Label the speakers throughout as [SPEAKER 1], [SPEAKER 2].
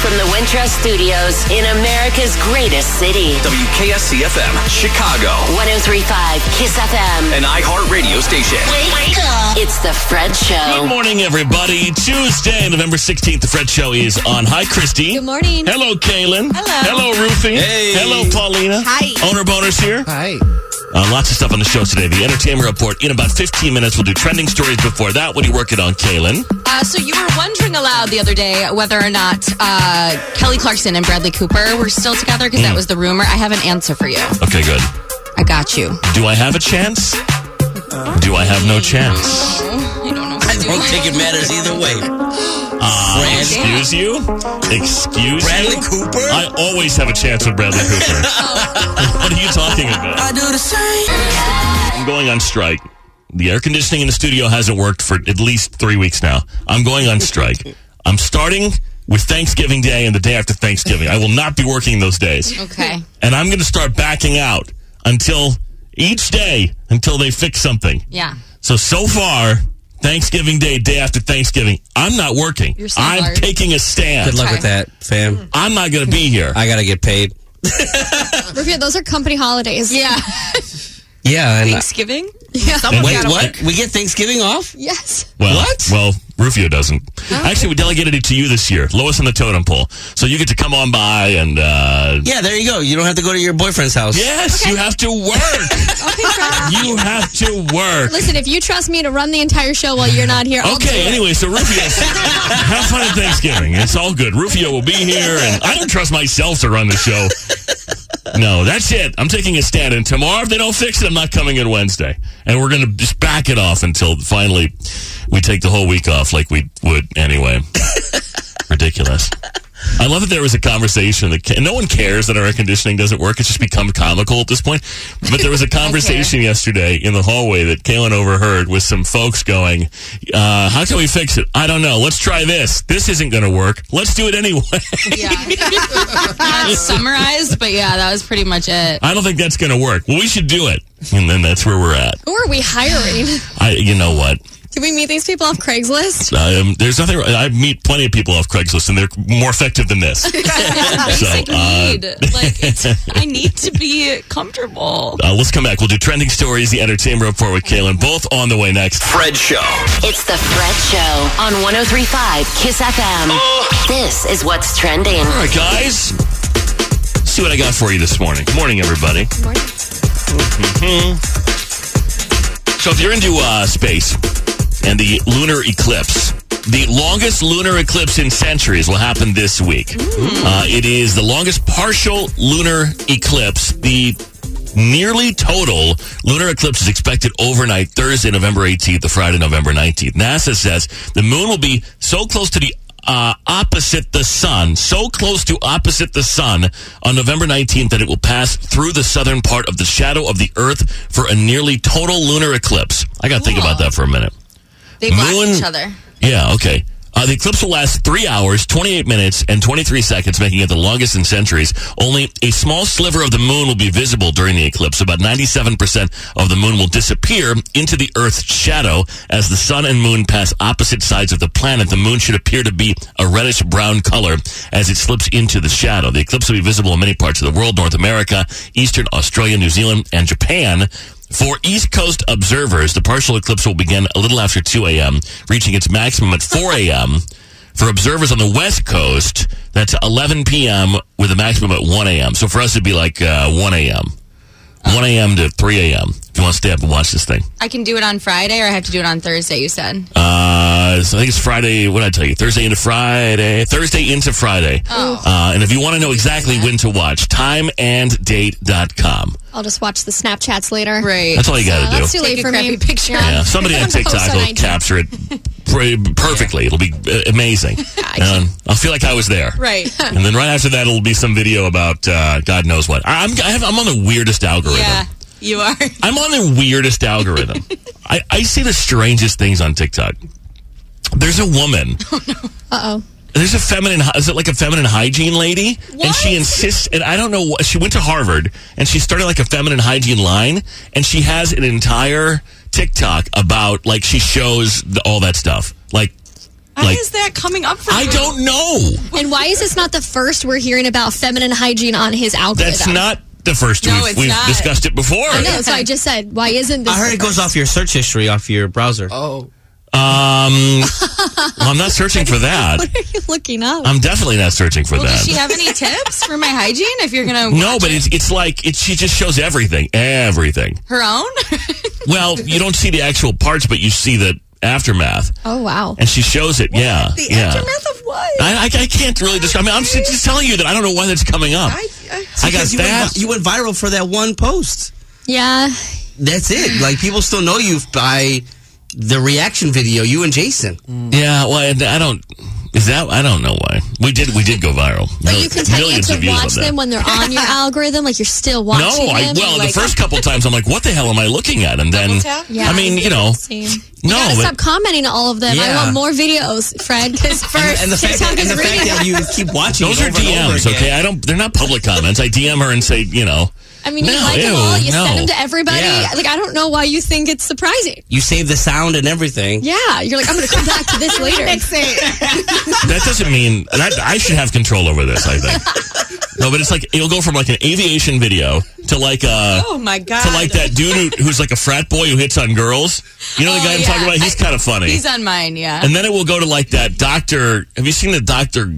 [SPEAKER 1] from the Wintrust Studios in America's greatest city.
[SPEAKER 2] WKSCFM, Chicago,
[SPEAKER 1] 1035 Kiss FM.
[SPEAKER 2] an iHeartRadio station.
[SPEAKER 1] Wake up. It's the Fred
[SPEAKER 3] Good
[SPEAKER 1] Show.
[SPEAKER 3] morning, everybody. Tuesday, November 16th, the Fred Show is on. Hi, Christy.
[SPEAKER 4] Good morning.
[SPEAKER 3] Hello, Kaylin.
[SPEAKER 4] Hello.
[SPEAKER 3] Hello, Ruthie.
[SPEAKER 2] Hey.
[SPEAKER 3] Hello, Paulina.
[SPEAKER 4] Hi.
[SPEAKER 3] Owner Boners here.
[SPEAKER 5] Hi.
[SPEAKER 3] Uh, lots of stuff on the show today. The entertainment report in about 15 minutes. We'll do trending stories before that. What are you working on, Kaylin?
[SPEAKER 4] Uh, so you were wondering aloud the other day whether or not uh, Kelly Clarkson and Bradley Cooper were still together because
[SPEAKER 3] Mm.
[SPEAKER 4] that was the rumor. I have an answer for you.
[SPEAKER 3] Okay, good.
[SPEAKER 4] I got you.
[SPEAKER 3] Do I have a chance? Do I have no chance?
[SPEAKER 4] I don't know. What to do.
[SPEAKER 6] Don't think it matters either way.
[SPEAKER 3] Uh,
[SPEAKER 6] Brad-
[SPEAKER 3] excuse you? Excuse
[SPEAKER 6] Bradley
[SPEAKER 3] you?
[SPEAKER 6] Cooper?
[SPEAKER 3] I always have a chance with Bradley Cooper. what are you talking about?
[SPEAKER 6] I do the same.
[SPEAKER 3] I'm going on strike. The air conditioning in the studio hasn't worked for at least three weeks now. I'm going on strike. I'm starting with Thanksgiving Day and the day after Thanksgiving. I will not be working those days.
[SPEAKER 4] Okay.
[SPEAKER 3] And I'm going to start backing out until each day until they fix something.
[SPEAKER 4] Yeah.
[SPEAKER 3] So, so far, Thanksgiving Day, day after Thanksgiving, I'm not working.
[SPEAKER 4] You're so
[SPEAKER 3] I'm
[SPEAKER 4] hard.
[SPEAKER 3] taking a stand.
[SPEAKER 6] Good luck
[SPEAKER 4] Okay.
[SPEAKER 6] with that, fam.
[SPEAKER 3] I'm not going to be here.
[SPEAKER 6] I gotta get paid.
[SPEAKER 7] Review, those are company holidays.
[SPEAKER 4] Yeah.
[SPEAKER 6] Yeah, and
[SPEAKER 4] Thanksgiving.
[SPEAKER 6] wait, what? We get Thanksgiving off?
[SPEAKER 7] Yes.
[SPEAKER 3] Well,
[SPEAKER 6] What?
[SPEAKER 3] Well, Rufio doesn't. Actually, we delegated it to you this year, lowest on the totem pole. So you get to come on by and uh,
[SPEAKER 6] Yeah, there you go. You don't have to go to your boyfriend's house.
[SPEAKER 3] yes, you have to work.
[SPEAKER 7] Okay, Fred.
[SPEAKER 3] you have to work.
[SPEAKER 7] Listen, if you trust me to run the entire show while you're not here, I'll do it.
[SPEAKER 3] Okay, anyway, so Rufio, have fun at Thanksgiving. It's all good. Rufio will be here, and I don't trust myself to run the show. No, that's it. I'm taking a stand, and tomorrow, if they don't fix it, I'm not coming in Wednesday. And we're going to just back it off until finally we take the whole week off like we would anyway. Ridiculous. I love that there was a conversation that ca- no one cares that our air conditioning doesn't work. It's just become comical at this point. But there was a conversation yesterday in the hallway that Kaylin overheard with some folks going, uh, "How can we fix it? I don't know. Let's try this. This isn't going to work. Let's do it anyway."
[SPEAKER 4] Yeah. Not summarized, but yeah, that was pretty much it.
[SPEAKER 3] I don't think that's going to work. Well, we should do it, and then that's where we're at.
[SPEAKER 7] Who are we hiring?
[SPEAKER 3] I, you know what?
[SPEAKER 7] Can we meet these people off Craigslist?
[SPEAKER 3] Um, there's nothing. I meet plenty of people off Craigslist, and they're more effective than this. so, uh,
[SPEAKER 4] Basic need. Like, it's- I need to be comfortable.
[SPEAKER 3] Uh, let's come back. We'll do trending stories, the entertainment report with Kaylin, both on the way next.
[SPEAKER 2] Fred Show.
[SPEAKER 1] It's the Fred Show on 1035 Kiss FM. This is what's trending.
[SPEAKER 3] Oh. All right, guys. See what I got for you this morning. Good morning, everybody.
[SPEAKER 7] Morning.
[SPEAKER 3] So, if you're into uh, space and the lunar eclipse, the longest lunar eclipse in centuries will happen this week. Uh, it is the longest partial lunar eclipse. The nearly total lunar eclipse is expected overnight Thursday, November 18th to Friday, November 19th. NASA says the moon will be so close to the uh, opposite the sun, so close to opposite the sun on November 19th that it will pass through the southern part of the shadow of the Earth for a nearly total lunar eclipse. I got to think about that for a minute.
[SPEAKER 4] They block
[SPEAKER 3] Moon-
[SPEAKER 4] each other.
[SPEAKER 3] Yeah, okay. Uh, the eclipse will last three hours, 28 minutes, and 23 seconds, making it the longest in centuries. Only a small sliver of the moon will be visible during the eclipse. About 97% of the moon will disappear into the Earth's shadow. As the sun and moon pass opposite sides of the planet, the moon should appear to be a reddish brown color as it slips into the shadow. The eclipse will be visible in many parts of the world, North America, Eastern Australia, New Zealand, and Japan. For East Coast observers, the partial eclipse will begin a little after 2 a.m., reaching its maximum at 4 a.m. For observers on the West Coast, that's 11 p.m. with a maximum at 1 a.m. So for us, it'd be like uh, 1 a.m. 1 a.m. to 3 a.m. If you want to stay up and watch this thing.
[SPEAKER 4] I can do it on Friday, or I have to do it on Thursday. You said.
[SPEAKER 3] Uh, so I think it's Friday. What did I tell you? Thursday into Friday. Thursday into Friday. Uh, and if you want to know exactly when to watch, timeanddate.com.
[SPEAKER 7] I'll just watch the Snapchats later. Uh,
[SPEAKER 4] Right.
[SPEAKER 3] That's all you got to do.
[SPEAKER 7] That's too
[SPEAKER 4] Take
[SPEAKER 7] late
[SPEAKER 4] a
[SPEAKER 7] for
[SPEAKER 4] crappy
[SPEAKER 7] me.
[SPEAKER 4] picture.
[SPEAKER 3] Yeah, somebody on
[SPEAKER 7] Post
[SPEAKER 3] TikTok
[SPEAKER 7] on
[SPEAKER 3] will
[SPEAKER 7] IG.
[SPEAKER 3] capture it pre- perfectly. It'll be uh, amazing. And I'll feel like I was there.
[SPEAKER 4] Right.
[SPEAKER 3] And then right after that, it'll be some video about uh, God knows what. I- I'm I have, I'm on the weirdest algorithm.
[SPEAKER 4] yeah, you are.
[SPEAKER 3] I'm on the weirdest algorithm. I, I see the strangest things on TikTok. There's a woman.
[SPEAKER 7] Uh oh.
[SPEAKER 3] There's a feminine. hy- Is it like a feminine hygiene lady? And she
[SPEAKER 4] What?
[SPEAKER 3] insists. And I don't know what she went to Harvard and she started like a feminine hygiene line. And she has an entire TikTok about like she shows the, all that stuff, like
[SPEAKER 5] Why
[SPEAKER 3] like
[SPEAKER 5] is that coming up for
[SPEAKER 3] I
[SPEAKER 5] you?
[SPEAKER 3] don't know.
[SPEAKER 7] And why is this not the first we're hearing about feminine hygiene on his algorithm?
[SPEAKER 3] That's not the first
[SPEAKER 5] No,
[SPEAKER 3] we've,
[SPEAKER 5] it's
[SPEAKER 3] we've
[SPEAKER 5] not.
[SPEAKER 3] discussed it before.
[SPEAKER 7] I know. So I just said, why isn't this?
[SPEAKER 6] I heard it goes off your search history, off your browser.
[SPEAKER 5] Oh.
[SPEAKER 3] Um, well, I'm not searching for that.
[SPEAKER 7] What are you looking up?
[SPEAKER 3] I'm definitely not searching for
[SPEAKER 5] Well,
[SPEAKER 3] that.
[SPEAKER 5] does she have any tips for my hygiene if you're going to
[SPEAKER 3] no, but it's it's like it, she just shows everything, everything.
[SPEAKER 5] her own?
[SPEAKER 3] Well, you don't see the actual parts, but you see the aftermath,
[SPEAKER 7] oh wow.
[SPEAKER 3] and she shows it. yeah,
[SPEAKER 5] the
[SPEAKER 3] yeah.
[SPEAKER 5] aftermath of what?
[SPEAKER 3] I, I, I can't really describe. I mean, I'm just just telling you that I don't know why that's coming up.
[SPEAKER 5] I, I,
[SPEAKER 3] I got
[SPEAKER 6] Because you
[SPEAKER 3] that.
[SPEAKER 6] Went, vi- you went viral for that one post.
[SPEAKER 7] Yeah.
[SPEAKER 6] That's it. Like people still know you by the reaction video. You and Jason.
[SPEAKER 3] yeah. Well, and I don't. Is that? I don't know why we did. We did go viral.
[SPEAKER 7] But you can tell you
[SPEAKER 3] Millions of
[SPEAKER 7] to
[SPEAKER 3] views
[SPEAKER 7] watch
[SPEAKER 3] on that.
[SPEAKER 7] them when they're on your algorithm. Like you're still
[SPEAKER 3] No,
[SPEAKER 7] watching
[SPEAKER 3] I
[SPEAKER 7] them.
[SPEAKER 3] well,
[SPEAKER 7] like, uh,
[SPEAKER 3] the first couple times I'm like, what the hell am I looking at? And then,
[SPEAKER 5] Double tap?
[SPEAKER 7] Yeah,
[SPEAKER 3] I mean,
[SPEAKER 7] it's
[SPEAKER 3] you know,
[SPEAKER 7] Same.
[SPEAKER 3] no,
[SPEAKER 7] gotta
[SPEAKER 3] but-
[SPEAKER 7] stop commenting on all of them. I
[SPEAKER 6] Yeah.
[SPEAKER 7] want more videos, Fred. Because first,
[SPEAKER 6] And the fact
[SPEAKER 7] TikTok
[SPEAKER 6] that, and
[SPEAKER 7] is
[SPEAKER 6] the
[SPEAKER 7] really
[SPEAKER 6] fact that you keep watching
[SPEAKER 3] Those
[SPEAKER 6] it
[SPEAKER 3] are
[SPEAKER 6] over and over
[SPEAKER 3] DMs,
[SPEAKER 6] again.
[SPEAKER 3] okay? I don't. They're not public comments. I DM her and say, you know.
[SPEAKER 7] I mean, you
[SPEAKER 3] No,
[SPEAKER 7] like them
[SPEAKER 3] ew,
[SPEAKER 7] all. You send
[SPEAKER 3] no.
[SPEAKER 7] them to everybody.
[SPEAKER 6] Yeah.
[SPEAKER 7] Like, I don't know why you think it's surprising.
[SPEAKER 6] You save the sound and everything.
[SPEAKER 7] Yeah, you're like, I'm going to come back to this later.
[SPEAKER 3] That doesn't mean that I should have control over this. I think. No, but it's like it'll go from like an aviation video to like a.
[SPEAKER 5] oh my god!
[SPEAKER 3] To Uh, like that dude who, who's like a frat boy who hits on girls. You know the
[SPEAKER 5] Oh,
[SPEAKER 3] guy I'm
[SPEAKER 5] yeah.
[SPEAKER 3] talking about? He's
[SPEAKER 5] I-
[SPEAKER 3] kind of funny.
[SPEAKER 5] He's on mine, yeah.
[SPEAKER 3] and then it will go to like that doctor. Have you seen the doctor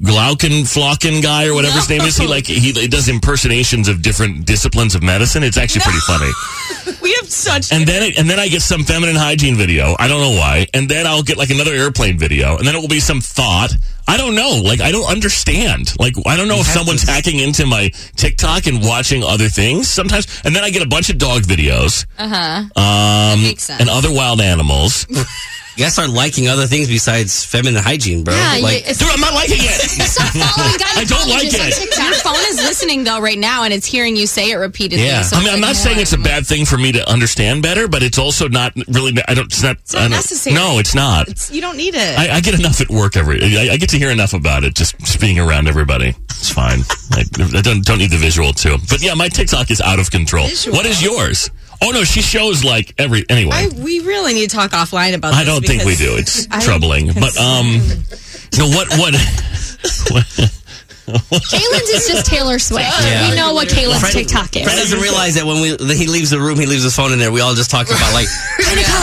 [SPEAKER 3] Glauken Flocken guy or whatever his name is? He like he he does impersonations of different disciplines of medicine. It's actually pretty funny.
[SPEAKER 5] we have such.
[SPEAKER 3] And then it, and then I get some feminine hygiene video. I don't know why. And then I'll get like another airplane video. And then it will be some thought. I don't know. Like I don't understand. Like I don't know if
[SPEAKER 6] have
[SPEAKER 3] someone's
[SPEAKER 6] to-
[SPEAKER 3] hacking into my TikTok and watching other things sometimes. And then I get a bunch of dog videos. Uh
[SPEAKER 5] Uh-huh.
[SPEAKER 3] huh. Um,
[SPEAKER 5] makes sense.
[SPEAKER 3] and other wild animals. Dude,
[SPEAKER 6] You gotta start liking other things besides feminine hygiene, bro.
[SPEAKER 7] Yeah, you-
[SPEAKER 6] like
[SPEAKER 7] it's
[SPEAKER 3] I'm not liking it.
[SPEAKER 5] Oh,
[SPEAKER 7] stop following gynecologists
[SPEAKER 3] I don't like
[SPEAKER 7] on
[SPEAKER 3] it.
[SPEAKER 7] TikTok.
[SPEAKER 5] your phone is listening though right now, and it's hearing you say it repeatedly.
[SPEAKER 6] Yeah.
[SPEAKER 5] so
[SPEAKER 3] I mean, I'm
[SPEAKER 5] like
[SPEAKER 3] not
[SPEAKER 5] more
[SPEAKER 3] saying it's a
[SPEAKER 5] and more.
[SPEAKER 3] bad thing for me to understand better, but it's also not really. I don't. It's not.
[SPEAKER 5] not
[SPEAKER 3] I don't-
[SPEAKER 5] necessary.
[SPEAKER 3] No, it's not.
[SPEAKER 5] It's- You don't need it.
[SPEAKER 3] I, I get enough at work every. I, I get to hear enough about it just, just being around everybody. It's fine. I, I don't don't need the visual too. But yeah, my TikTok is out of control.
[SPEAKER 5] Visual.
[SPEAKER 3] What is yours? Oh no, she shows like every. Anyway,
[SPEAKER 5] I-
[SPEAKER 3] I,
[SPEAKER 5] we really need to talk offline about. this
[SPEAKER 3] don't think we
[SPEAKER 5] because-
[SPEAKER 3] do. It's
[SPEAKER 5] I'm
[SPEAKER 3] troubling. But um, no. What what?
[SPEAKER 7] Kaylin's is just Taylor Swift.
[SPEAKER 6] Yeah.
[SPEAKER 7] We know what Kaylin's TikTok is.
[SPEAKER 6] Fred doesn't realize that when we that he leaves the room, he leaves his phone in there. We all just talked about like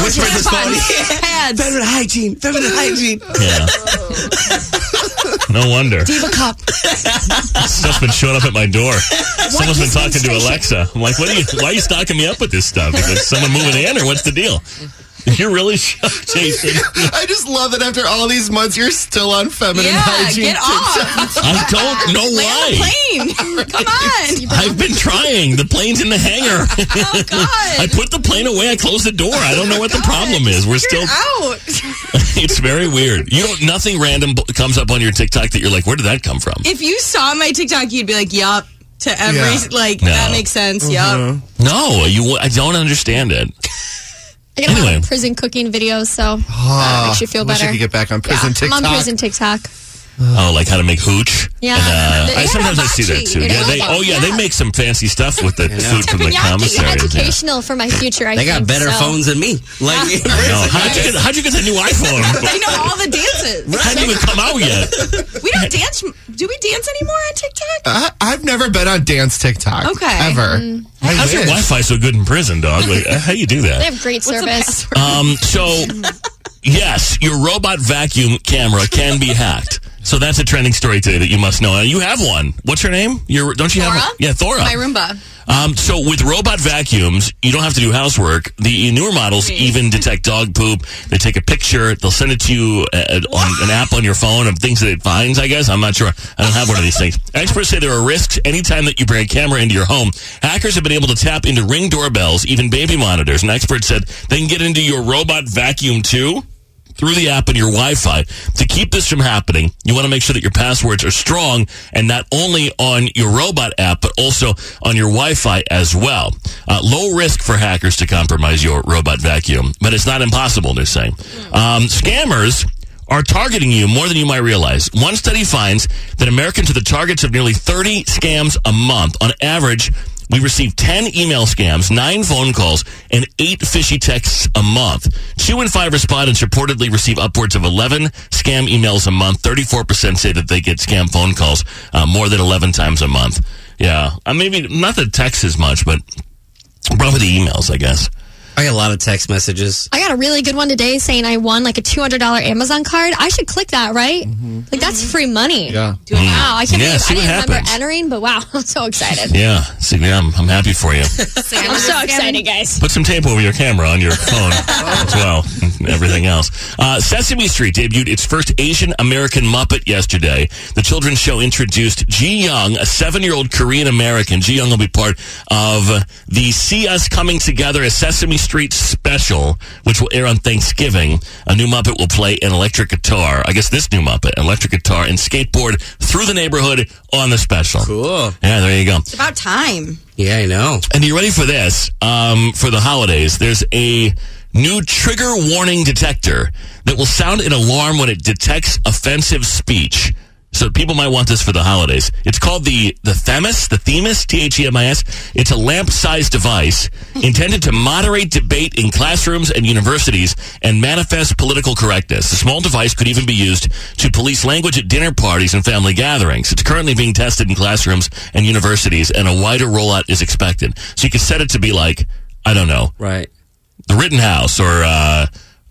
[SPEAKER 6] whispered his phone.
[SPEAKER 5] Pads.
[SPEAKER 6] Feminine hygiene, feminine hygiene.
[SPEAKER 3] Yeah. No wonder.
[SPEAKER 7] Diva Cup.
[SPEAKER 3] Stuff's been showing up at my door. Someone's been talking to Alexa. I'm like, what are you? Why are you stocking me up with this stuff? Is it someone moving in, or what's the deal? You're really shocked, Jason.
[SPEAKER 8] I just love that after all these months, you're still on feminine
[SPEAKER 5] Yeah,
[SPEAKER 8] hygiene.
[SPEAKER 5] get off.
[SPEAKER 3] I don't know
[SPEAKER 5] Land
[SPEAKER 3] why.
[SPEAKER 5] the plane. Come on.
[SPEAKER 3] I've been trying. The plane's in the hangar.
[SPEAKER 5] Oh
[SPEAKER 3] I
[SPEAKER 5] God.
[SPEAKER 3] put the plane away. I closed the door. I don't know what the problem is. We're still.
[SPEAKER 5] You're out.
[SPEAKER 3] It's very weird. You don't. Nothing random b- comes up on your TikTok that you're like, where did that come from?
[SPEAKER 5] If you saw my TikTok, you'd be like, "Yup." To every
[SPEAKER 8] Yeah.
[SPEAKER 5] like
[SPEAKER 3] No.
[SPEAKER 5] that makes sense. Yup.
[SPEAKER 3] No, you. I don't understand it.
[SPEAKER 7] I get a lot
[SPEAKER 3] Anyway.
[SPEAKER 7] of prison cooking videos, so that
[SPEAKER 8] Ah,
[SPEAKER 7] makes you feel
[SPEAKER 8] wish
[SPEAKER 7] better.
[SPEAKER 8] I could get back on prison
[SPEAKER 7] yeah,
[SPEAKER 8] TikTok.
[SPEAKER 7] I'm on prison TikTok.
[SPEAKER 3] Oh, like how to make hooch.
[SPEAKER 7] Yeah.
[SPEAKER 3] And, uh,
[SPEAKER 7] The
[SPEAKER 3] I, sometimes I see that too.
[SPEAKER 7] It
[SPEAKER 3] Yeah.
[SPEAKER 7] is
[SPEAKER 3] They,
[SPEAKER 7] like-
[SPEAKER 3] oh yeah, they
[SPEAKER 7] yeah.
[SPEAKER 3] make some fancy stuff with the food from the
[SPEAKER 5] Teppanyaki.
[SPEAKER 3] commissary. Yeah.
[SPEAKER 7] Educational for my future. I
[SPEAKER 6] They got
[SPEAKER 7] think,
[SPEAKER 6] better
[SPEAKER 7] so.
[SPEAKER 6] phones than me. Like
[SPEAKER 3] No, how'd you get? How'd you get the new iPhone?
[SPEAKER 5] They know all the dances.
[SPEAKER 3] Hadn't even come out yet.
[SPEAKER 5] We don't dance. Do we dance anymore on TikTok?
[SPEAKER 3] Uh-huh.
[SPEAKER 8] I, Uh, I've never been on dance TikTok.
[SPEAKER 5] Okay.
[SPEAKER 8] Ever.
[SPEAKER 7] Mm.
[SPEAKER 8] I
[SPEAKER 3] How's your
[SPEAKER 8] wish.
[SPEAKER 3] Wi-Fi so good in prison, dog? Like, uh, how you do that?
[SPEAKER 7] They have great service.
[SPEAKER 3] Um, so, yes, your robot vacuum camera can be hacked. So that's a trending story today that you must know. Uh, you have one. What's her name? Your don't you have?
[SPEAKER 5] Thora?
[SPEAKER 3] One? Yeah, Thora.
[SPEAKER 5] My Roomba.
[SPEAKER 3] Um, so with robot vacuums, you don't have to do housework. The newer models even detect dog poop. They take a picture. They'll send it to you uh, on an app on your phone of things that it finds. I guess I'm not sure. I don't have one of these things. Experts say there are risks anytime that you bring a camera into your home. Hackers have been able to tap into ring doorbells, even baby monitors. An expert said they can get into your robot vacuum too through the app and your Wi-Fi. To keep this from happening, you want to make sure that your passwords are strong and not only on your robot app, but also on your Wi-Fi as well. Uh, low risk for hackers to compromise your robot vacuum, but it's not impossible, they're saying. Um, scammers are targeting you more than you might realize. One study finds that Americans are the targets of nearly 30 scams a month on average We received 10 email scams, 9 phone calls, and 8 fishy texts a month. 2 in 5 respondents reportedly receive upwards of 11 scam emails a month. 34% say that they get scam phone calls uh, more than 11 times a month. Yeah. Uh, maybe not the texts as much, but probably the emails, I guess.
[SPEAKER 6] I got a lot of text messages.
[SPEAKER 7] I got a really good one today saying I won like a two hundred dollar Amazon card. I should click that, right? Like that's free money.
[SPEAKER 8] Yeah.
[SPEAKER 7] Wow, I can't
[SPEAKER 3] Mm-hmm. Yeah,
[SPEAKER 7] believe
[SPEAKER 3] see
[SPEAKER 7] I didn't
[SPEAKER 3] what
[SPEAKER 7] remember
[SPEAKER 3] happens.
[SPEAKER 7] entering, but wow, I'm so excited.
[SPEAKER 3] Yeah. See, yeah, I'm, I'm happy for you.
[SPEAKER 7] I'm so excited, guys.
[SPEAKER 3] Put some tape over your camera on your phone as well, and everything else. Uh, Sesame Street debuted its first Asian American Muppet yesterday. The children's show introduced Ji Young, a seven year old Korean American. Ji Young will be part of the See Us Coming Together as Sesame Street special, which will air on Thanksgiving. A new Muppet will play an electric guitar. I guess this new Muppet, electric guitar, and skateboard through the neighborhood on the special.
[SPEAKER 6] Cool.
[SPEAKER 3] Yeah, there you go.
[SPEAKER 5] It's about time.
[SPEAKER 6] Yeah, I know.
[SPEAKER 3] And you ready for this? Um, for the holidays, there's a new trigger warning detector that will sound an alarm when it detects offensive speech. So people might want this for the holidays. It's called the the Themis, the Themis, T H E M I S. It's a lamp-sized device intended to moderate debate in classrooms and universities and manifest political correctness. The small device could even be used to police language at dinner parties and family gatherings. It's currently being tested in classrooms and universities, and a wider rollout is expected. So you can set it to be like, I don't know,
[SPEAKER 6] Right.
[SPEAKER 3] the Rittenhouse or uh,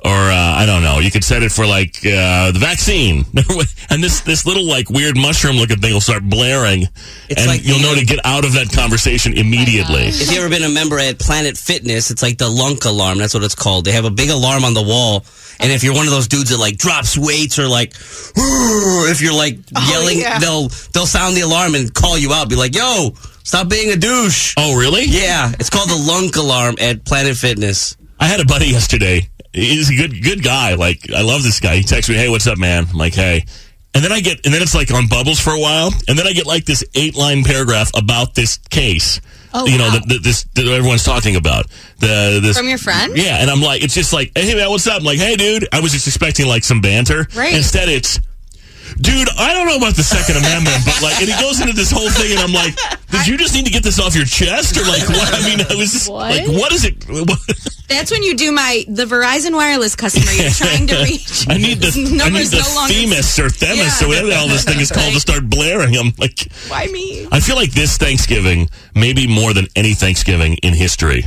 [SPEAKER 3] or uh, I don't know. You could set it for like uh, the vaccine, and this this little like weird mushroom looking thing will start blaring,
[SPEAKER 6] It's
[SPEAKER 3] and
[SPEAKER 6] like
[SPEAKER 3] you'll
[SPEAKER 6] the,
[SPEAKER 3] know
[SPEAKER 6] uh,
[SPEAKER 3] to get out of that conversation immediately.
[SPEAKER 6] If you ever been a member at Planet Fitness, it's like the lunk alarm. That's what it's called. They have a big alarm on the wall. And if you're one of those dudes that like drops weights or like, if you're like yelling, they'll they'll sound the alarm and call you out. Be like, "Yo, stop being a douche."
[SPEAKER 3] Oh, really?
[SPEAKER 6] Yeah, it's called the lunk alarm at Planet Fitness.
[SPEAKER 3] I had a buddy yesterday. He's a good good guy. Like I love this guy. He texts me, "Hey, what's up, man?" I'm like, "Hey." And then I get, and then it's like on bubbles for a while, and then I get like this eight line paragraph about this case.
[SPEAKER 7] Oh,
[SPEAKER 3] you know,
[SPEAKER 7] wow.
[SPEAKER 3] that that this that everyone's talking about the this
[SPEAKER 5] From your friend?
[SPEAKER 3] Yeah, and I'm like, it's just like, hey man, what's up? I'm like, hey dude, I was just expecting like some banter.
[SPEAKER 5] Right.
[SPEAKER 3] Instead, it's, dude, I don't know about the Second Amendment, but like, and he goes into this whole thing, and I'm like, did you just need to get this off your chest, or like, what? I mean, I was just
[SPEAKER 7] What?
[SPEAKER 3] like, what is it? what-
[SPEAKER 5] That's when you do my the Verizon wireless customer you're trying to reach.
[SPEAKER 3] I need the I need
[SPEAKER 5] Numbers
[SPEAKER 3] the
[SPEAKER 5] no longer-
[SPEAKER 3] Themis or Themis
[SPEAKER 5] Yeah.
[SPEAKER 3] or whatever the hell this thing is called to start blaring. I'm like,
[SPEAKER 5] Why me?
[SPEAKER 3] I feel like this Thanksgiving, maybe more than any Thanksgiving in history.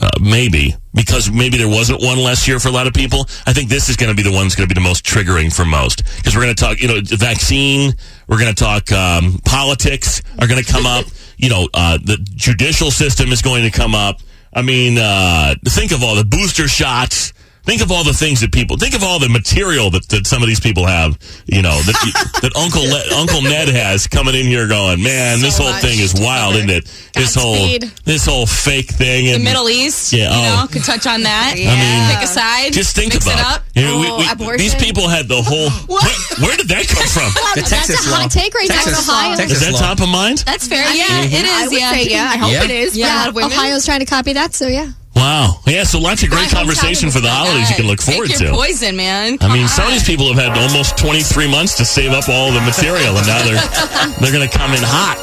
[SPEAKER 3] Uh, maybe because maybe there wasn't one last year for a lot of people. I think this is going to be the one that's going to be the most triggering for most because we're going to talk, you know, the vaccine. We're going to talk um, politics are going to come up. You know, uh, the judicial system is going to come up. I mean, uh, think of all the booster shots. Think of all the things that people think of all the material that, that some of these people have. You know that that Uncle Le- Uncle Ned has coming in here going, man, this whole
[SPEAKER 5] much
[SPEAKER 3] thing is
[SPEAKER 5] to
[SPEAKER 3] wild,
[SPEAKER 5] cover.
[SPEAKER 3] isn't it? this whole
[SPEAKER 5] Godspeed.
[SPEAKER 3] this whole fake thing
[SPEAKER 5] The
[SPEAKER 3] and
[SPEAKER 5] Middle East, you
[SPEAKER 3] Yeah, oh.
[SPEAKER 5] know, could touch on that.
[SPEAKER 3] mean-
[SPEAKER 5] pick a side.
[SPEAKER 3] Just think
[SPEAKER 5] mix
[SPEAKER 3] about
[SPEAKER 5] it up.
[SPEAKER 3] You know, we-
[SPEAKER 7] Oh,
[SPEAKER 3] we-
[SPEAKER 7] abortion.
[SPEAKER 3] These people had the whole. where, where did that come from?
[SPEAKER 6] The
[SPEAKER 7] That's
[SPEAKER 6] Texas
[SPEAKER 7] a hot
[SPEAKER 6] law.
[SPEAKER 7] take right now in
[SPEAKER 6] Texas,
[SPEAKER 7] Ohio.
[SPEAKER 6] Texas
[SPEAKER 3] Is that
[SPEAKER 6] law.
[SPEAKER 3] top of mind?
[SPEAKER 5] That's fair. Yeah, it is.
[SPEAKER 4] I would
[SPEAKER 5] yeah,
[SPEAKER 4] say, yeah, I hope
[SPEAKER 6] Yeah.
[SPEAKER 4] it is.
[SPEAKER 5] Yeah.
[SPEAKER 4] for a lot of women.
[SPEAKER 7] Ohio's trying to copy that, so yeah.
[SPEAKER 3] Wow. Yeah. So lots of great conversation for the holidays you can look forward
[SPEAKER 5] Take
[SPEAKER 3] to.
[SPEAKER 5] your poison, man.
[SPEAKER 3] I mean, some of these people have had almost 23 months to save up all the material, and now they're they're going to come in hot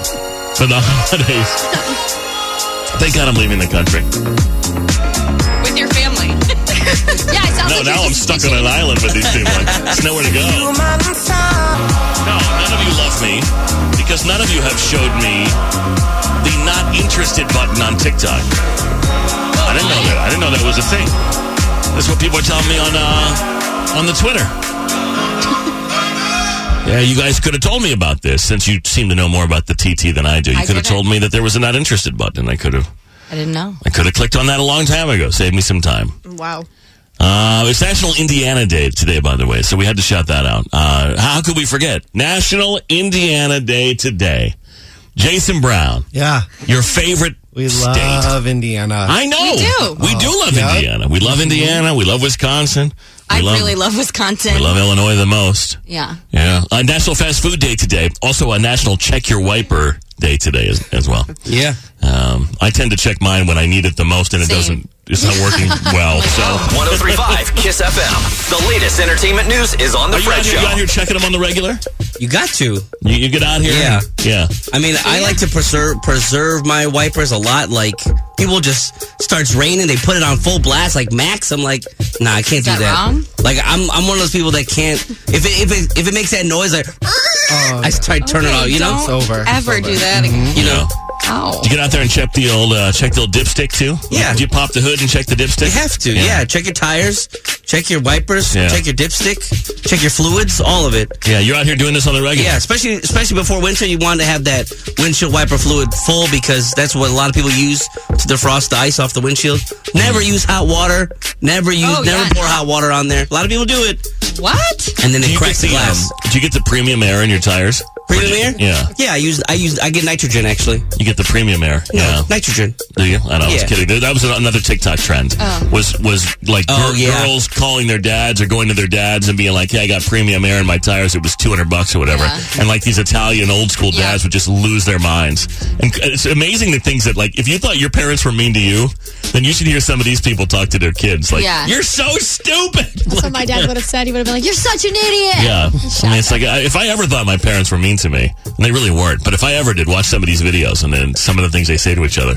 [SPEAKER 3] for the holidays. Thank God I'm leaving the country.
[SPEAKER 5] with your family.
[SPEAKER 7] Yeah, it sounds
[SPEAKER 3] No,
[SPEAKER 7] like
[SPEAKER 3] now
[SPEAKER 7] you're
[SPEAKER 3] I'm
[SPEAKER 7] just
[SPEAKER 3] stuck on an island with these people. There's nowhere to go. No, none of you love me because none of you have showed me the not interested button on TikTok. I didn't know that. I didn't know that was a thing. That's what people are telling me on uh, on the Twitter. Yeah, you guys could have told me about this since you seem to know more about the TT than I do. You
[SPEAKER 5] I
[SPEAKER 3] could have
[SPEAKER 5] didn't.
[SPEAKER 3] told me that there was a not interested button. I could have
[SPEAKER 5] I didn't know.
[SPEAKER 3] I could have clicked on that a long time ago. Saved me some time.
[SPEAKER 4] Wow.
[SPEAKER 3] Uh, it's National Indiana Day today, by the way, so we had to shout that out. Uh, how could we forget National Indiana Day today? Jason Brown,
[SPEAKER 8] Yeah.
[SPEAKER 3] your favorite
[SPEAKER 8] We
[SPEAKER 3] state.
[SPEAKER 8] love Indiana.
[SPEAKER 3] I know. We
[SPEAKER 5] do.
[SPEAKER 3] love
[SPEAKER 8] yeah.
[SPEAKER 3] Indiana. We love Indiana. We love Wisconsin. We
[SPEAKER 5] Mm-hmm. I
[SPEAKER 3] love,
[SPEAKER 5] really love Wisconsin.
[SPEAKER 3] We love Illinois the most.
[SPEAKER 5] yeah.
[SPEAKER 3] Yeah. Uh, National Fast Food Day today. Also, a National Check Your Wiper Day today as, as well.
[SPEAKER 6] Yeah.
[SPEAKER 3] Um, I tend to check mine when I need it the most, and it
[SPEAKER 5] Same.
[SPEAKER 3] doesn't. It's not working well. So.
[SPEAKER 2] 1035 Kiss FM. The latest entertainment news is on The
[SPEAKER 3] Are you
[SPEAKER 2] Fred
[SPEAKER 3] out, here,
[SPEAKER 2] Show.
[SPEAKER 3] you out here checking them on the regular?
[SPEAKER 6] You got to.
[SPEAKER 3] You, you get out here.
[SPEAKER 6] Yeah.
[SPEAKER 3] Yeah.
[SPEAKER 6] I mean, I like to preserve preserve my wipers a lot. Like people just starts raining, they put it on full blast, like max. I'm like, nah, I can't do
[SPEAKER 4] that
[SPEAKER 6] that.
[SPEAKER 4] wrong?
[SPEAKER 6] Like I'm I'm one of those people that can't. If it if it, if it makes that noise, like I try to turn it off. You know,
[SPEAKER 4] Oh, Don't
[SPEAKER 8] It's over. It's
[SPEAKER 4] ever
[SPEAKER 8] over.
[SPEAKER 4] do that again.
[SPEAKER 6] you know.
[SPEAKER 4] Ow.
[SPEAKER 3] You get out there and check the old uh, check the old dipstick too.
[SPEAKER 6] Yeah.
[SPEAKER 3] Do you pop the hood and check the dipstick?
[SPEAKER 6] You have to, yeah. Check your tires, check your wipers,
[SPEAKER 3] Yeah.
[SPEAKER 6] check your dipstick, check your fluids, all of it.
[SPEAKER 3] Yeah, you're out here doing this on the regular.
[SPEAKER 6] Yeah, especially especially before winter, you want to have that windshield wiper fluid full because that's what a lot of people use to defrost the ice off the windshield. Never use hot water. Never use.
[SPEAKER 4] Oh,
[SPEAKER 6] never
[SPEAKER 4] yeah.
[SPEAKER 6] pour hot water on there. A lot of people do it,
[SPEAKER 4] What?
[SPEAKER 6] and then
[SPEAKER 3] Do
[SPEAKER 6] they
[SPEAKER 3] you,
[SPEAKER 6] crack
[SPEAKER 3] get
[SPEAKER 6] the
[SPEAKER 3] the, um,
[SPEAKER 6] glass.
[SPEAKER 3] do you get the premium air in your tires?
[SPEAKER 6] Premium air?
[SPEAKER 3] Yeah.
[SPEAKER 6] Yeah, I use I use I get nitrogen actually.
[SPEAKER 3] You get the premium air. Yeah.
[SPEAKER 6] nitrogen.
[SPEAKER 3] Do you? I know. I was
[SPEAKER 6] Yeah.
[SPEAKER 3] kidding. That- That was another TikTok trend.
[SPEAKER 4] Oh.
[SPEAKER 3] Was was like
[SPEAKER 6] Oh,
[SPEAKER 3] gir-
[SPEAKER 6] yeah.
[SPEAKER 3] girls calling their dads or going to their dads and being like, "Hey, I got premium air in my tires. It was two hundred bucks or whatever." And like these Italian old school
[SPEAKER 4] Yeah.
[SPEAKER 3] dads would just lose their minds. And c- it's amazing the things that like if you thought your parents were mean to you, then you should hear some of these people talk to their kids like,
[SPEAKER 4] Yeah.
[SPEAKER 3] "You're so stupid."
[SPEAKER 7] That's what my dad would have said. He would have been like, "You're such an idiot."
[SPEAKER 3] Yeah. I mean, it's like I, if I ever thought my parents were mean to me, and they really weren't, but if I ever did watch some of these videos and then some of the things they say to each other,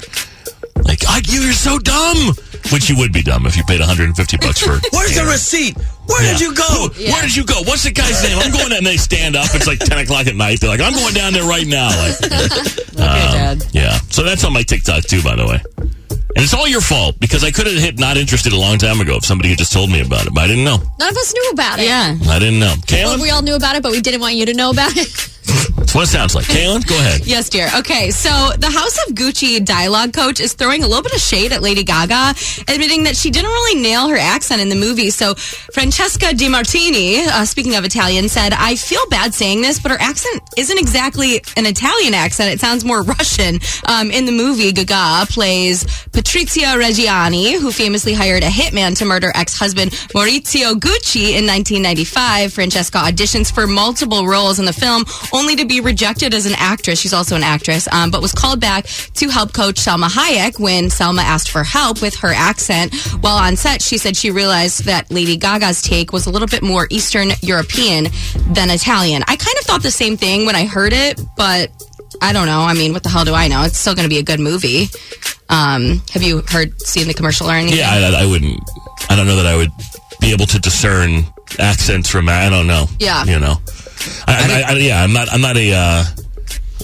[SPEAKER 3] like, I, you're so dumb! Which you would be dumb if you paid 150 bucks for.
[SPEAKER 6] Where's the receipt? Where did
[SPEAKER 3] Yeah.
[SPEAKER 6] you go?
[SPEAKER 3] Who- Where did you go? What's the guy's name? I'm going, and they stand up. It's like 10 o'clock at night. They're like, I'm going down there right now. Like, um,
[SPEAKER 4] Dad.
[SPEAKER 3] yeah. So that's on my TikTok, too, by the way. And it's all your fault because I could have hit not interested a long time ago if somebody had just told me about it, but I didn't know.
[SPEAKER 7] None of us knew about it.
[SPEAKER 4] Yeah.
[SPEAKER 3] I didn't know.
[SPEAKER 7] Well,
[SPEAKER 3] Kaylin,
[SPEAKER 7] we all knew about it, but we didn't want you to know about it.
[SPEAKER 3] that's what it sounds like. Kaylin, go ahead.
[SPEAKER 4] Yes, dear. Okay, so the House of Gucci dialogue coach is throwing a little bit of shade at Lady Gaga, admitting that she didn't really nail her accent in the movie. So Francesca Di Martini, uh, speaking of Italian, said, "I feel bad saying this, but her accent isn't exactly an Italian accent. It sounds more Russian." Um, in the movie, Gaga plays Patrizia Reggiani, who famously hired a hitman to murder ex-husband Maurizio Gucci in 1995. Francesca auditions for multiple roles in the film, only to be rejected as an actress. She's also an actress, um, but was called back to help coach Selma Hayek when Selma asked for help with her accent. While on set, she said she realized that Lady Gaga's take was a little bit more Eastern European than Italian. I kind of thought the same thing when I heard it, but I don't know. I mean, what the hell do I know? It's still going to be a good movie. Um, have you heard, seen the commercial or anything?
[SPEAKER 3] Yeah, I, I wouldn't. I don't know that I would be able to discern accents from. I don't know.
[SPEAKER 4] Yeah.
[SPEAKER 3] you know. I, I, I, yeah, I'm not. I'm not a. Uh,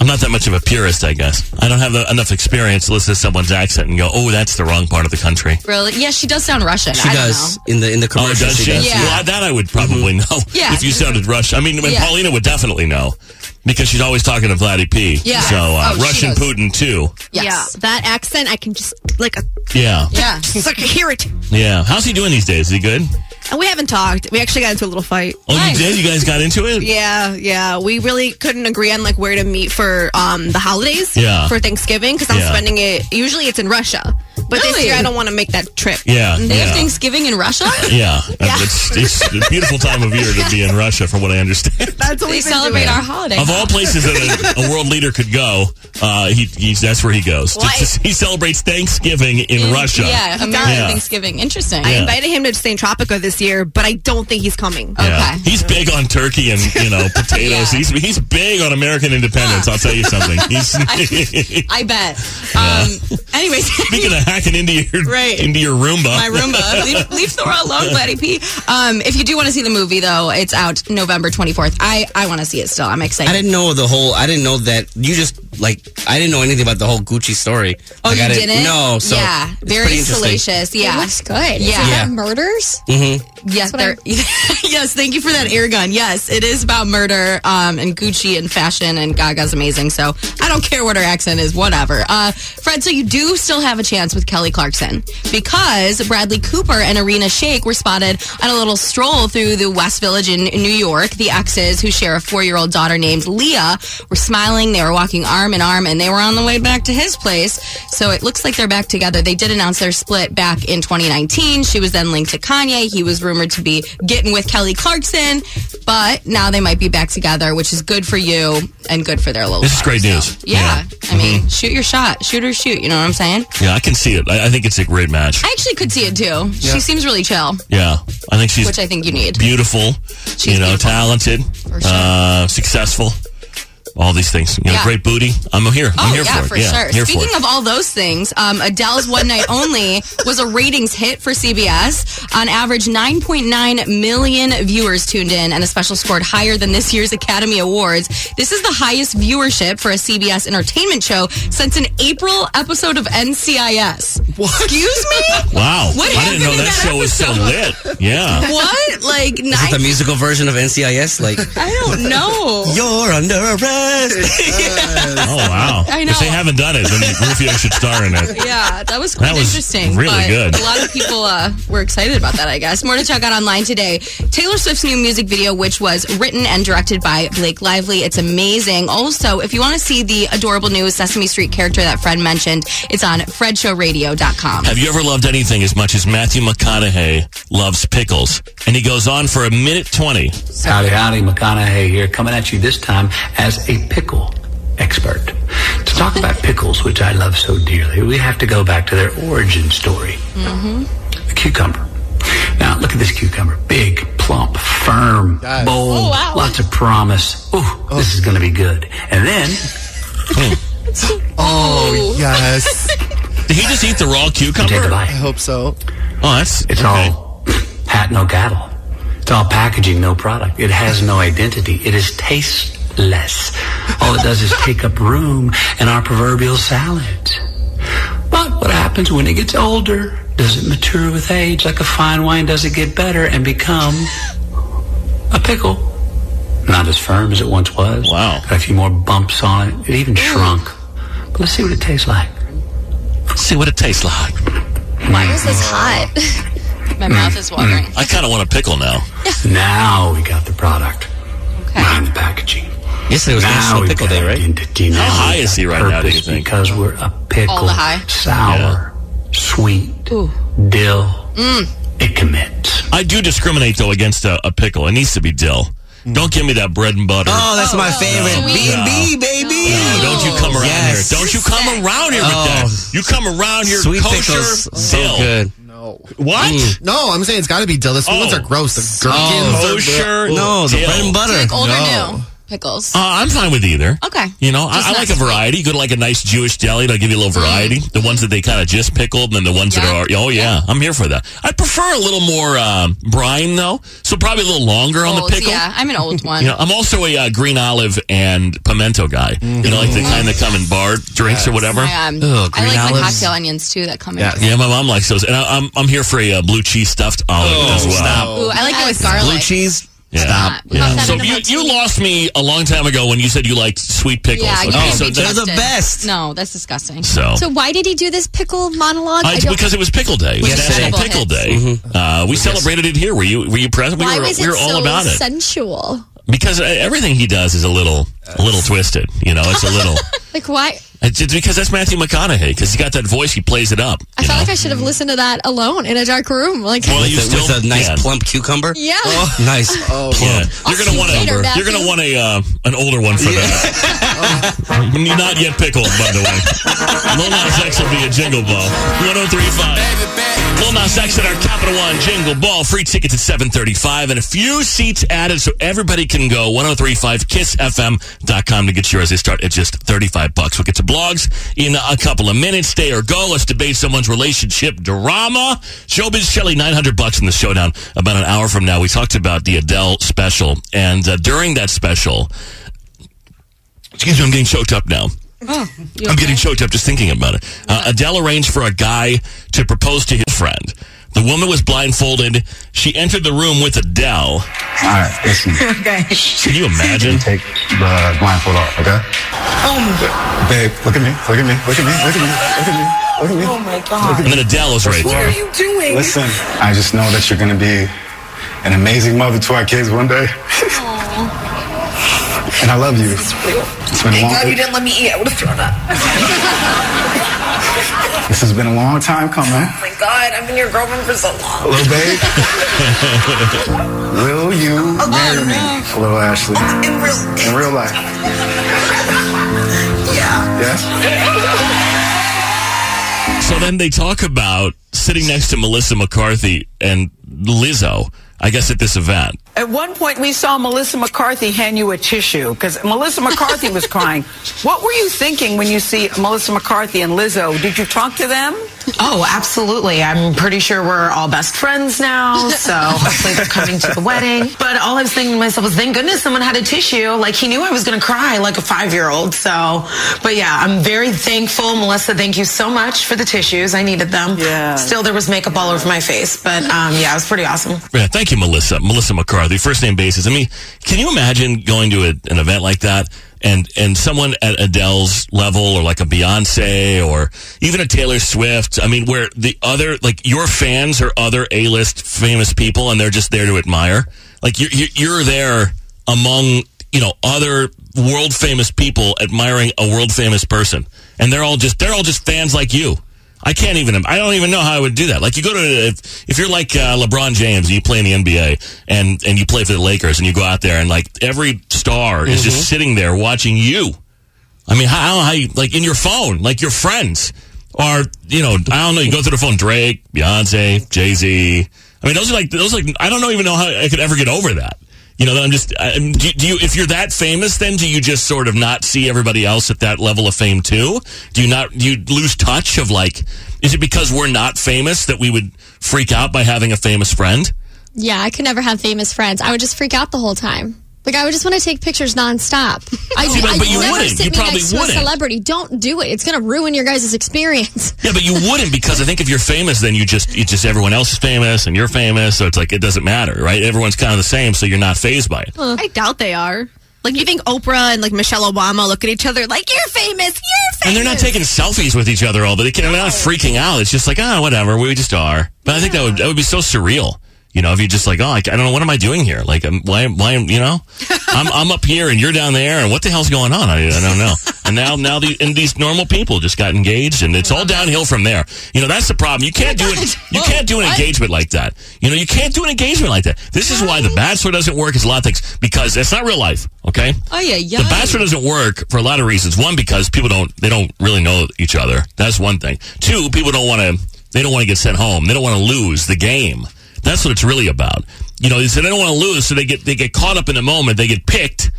[SPEAKER 3] I'm not that much of a purist, I guess. I don't have enough experience to listen to someone's accent and go, "Oh, that's the wrong part of the country."
[SPEAKER 4] Really? Yeah, she does sound Russian.
[SPEAKER 6] She
[SPEAKER 4] I don't
[SPEAKER 6] does
[SPEAKER 4] know.
[SPEAKER 6] in the in the
[SPEAKER 3] Oh,
[SPEAKER 6] commercial.
[SPEAKER 3] does she?
[SPEAKER 4] Yeah.
[SPEAKER 3] Well, I- that I would probably
[SPEAKER 6] Mm-hmm.
[SPEAKER 3] know
[SPEAKER 4] Yeah.
[SPEAKER 3] if you sounded Russian. I mean, and
[SPEAKER 4] Yeah.
[SPEAKER 3] Paulina would definitely know because she's always talking to Vladdy P.
[SPEAKER 4] Yeah.
[SPEAKER 3] So uh,
[SPEAKER 4] Oh, she
[SPEAKER 3] Russian
[SPEAKER 4] knows.
[SPEAKER 3] Putin too.
[SPEAKER 4] Yes.
[SPEAKER 7] Yeah. That accent, I can just like, uh,
[SPEAKER 3] Yeah.
[SPEAKER 4] Yeah.
[SPEAKER 9] It's like I hear it.
[SPEAKER 3] Yeah. How's he doing these days? Is he good?
[SPEAKER 9] And we haven't talked. We actually got into a little fight.
[SPEAKER 3] Oh,
[SPEAKER 4] Nice.
[SPEAKER 3] you did? You guys got into it?
[SPEAKER 9] Yeah, yeah. We really couldn't agree on like where to meet for um the holidays.
[SPEAKER 3] Yeah.
[SPEAKER 9] For Thanksgiving because I'm
[SPEAKER 3] Yeah.
[SPEAKER 9] spending it. Usually it's in Russia, but
[SPEAKER 4] Really?
[SPEAKER 9] this year I don't want to make that trip.
[SPEAKER 3] Yeah.
[SPEAKER 4] They
[SPEAKER 3] yeah.
[SPEAKER 4] have Thanksgiving in Russia?
[SPEAKER 3] Yeah, It's, it's a beautiful time of year to be in Russia, from what I understand.
[SPEAKER 9] That's what
[SPEAKER 4] they
[SPEAKER 9] we've been
[SPEAKER 4] celebrate
[SPEAKER 9] doing.
[SPEAKER 4] our holiday.
[SPEAKER 3] Of all places that a, a world leader could go, uh, he, he's, that's where he goes.
[SPEAKER 9] Why?
[SPEAKER 3] Just- he celebrates Thanksgiving in Russia.
[SPEAKER 4] Yeah, American
[SPEAKER 3] Yeah.
[SPEAKER 4] Thanksgiving. Interesting.
[SPEAKER 9] I
[SPEAKER 3] Yeah.
[SPEAKER 9] invited him to St. Tropico this year, but I don't think he's coming.
[SPEAKER 3] Yeah.
[SPEAKER 4] Okay.
[SPEAKER 3] He's big on turkey and, you know, potatoes.
[SPEAKER 4] Yeah.
[SPEAKER 3] He's, he's big on American independence, I'll tell you something. He's, speaking
[SPEAKER 4] I bet. Um, anyways,
[SPEAKER 3] of hacking into your,
[SPEAKER 4] Right.
[SPEAKER 3] into your Roomba.
[SPEAKER 4] my Roomba. leave, leave Thora alone, Gladdy P. Um, if you do want to see the movie, though, it's out November 24th. I, I want to see it still. I'm excited.
[SPEAKER 6] I didn't know the whole. I didn't know that you just like. I didn't know anything about the whole Gucci story.
[SPEAKER 4] oh,
[SPEAKER 6] Like,
[SPEAKER 4] you
[SPEAKER 6] I
[SPEAKER 4] didn't?
[SPEAKER 6] No, so
[SPEAKER 4] yeah,
[SPEAKER 6] it's
[SPEAKER 4] very
[SPEAKER 6] pretty interesting.
[SPEAKER 4] salacious.
[SPEAKER 7] it
[SPEAKER 4] Yeah,
[SPEAKER 7] looks good.
[SPEAKER 4] Yeah.
[SPEAKER 7] It's
[SPEAKER 6] Yeah.
[SPEAKER 7] about murders.
[SPEAKER 6] Mm-hmm.
[SPEAKER 4] Yes,
[SPEAKER 7] That's what
[SPEAKER 4] there- yes. Thank you for that air gun. Yes, it is about murder um, and Gucci and fashion and Gaga's amazing. So I don't care what her accent is, whatever. Uh, Fred, so you do still have a chance with Kelly Clarkson because Bradley Cooper and Arena Shake were spotted on a little stroll through the West Village in New York. The exes, who share a four-year-old daughter named Leah, were smiling. They were walking arm in arm, and they were on the way back to his place. So it looks like they're back together. They did announce their split back in 2019. She was then linked to Kanye. He was rumored to be getting with Kelly Clarkson, but now they might be back together, which is good for you and good for their little.
[SPEAKER 3] This is great
[SPEAKER 4] daughter.
[SPEAKER 3] news.
[SPEAKER 4] So, yeah, I mean, shoot your shot, shoot or shoot. You know what I'm saying?
[SPEAKER 3] Mm-hmm. Yeah, I can see see it. I, I think it's a great match.
[SPEAKER 4] I actually could see it too. She seems really chill,
[SPEAKER 3] yeah, I think she's
[SPEAKER 4] which I think you need.
[SPEAKER 3] beautiful, you know,
[SPEAKER 4] beautiful.
[SPEAKER 3] talented,
[SPEAKER 4] sure.
[SPEAKER 3] uh, successful, all these things. You know,
[SPEAKER 4] Yeah.
[SPEAKER 3] great booty. I'm here. I'm
[SPEAKER 4] Oh
[SPEAKER 3] here
[SPEAKER 4] yeah,
[SPEAKER 3] for it.
[SPEAKER 4] for,
[SPEAKER 3] yeah,
[SPEAKER 4] sure.
[SPEAKER 3] Here
[SPEAKER 4] Speaking
[SPEAKER 3] for
[SPEAKER 4] of
[SPEAKER 3] it.
[SPEAKER 4] all those things, um, Adele's "One Night Only" was a ratings hit for CBS. On average, 9.9 million viewers tuned in, and the special scored higher than this year's Academy Awards. This is the highest viewership for a CBS entertainment show since an April episode of NCIS.
[SPEAKER 8] What?
[SPEAKER 4] Excuse me?
[SPEAKER 3] wow,
[SPEAKER 4] What
[SPEAKER 3] I
[SPEAKER 4] happened
[SPEAKER 3] didn't know
[SPEAKER 4] in
[SPEAKER 3] that,
[SPEAKER 4] that
[SPEAKER 3] show was so lit. Yeah,
[SPEAKER 4] what? Like
[SPEAKER 6] Is it the
[SPEAKER 4] nine?
[SPEAKER 6] musical version of NCIS? Like,
[SPEAKER 4] I don't know.
[SPEAKER 6] you're under arrest.
[SPEAKER 3] oh wow.
[SPEAKER 4] I
[SPEAKER 3] If they
[SPEAKER 4] know.
[SPEAKER 3] haven't done it, then Rufio should star in it.
[SPEAKER 4] Yeah, that was quite
[SPEAKER 3] That was
[SPEAKER 4] interesting.
[SPEAKER 3] really
[SPEAKER 4] but
[SPEAKER 3] good.
[SPEAKER 4] A lot of people uh, were excited about that, I guess. More to check out online today. Taylor Swift's new music video, which was written and directed by Blake Lively. It's amazing. Also, if you want to see the adorable new Sesame Street character that Fred mentioned, it's on fredshowradio.com.
[SPEAKER 3] Have you ever loved anything as much as Matthew McConaughey loves pickles? And he goes on for a minute 20.
[SPEAKER 10] Howdy, howdy, McConaughey here, coming at you this time as a pickle expert. To talk about pickles, which I love so dearly, we have to go back to their origin story. Mm-hmm. The cucumber. Now, look at this cucumber. Big, plump, firm, bold, lots of promise. Ooh, this is going to be good. And then,
[SPEAKER 8] Oh, yes.
[SPEAKER 3] Did he just eat the raw
[SPEAKER 10] take a
[SPEAKER 3] cucumber?
[SPEAKER 10] bite.
[SPEAKER 8] I hope so.
[SPEAKER 3] Oh, that's
[SPEAKER 10] It's
[SPEAKER 3] okay.
[SPEAKER 10] all hat no cattle. It's all packaging, no product. It has no identity. It is tasteless. All it does is take up room in our proverbial salads. But what happens when it gets older? Does it mature with age like a fine wine? Does it get better and become a pickle? Not as firm as it once was.
[SPEAKER 3] Wow.
[SPEAKER 10] Got a few more bumps on it. It even shrunk. But let's see what it tastes like.
[SPEAKER 3] See what it tastes like.
[SPEAKER 7] Why is this hot?
[SPEAKER 4] My mouth is watering.
[SPEAKER 3] I kind of want a pickle now.
[SPEAKER 10] Now we got the product
[SPEAKER 4] Okay.
[SPEAKER 10] behind the packaging.
[SPEAKER 6] Yesterday was
[SPEAKER 10] now
[SPEAKER 6] National
[SPEAKER 10] we've
[SPEAKER 6] Pickle
[SPEAKER 10] got
[SPEAKER 6] Day, right?
[SPEAKER 10] Identity. Now
[SPEAKER 3] How high
[SPEAKER 10] we've
[SPEAKER 3] is he
[SPEAKER 10] got
[SPEAKER 3] right now, do
[SPEAKER 10] purpose
[SPEAKER 3] you think?
[SPEAKER 10] Because we're a pickle.
[SPEAKER 4] All the high?
[SPEAKER 10] Sour, sweet, dill.
[SPEAKER 3] Mm.
[SPEAKER 4] Mm,
[SPEAKER 10] It commits.
[SPEAKER 3] I do discriminate, though, against a, a pickle. It needs to be dill. Don't give me that bread and butter.
[SPEAKER 6] Mm. Oh, that's my favorite.
[SPEAKER 3] no.
[SPEAKER 6] B&B, baby.
[SPEAKER 3] No, don't you come around
[SPEAKER 6] Yes.
[SPEAKER 3] here. Don't you come around here
[SPEAKER 6] Oh.
[SPEAKER 3] with that. You come around here
[SPEAKER 6] Sweet
[SPEAKER 3] kosher
[SPEAKER 6] pickles. So
[SPEAKER 3] dill.
[SPEAKER 6] good.
[SPEAKER 8] No.
[SPEAKER 3] What?
[SPEAKER 8] Mm. No, I'm saying it's got to be dill. The sweet
[SPEAKER 3] Oh.
[SPEAKER 8] ones are gross. The gherkins
[SPEAKER 6] Oh,
[SPEAKER 8] are
[SPEAKER 3] Kosher
[SPEAKER 6] No, the
[SPEAKER 3] dill.
[SPEAKER 6] bread and butter.
[SPEAKER 4] Like old or
[SPEAKER 6] No.
[SPEAKER 4] new? Pickles.
[SPEAKER 3] Uh, I'm fine with either.
[SPEAKER 4] Okay.
[SPEAKER 3] You know,
[SPEAKER 4] Just
[SPEAKER 3] I, I
[SPEAKER 4] not
[SPEAKER 3] like a
[SPEAKER 4] sweet. Mm.
[SPEAKER 3] variety. You go to like a nice Jewish deli, they'll give you a little variety. The ones that they kind of just pickled, and then the ones that
[SPEAKER 4] Yeah.
[SPEAKER 3] are, oh yeah, I'm here for that. I prefer a little more um, brine though, so probably a little longer on the
[SPEAKER 4] Old,
[SPEAKER 3] pickle.
[SPEAKER 4] yeah, I'm an old one.
[SPEAKER 3] You know, I'm also a uh, green olive and pimento guy. You know, like the kind that come in bar drinks or whatever. Oh,
[SPEAKER 4] I, um,
[SPEAKER 6] Ugh,
[SPEAKER 4] I like
[SPEAKER 6] green
[SPEAKER 4] my
[SPEAKER 6] olives.
[SPEAKER 4] cocktail onions too that come in.
[SPEAKER 8] Yes.
[SPEAKER 3] Yeah, my mom likes those, and I, I'm I'm here for a uh, blue cheese stuffed olive as well.
[SPEAKER 4] Ooh, I like it with
[SPEAKER 6] Blue
[SPEAKER 4] garlic.
[SPEAKER 6] cheese.
[SPEAKER 3] Yeah.
[SPEAKER 4] Stop. We got that
[SPEAKER 3] So
[SPEAKER 4] in a
[SPEAKER 3] you,
[SPEAKER 4] martini.
[SPEAKER 3] you lost me a long time ago when you said you liked sweet pickles.
[SPEAKER 4] Yeah, you
[SPEAKER 3] Okay, Oh,
[SPEAKER 4] made
[SPEAKER 3] so
[SPEAKER 4] me
[SPEAKER 3] that-
[SPEAKER 6] they're the
[SPEAKER 4] disgusted.
[SPEAKER 6] best.
[SPEAKER 4] No, that's disgusting.
[SPEAKER 3] so
[SPEAKER 7] So why did he do this pickle monologue?
[SPEAKER 3] Uh, it's because it was pickle day. It was
[SPEAKER 6] Yes,
[SPEAKER 4] it is.
[SPEAKER 3] National
[SPEAKER 4] Mm-hmm.
[SPEAKER 3] Pickle Day. Uh, we celebrated it here. Were you were you present? We
[SPEAKER 7] why
[SPEAKER 3] were,
[SPEAKER 7] was
[SPEAKER 3] we
[SPEAKER 7] it
[SPEAKER 3] were all
[SPEAKER 7] so
[SPEAKER 3] about it
[SPEAKER 7] sensual?
[SPEAKER 3] because uh, everything he does is a little a little twisted. You know, it's a little.
[SPEAKER 7] Like why?
[SPEAKER 3] it's it's Uh, because that's Matthew McConaughey. Because he got that voice, he plays it up.
[SPEAKER 7] I
[SPEAKER 3] you
[SPEAKER 7] felt
[SPEAKER 3] know?
[SPEAKER 7] like I should have listened to that alone in a dark room. Like
[SPEAKER 3] Well, you
[SPEAKER 6] With, a,
[SPEAKER 3] still
[SPEAKER 6] with a nice
[SPEAKER 3] can.
[SPEAKER 6] plump cucumber. Oh,
[SPEAKER 7] Yeah. Oh,
[SPEAKER 6] Nice.
[SPEAKER 3] Yeah. You're
[SPEAKER 7] see
[SPEAKER 3] gonna
[SPEAKER 7] you
[SPEAKER 3] want
[SPEAKER 7] later,
[SPEAKER 3] a you're
[SPEAKER 7] Matthew.
[SPEAKER 3] gonna want a uh, an older one for that. Not yet pickled, by the way. Lil Nas X will be a jingle ball. 1035. Lil Nas X at our Capital One Jingle Ball. Free tickets at 735 and a few seats added so everybody can go. 1035kissfm.com to get yours. They start at just 35 bucks. We'll get to blogs in a couple of minutes. Stay or go. Let's debate someone's relationship drama. Showbiz Shelley, 900 bucks in the showdown about an hour from now. We talked about the Adele special. And uh, during that special, excuse me, I'm getting choked up now.
[SPEAKER 4] Oh.
[SPEAKER 3] I'm getting choked up just thinking about it. Uh, Adele arranged for a guy to propose to his friend. The woman was blindfolded. She entered the room with Adele.
[SPEAKER 10] All right, listen.
[SPEAKER 3] Can you imagine?
[SPEAKER 10] Take the blindfold off, okay? Oh, babe, look at me, look at me, look at me, look at me, look at me, look at me. Oh my God.
[SPEAKER 3] And then Adele is right there.
[SPEAKER 10] you doing? Listen, I just know that you're gonna be an amazing mother to our kids one day. and I love you. It's been a long. you didn't let me eat. I would have thrown up. this has been a long time coming. Oh my God, I've been your girlfriend for so long. Little babe, will you marry me, little Ashley? In real, in real life. Yeah. Yes.
[SPEAKER 3] So So then they talk about sitting next to Melissa McCarthy and Lizzo, I guess, at this event.
[SPEAKER 10] At one point, we saw Melissa McCarthy hand you a tissue because Melissa McCarthy was crying. What were you thinking when you see Melissa McCarthy and Lizzo? Did you talk to them?
[SPEAKER 11] Oh, absolutely. I'm pretty sure we're all best friends now. So hopefully they're coming to the wedding. But all I was thinking to myself was, thank goodness someone had a tissue. Like he knew I was going to cry like a five year old. So, but yeah, I'm very thankful. Melissa, thank you so much for the tissues. I needed them. Yeah. Still, there was makeup all over my face. But um, yeah, it was pretty awesome.
[SPEAKER 3] Yeah, thank you, Melissa. Melissa McCarthy, first name basis. I mean, can you imagine going to a, an event like that and and someone at Adele's level or like a Beyonce or even a Taylor Swift? I mean, where the other like your fans are other A list famous people and they're just there to admire. Like you're you're- you're there among you know other world famous people admiring a world famous person, and they're all just they're all just fans like you. I can't even. I don't even know how I would do that. Like you go to if, if you're like uh, LeBron James, and you play in the NBA and and you play for the Lakers, and you go out there and like every star is
[SPEAKER 12] Mhm.
[SPEAKER 3] just sitting there watching you. I mean, how, I don't know how you like in your phone, like your friends are. You know, I don't know. You go through the phone, Drake, Beyonce, Jay Z. I mean, those are like those are like. I don't know even know how I could ever get over that. You know, that I'm just. I, I'm- do, do you if you're that famous, then do you just sort of not see everybody else at that level of fame too? Do you not? Do you lose touch of like? Is it because we're not famous that we would freak out by having a famous friend?
[SPEAKER 7] Yeah, I could never have famous friends. I would just freak out the whole time. Like I would just want to take pictures nonstop. I,
[SPEAKER 3] See, but-
[SPEAKER 7] I
[SPEAKER 3] but you
[SPEAKER 7] never
[SPEAKER 3] wouldn't.
[SPEAKER 7] sit
[SPEAKER 3] You
[SPEAKER 7] me
[SPEAKER 3] probably
[SPEAKER 7] next to a
[SPEAKER 3] wouldn't.
[SPEAKER 7] celebrity. Don't do it. It's gonna ruin your guys' experience.
[SPEAKER 3] Yeah, but you wouldn't because I think if you're famous, then you just it's just everyone else is famous and you're famous, so it's like it doesn't matter, right? Everyone's kind of the same, so you're not phased by it.
[SPEAKER 9] I doubt they are. Like you think Oprah and like Michelle Obama look at each other like you're famous, you're famous.
[SPEAKER 3] And they're not taking selfies with each other all the time. They're not freaking out. It's just like, ah, whatever. We just are. But I think that would that would be so surreal. You know, if you're just like, oh, I, I don't know, what am I doing here? Like, I'm, why, why, you know, I'm, I'm up here and you're down there, and what the hell's going on? I, I don't know. And now, now the, and these normal people just got engaged, and it's all downhill from there. You know, that's the problem. You can't do it. You can't do an engagement like that. You know, you can't do an engagement like that. This is why the Bachelor doesn't work. Is a lot of things because it's not real life. Okay.
[SPEAKER 4] Oh yeah, yeah.
[SPEAKER 3] The Bachelor doesn't work for a lot of reasons. One, because people don't they don't really know each other. That's one thing. Two, people don't want to they don't want to get sent home. They don't want to lose the game. That's what it's really about. You know, so they don't want to lose, so they get they get caught up in the moment. They get picked,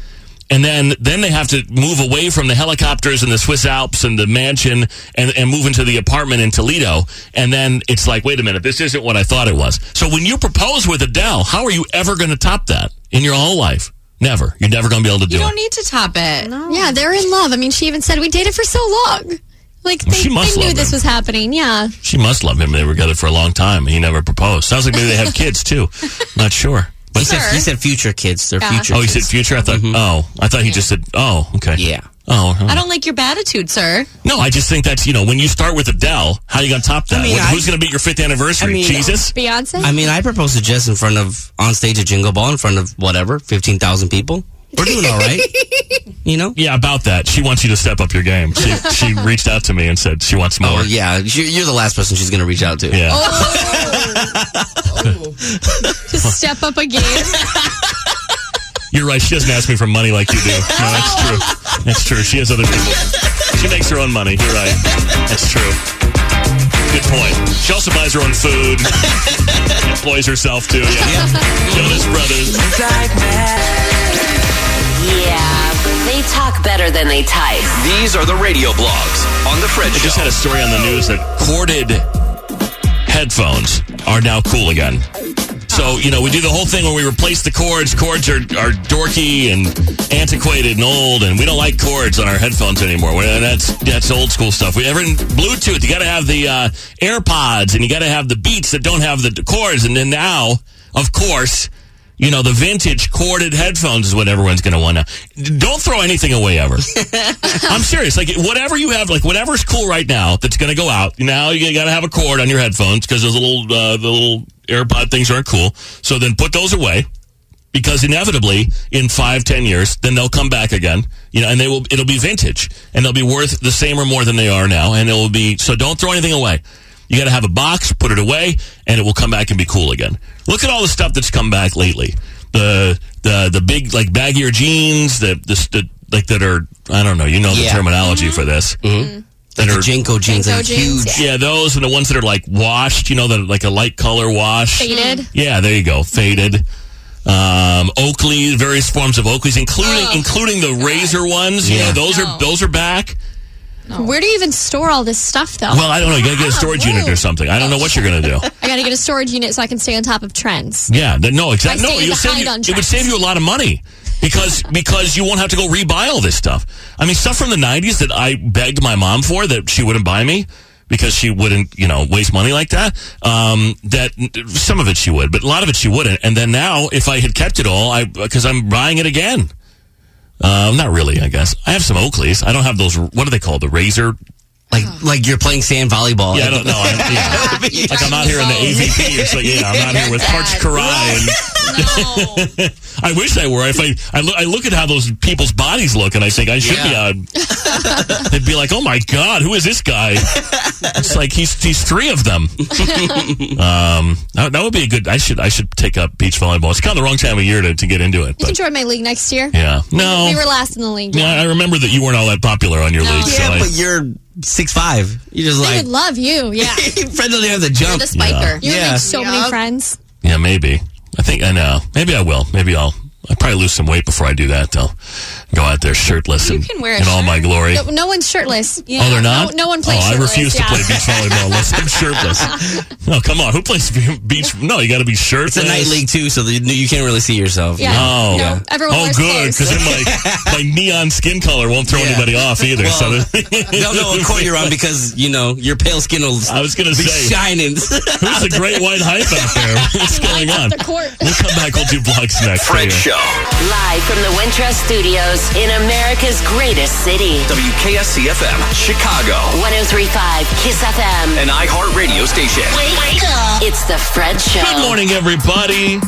[SPEAKER 3] and then then they have to move away from the helicopters and the Swiss Alps and the mansion and and move into the apartment in Toledo. And then it's like, wait a minute, this isn't what I thought it was. So when you propose with Adele, how are you ever going to top that in your whole life? Never. You're never going to be able to do it.
[SPEAKER 7] need to top it. Yeah, they're in love. I mean, she even said we dated for so long. Like they,
[SPEAKER 3] She must
[SPEAKER 7] they knew
[SPEAKER 3] love
[SPEAKER 7] this
[SPEAKER 3] him.
[SPEAKER 7] was happening. Yeah.
[SPEAKER 3] She must love him. They were together for a long time, and he never proposed. Sounds like maybe they have kids too. Not sure. But
[SPEAKER 6] He said, he said future kids. They're
[SPEAKER 4] Yeah.
[SPEAKER 6] future
[SPEAKER 3] Oh, he
[SPEAKER 6] kids. Mm-hmm.
[SPEAKER 3] said future. I thought. Oh, I thought he just said. Oh, okay. Yeah. Oh. huh.
[SPEAKER 4] I don't like your batitude, sir.
[SPEAKER 3] no, I just think that's you know when you start with Adele, how you gonna top that?
[SPEAKER 6] I mean,
[SPEAKER 3] What-
[SPEAKER 6] I-
[SPEAKER 3] Who's gonna beat your fifth anniversary?
[SPEAKER 6] I mean-
[SPEAKER 3] Jesus.
[SPEAKER 7] Beyonce.
[SPEAKER 6] I mean, I proposed to Jess in front of, on stage at Jingle Ball, in front of whatever, 15,000 people. We're doing all right. You know?
[SPEAKER 3] Yeah, about that. She wants you to step up your game. She she reached out to me and said she wants more.
[SPEAKER 6] Oh, yeah. You're you're the last person she's going to reach out to.
[SPEAKER 3] Yeah.
[SPEAKER 7] Oh, Just step up a game.
[SPEAKER 3] You're right. She doesn't ask me for money like you do. No, that's true. That's true. She has other people. She makes her own money. You're right. That's true. Good point. She also buys her own food. Employs herself too. Yeah. Jonas Brothers.
[SPEAKER 1] Yeah, they talk better than they type.
[SPEAKER 2] These are the radio blogs on The Fred
[SPEAKER 3] I
[SPEAKER 2] Show.
[SPEAKER 3] just had a story on the news that corded headphones are now cool again. So, you know, we do the whole thing where we replace the cords. Cords are, are dorky and antiquated and old, and we don't like cords on our headphones anymore. Well, that's that's old school stuff. We ever in Bluetooth, you got to have the uh, AirPods and you got to have the Beats that don't have the cords. And then now, of course, you know, the vintage corded headphones is what everyone's going to want now. Don't throw anything away ever. I'm serious. Like whatever you have, like whatever's cool right now that's going to go out. Now you got to have a cord on your headphones because those little uh, the little AirPod things aren't cool. So then put those away because inevitably in five ten years then they'll come back again. You know, and they will. It'll be vintage and they'll be worth the same or more than they are now. And it will be so. Don't throw anything away. You got to have a box, put it away, and it will come back and be cool again. Look at all the stuff that's come back lately. The the the big like baggier jeans, the the, the like that are I don't know. You know the
[SPEAKER 6] Yeah.
[SPEAKER 3] terminology for this. that are
[SPEAKER 6] Mm-hmm. Jenko jeans, like huge.
[SPEAKER 3] Yeah, those and the ones that are like washed, you know, that are like a light color wash.
[SPEAKER 7] Faded.
[SPEAKER 3] Yeah, there you go. Faded. Um, Oakley, various forms of Oakleys, including including the razor ones. Yeah,
[SPEAKER 7] Yeah.
[SPEAKER 3] those are those are back.
[SPEAKER 7] Where do you even store all this stuff, though?
[SPEAKER 3] Oh. Well, I don't know. You gotta get a storage unit or something. I don't know what you're gonna do.
[SPEAKER 7] I gotta get a storage unit so I can stay on top of trends.
[SPEAKER 3] Yeah, th- no, exactly.
[SPEAKER 7] By
[SPEAKER 3] No,
[SPEAKER 7] staying
[SPEAKER 3] you'll save
[SPEAKER 7] behind
[SPEAKER 3] you,
[SPEAKER 7] on
[SPEAKER 3] it would
[SPEAKER 7] trends.
[SPEAKER 3] save you a lot of money because because you won't have to go rebuy all this stuff. I mean, stuff from the '90s that I begged my mom for that she wouldn't buy me because she wouldn't, you know, waste money like that. Um, that some of it she would, but a lot of it she wouldn't. And then now, if I had kept it all, I because I'm buying it again. Um, not really, I guess. I have some Oakleys. I don't have those. What are they called? The razor.
[SPEAKER 6] Like like you're playing sand volleyball.
[SPEAKER 3] Yeah, I don't know. I'm, yeah. like I'm out here in the
[SPEAKER 7] Oh,
[SPEAKER 3] AVP. It's like, yeah, I'm out here with Parch Karai. And, I wish I were. If I I look, I look at how those people's bodies look, and I think I should be out. They'd be like, "Oh my god, who is this guy?" It's like he's he's three of them. um, that, that would be a good. I should I should take up beach volleyball. It's kind of the wrong time of year to, to get into it.
[SPEAKER 7] You can
[SPEAKER 3] But
[SPEAKER 7] join my league next year.
[SPEAKER 3] yeah, no.
[SPEAKER 7] We were last in the league.
[SPEAKER 3] Yeah, I remember that you weren't all that popular on your league. so
[SPEAKER 6] Yeah,
[SPEAKER 3] I-
[SPEAKER 6] but you're six five. You're just
[SPEAKER 7] They
[SPEAKER 6] like
[SPEAKER 7] would love you. Yeah.
[SPEAKER 6] friend doesn't have the jump.
[SPEAKER 7] the spiker. You would
[SPEAKER 6] Yeah.
[SPEAKER 7] make so many friends.
[SPEAKER 3] Yeah, maybe. I think I know. Maybe I will. Maybe I'll. I probably lose some weight before I do that. Though, go out there shirtless and
[SPEAKER 7] can wear a
[SPEAKER 3] in all my glory.
[SPEAKER 7] No, no one's shirtless.
[SPEAKER 3] Oh, they're not.
[SPEAKER 7] No, no one plays.
[SPEAKER 3] Oh, I
[SPEAKER 7] shirtless,
[SPEAKER 3] refuse
[SPEAKER 7] yeah.
[SPEAKER 3] to play beach volleyball unless I'm shirtless. No, come on. Who plays beach? No, you got to be shirtless.
[SPEAKER 6] It's a night league too, so the, you can't really see yourself.
[SPEAKER 7] Yeah.
[SPEAKER 3] Oh,
[SPEAKER 7] No, everyone
[SPEAKER 3] oh,
[SPEAKER 7] wears
[SPEAKER 3] good.
[SPEAKER 7] clothes.
[SPEAKER 3] Because then my my neon skin color won't throw anybody off either. so
[SPEAKER 6] Well,
[SPEAKER 3] that-
[SPEAKER 6] They'll know what court you're on because you know your pale skin will.
[SPEAKER 3] I was gonna
[SPEAKER 6] be
[SPEAKER 3] say.
[SPEAKER 6] shining.
[SPEAKER 3] who's the great white hype out there? What's going on?
[SPEAKER 7] The court.
[SPEAKER 3] We'll come back. We'll do vlogs next.
[SPEAKER 2] Fred
[SPEAKER 3] Later.
[SPEAKER 2] Show.
[SPEAKER 1] Live from the Wintrust Studios in America's greatest city.
[SPEAKER 2] WKSC FM, Chicago.
[SPEAKER 1] 1035 Kiss FM.
[SPEAKER 2] An iHeart radio station.
[SPEAKER 1] Wake up. It's the Fred Show.
[SPEAKER 3] Good morning, everybody.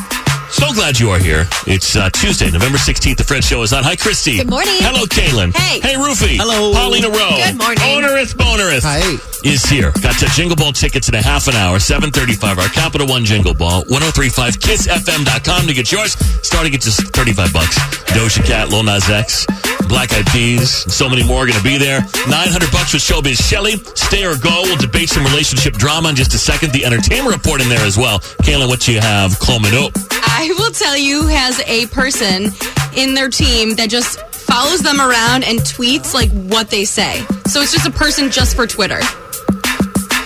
[SPEAKER 3] So glad you are here. It's uh, Tuesday, November 16th. The Fred Show is on. Hi, Christy.
[SPEAKER 7] Good morning.
[SPEAKER 3] Hello, Kaylin.
[SPEAKER 5] Hey.
[SPEAKER 3] Hey, Rufy.
[SPEAKER 6] Hello.
[SPEAKER 3] Paulina Rowe.
[SPEAKER 9] Good morning.
[SPEAKER 3] Onerous Bonerous
[SPEAKER 8] Hi.
[SPEAKER 3] is here. Got your Jingle Ball tickets in a half an hour. 735, our Capital One oh Jingle Ball. 1035 kissfm.com to get yours. Starting at just 35 bucks. Doja Cat, Lil Nas X, Black Eyed Peas, and so many more are going to be there. 900 bucks with Showbiz Shelly. Stay or go. We'll debate some relationship drama in just a second. The entertainment report in there as well. Kayla, what you have coming up?
[SPEAKER 4] I will tell you, has a person in their team that just follows them around and tweets like what they say. So it's just a person just for Twitter. Hmm.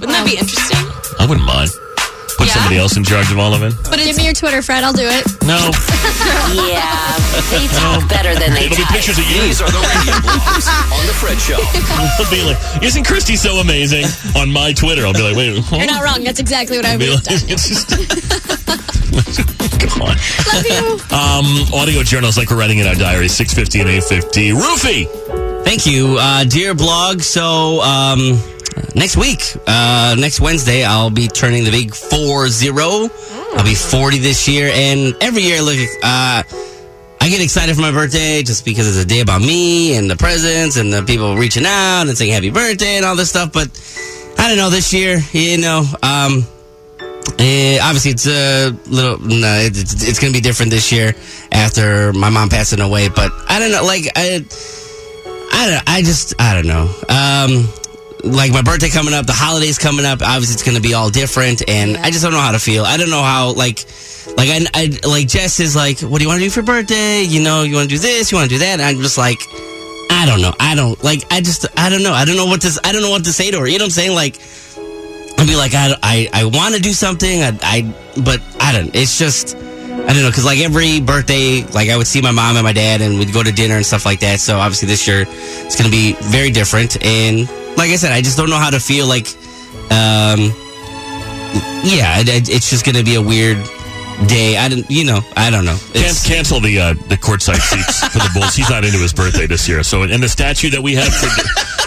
[SPEAKER 4] Wouldn't that be interesting?
[SPEAKER 3] I wouldn't mind. Put
[SPEAKER 4] Yeah?
[SPEAKER 3] somebody else in charge of all of it.
[SPEAKER 4] But
[SPEAKER 7] Give
[SPEAKER 4] it's
[SPEAKER 7] me your Twitter, Fred. I'll do it.
[SPEAKER 3] No.
[SPEAKER 1] Yeah, they talk better than they
[SPEAKER 3] It'll be
[SPEAKER 1] type.
[SPEAKER 3] pictures of you.
[SPEAKER 2] These are the radio blogs on the Fred Show.
[SPEAKER 3] I'll be like, isn't Christy so amazing on my Twitter? I'll be like, wait,
[SPEAKER 7] You're not wrong. That's exactly what I would have
[SPEAKER 3] Be like,
[SPEAKER 7] done.
[SPEAKER 3] it's just. Come on.
[SPEAKER 7] Love you.
[SPEAKER 3] Um, audio journals like we're writing in our diary, 650 and 850. Roofy!
[SPEAKER 6] Thank you, uh, dear blog. So um, next week, uh, next Wednesday, I'll be turning the big four zero. I'll be forty this year, and every year, look, uh, I get excited for my birthday just because it's a day about me and the presents and the people reaching out and saying happy birthday and all this stuff. But I don't know this year, you know. Um, Eh, obviously, it's a little. No, it, it's, it's going to be different this year after my mom passing away. But I don't know. Like I, I don't. I just. I don't know. Um, like my birthday coming up, the holidays coming up. Obviously, it's going to be all different, and I just don't know how to feel. I don't know how. Like, like I, I like Jess is like, what do you want to do for your birthday? You know, you want to do this, you want to do that. And I'm just like, I don't know. I don't like. I just. I don't know. I don't know what to. s- I don't know what to say to her. You know what I'm saying? Like. I'd be like, I, I, I want to do something, I, I, but I don't. It's just, I don't know, because like every birthday, like I would see my mom and my dad, and we'd go to dinner and stuff like that. So obviously this year, it's going to be very different. And like I said, I just don't know how to feel. Like, um, yeah, it, it- it's just going to be a weird day. I don't, you know, I don't know.
[SPEAKER 3] Can-
[SPEAKER 6] It's,
[SPEAKER 3] cancel the uh, the courtside seats for the Bulls. He's not into his birthday this year. So, and the statue that we have for,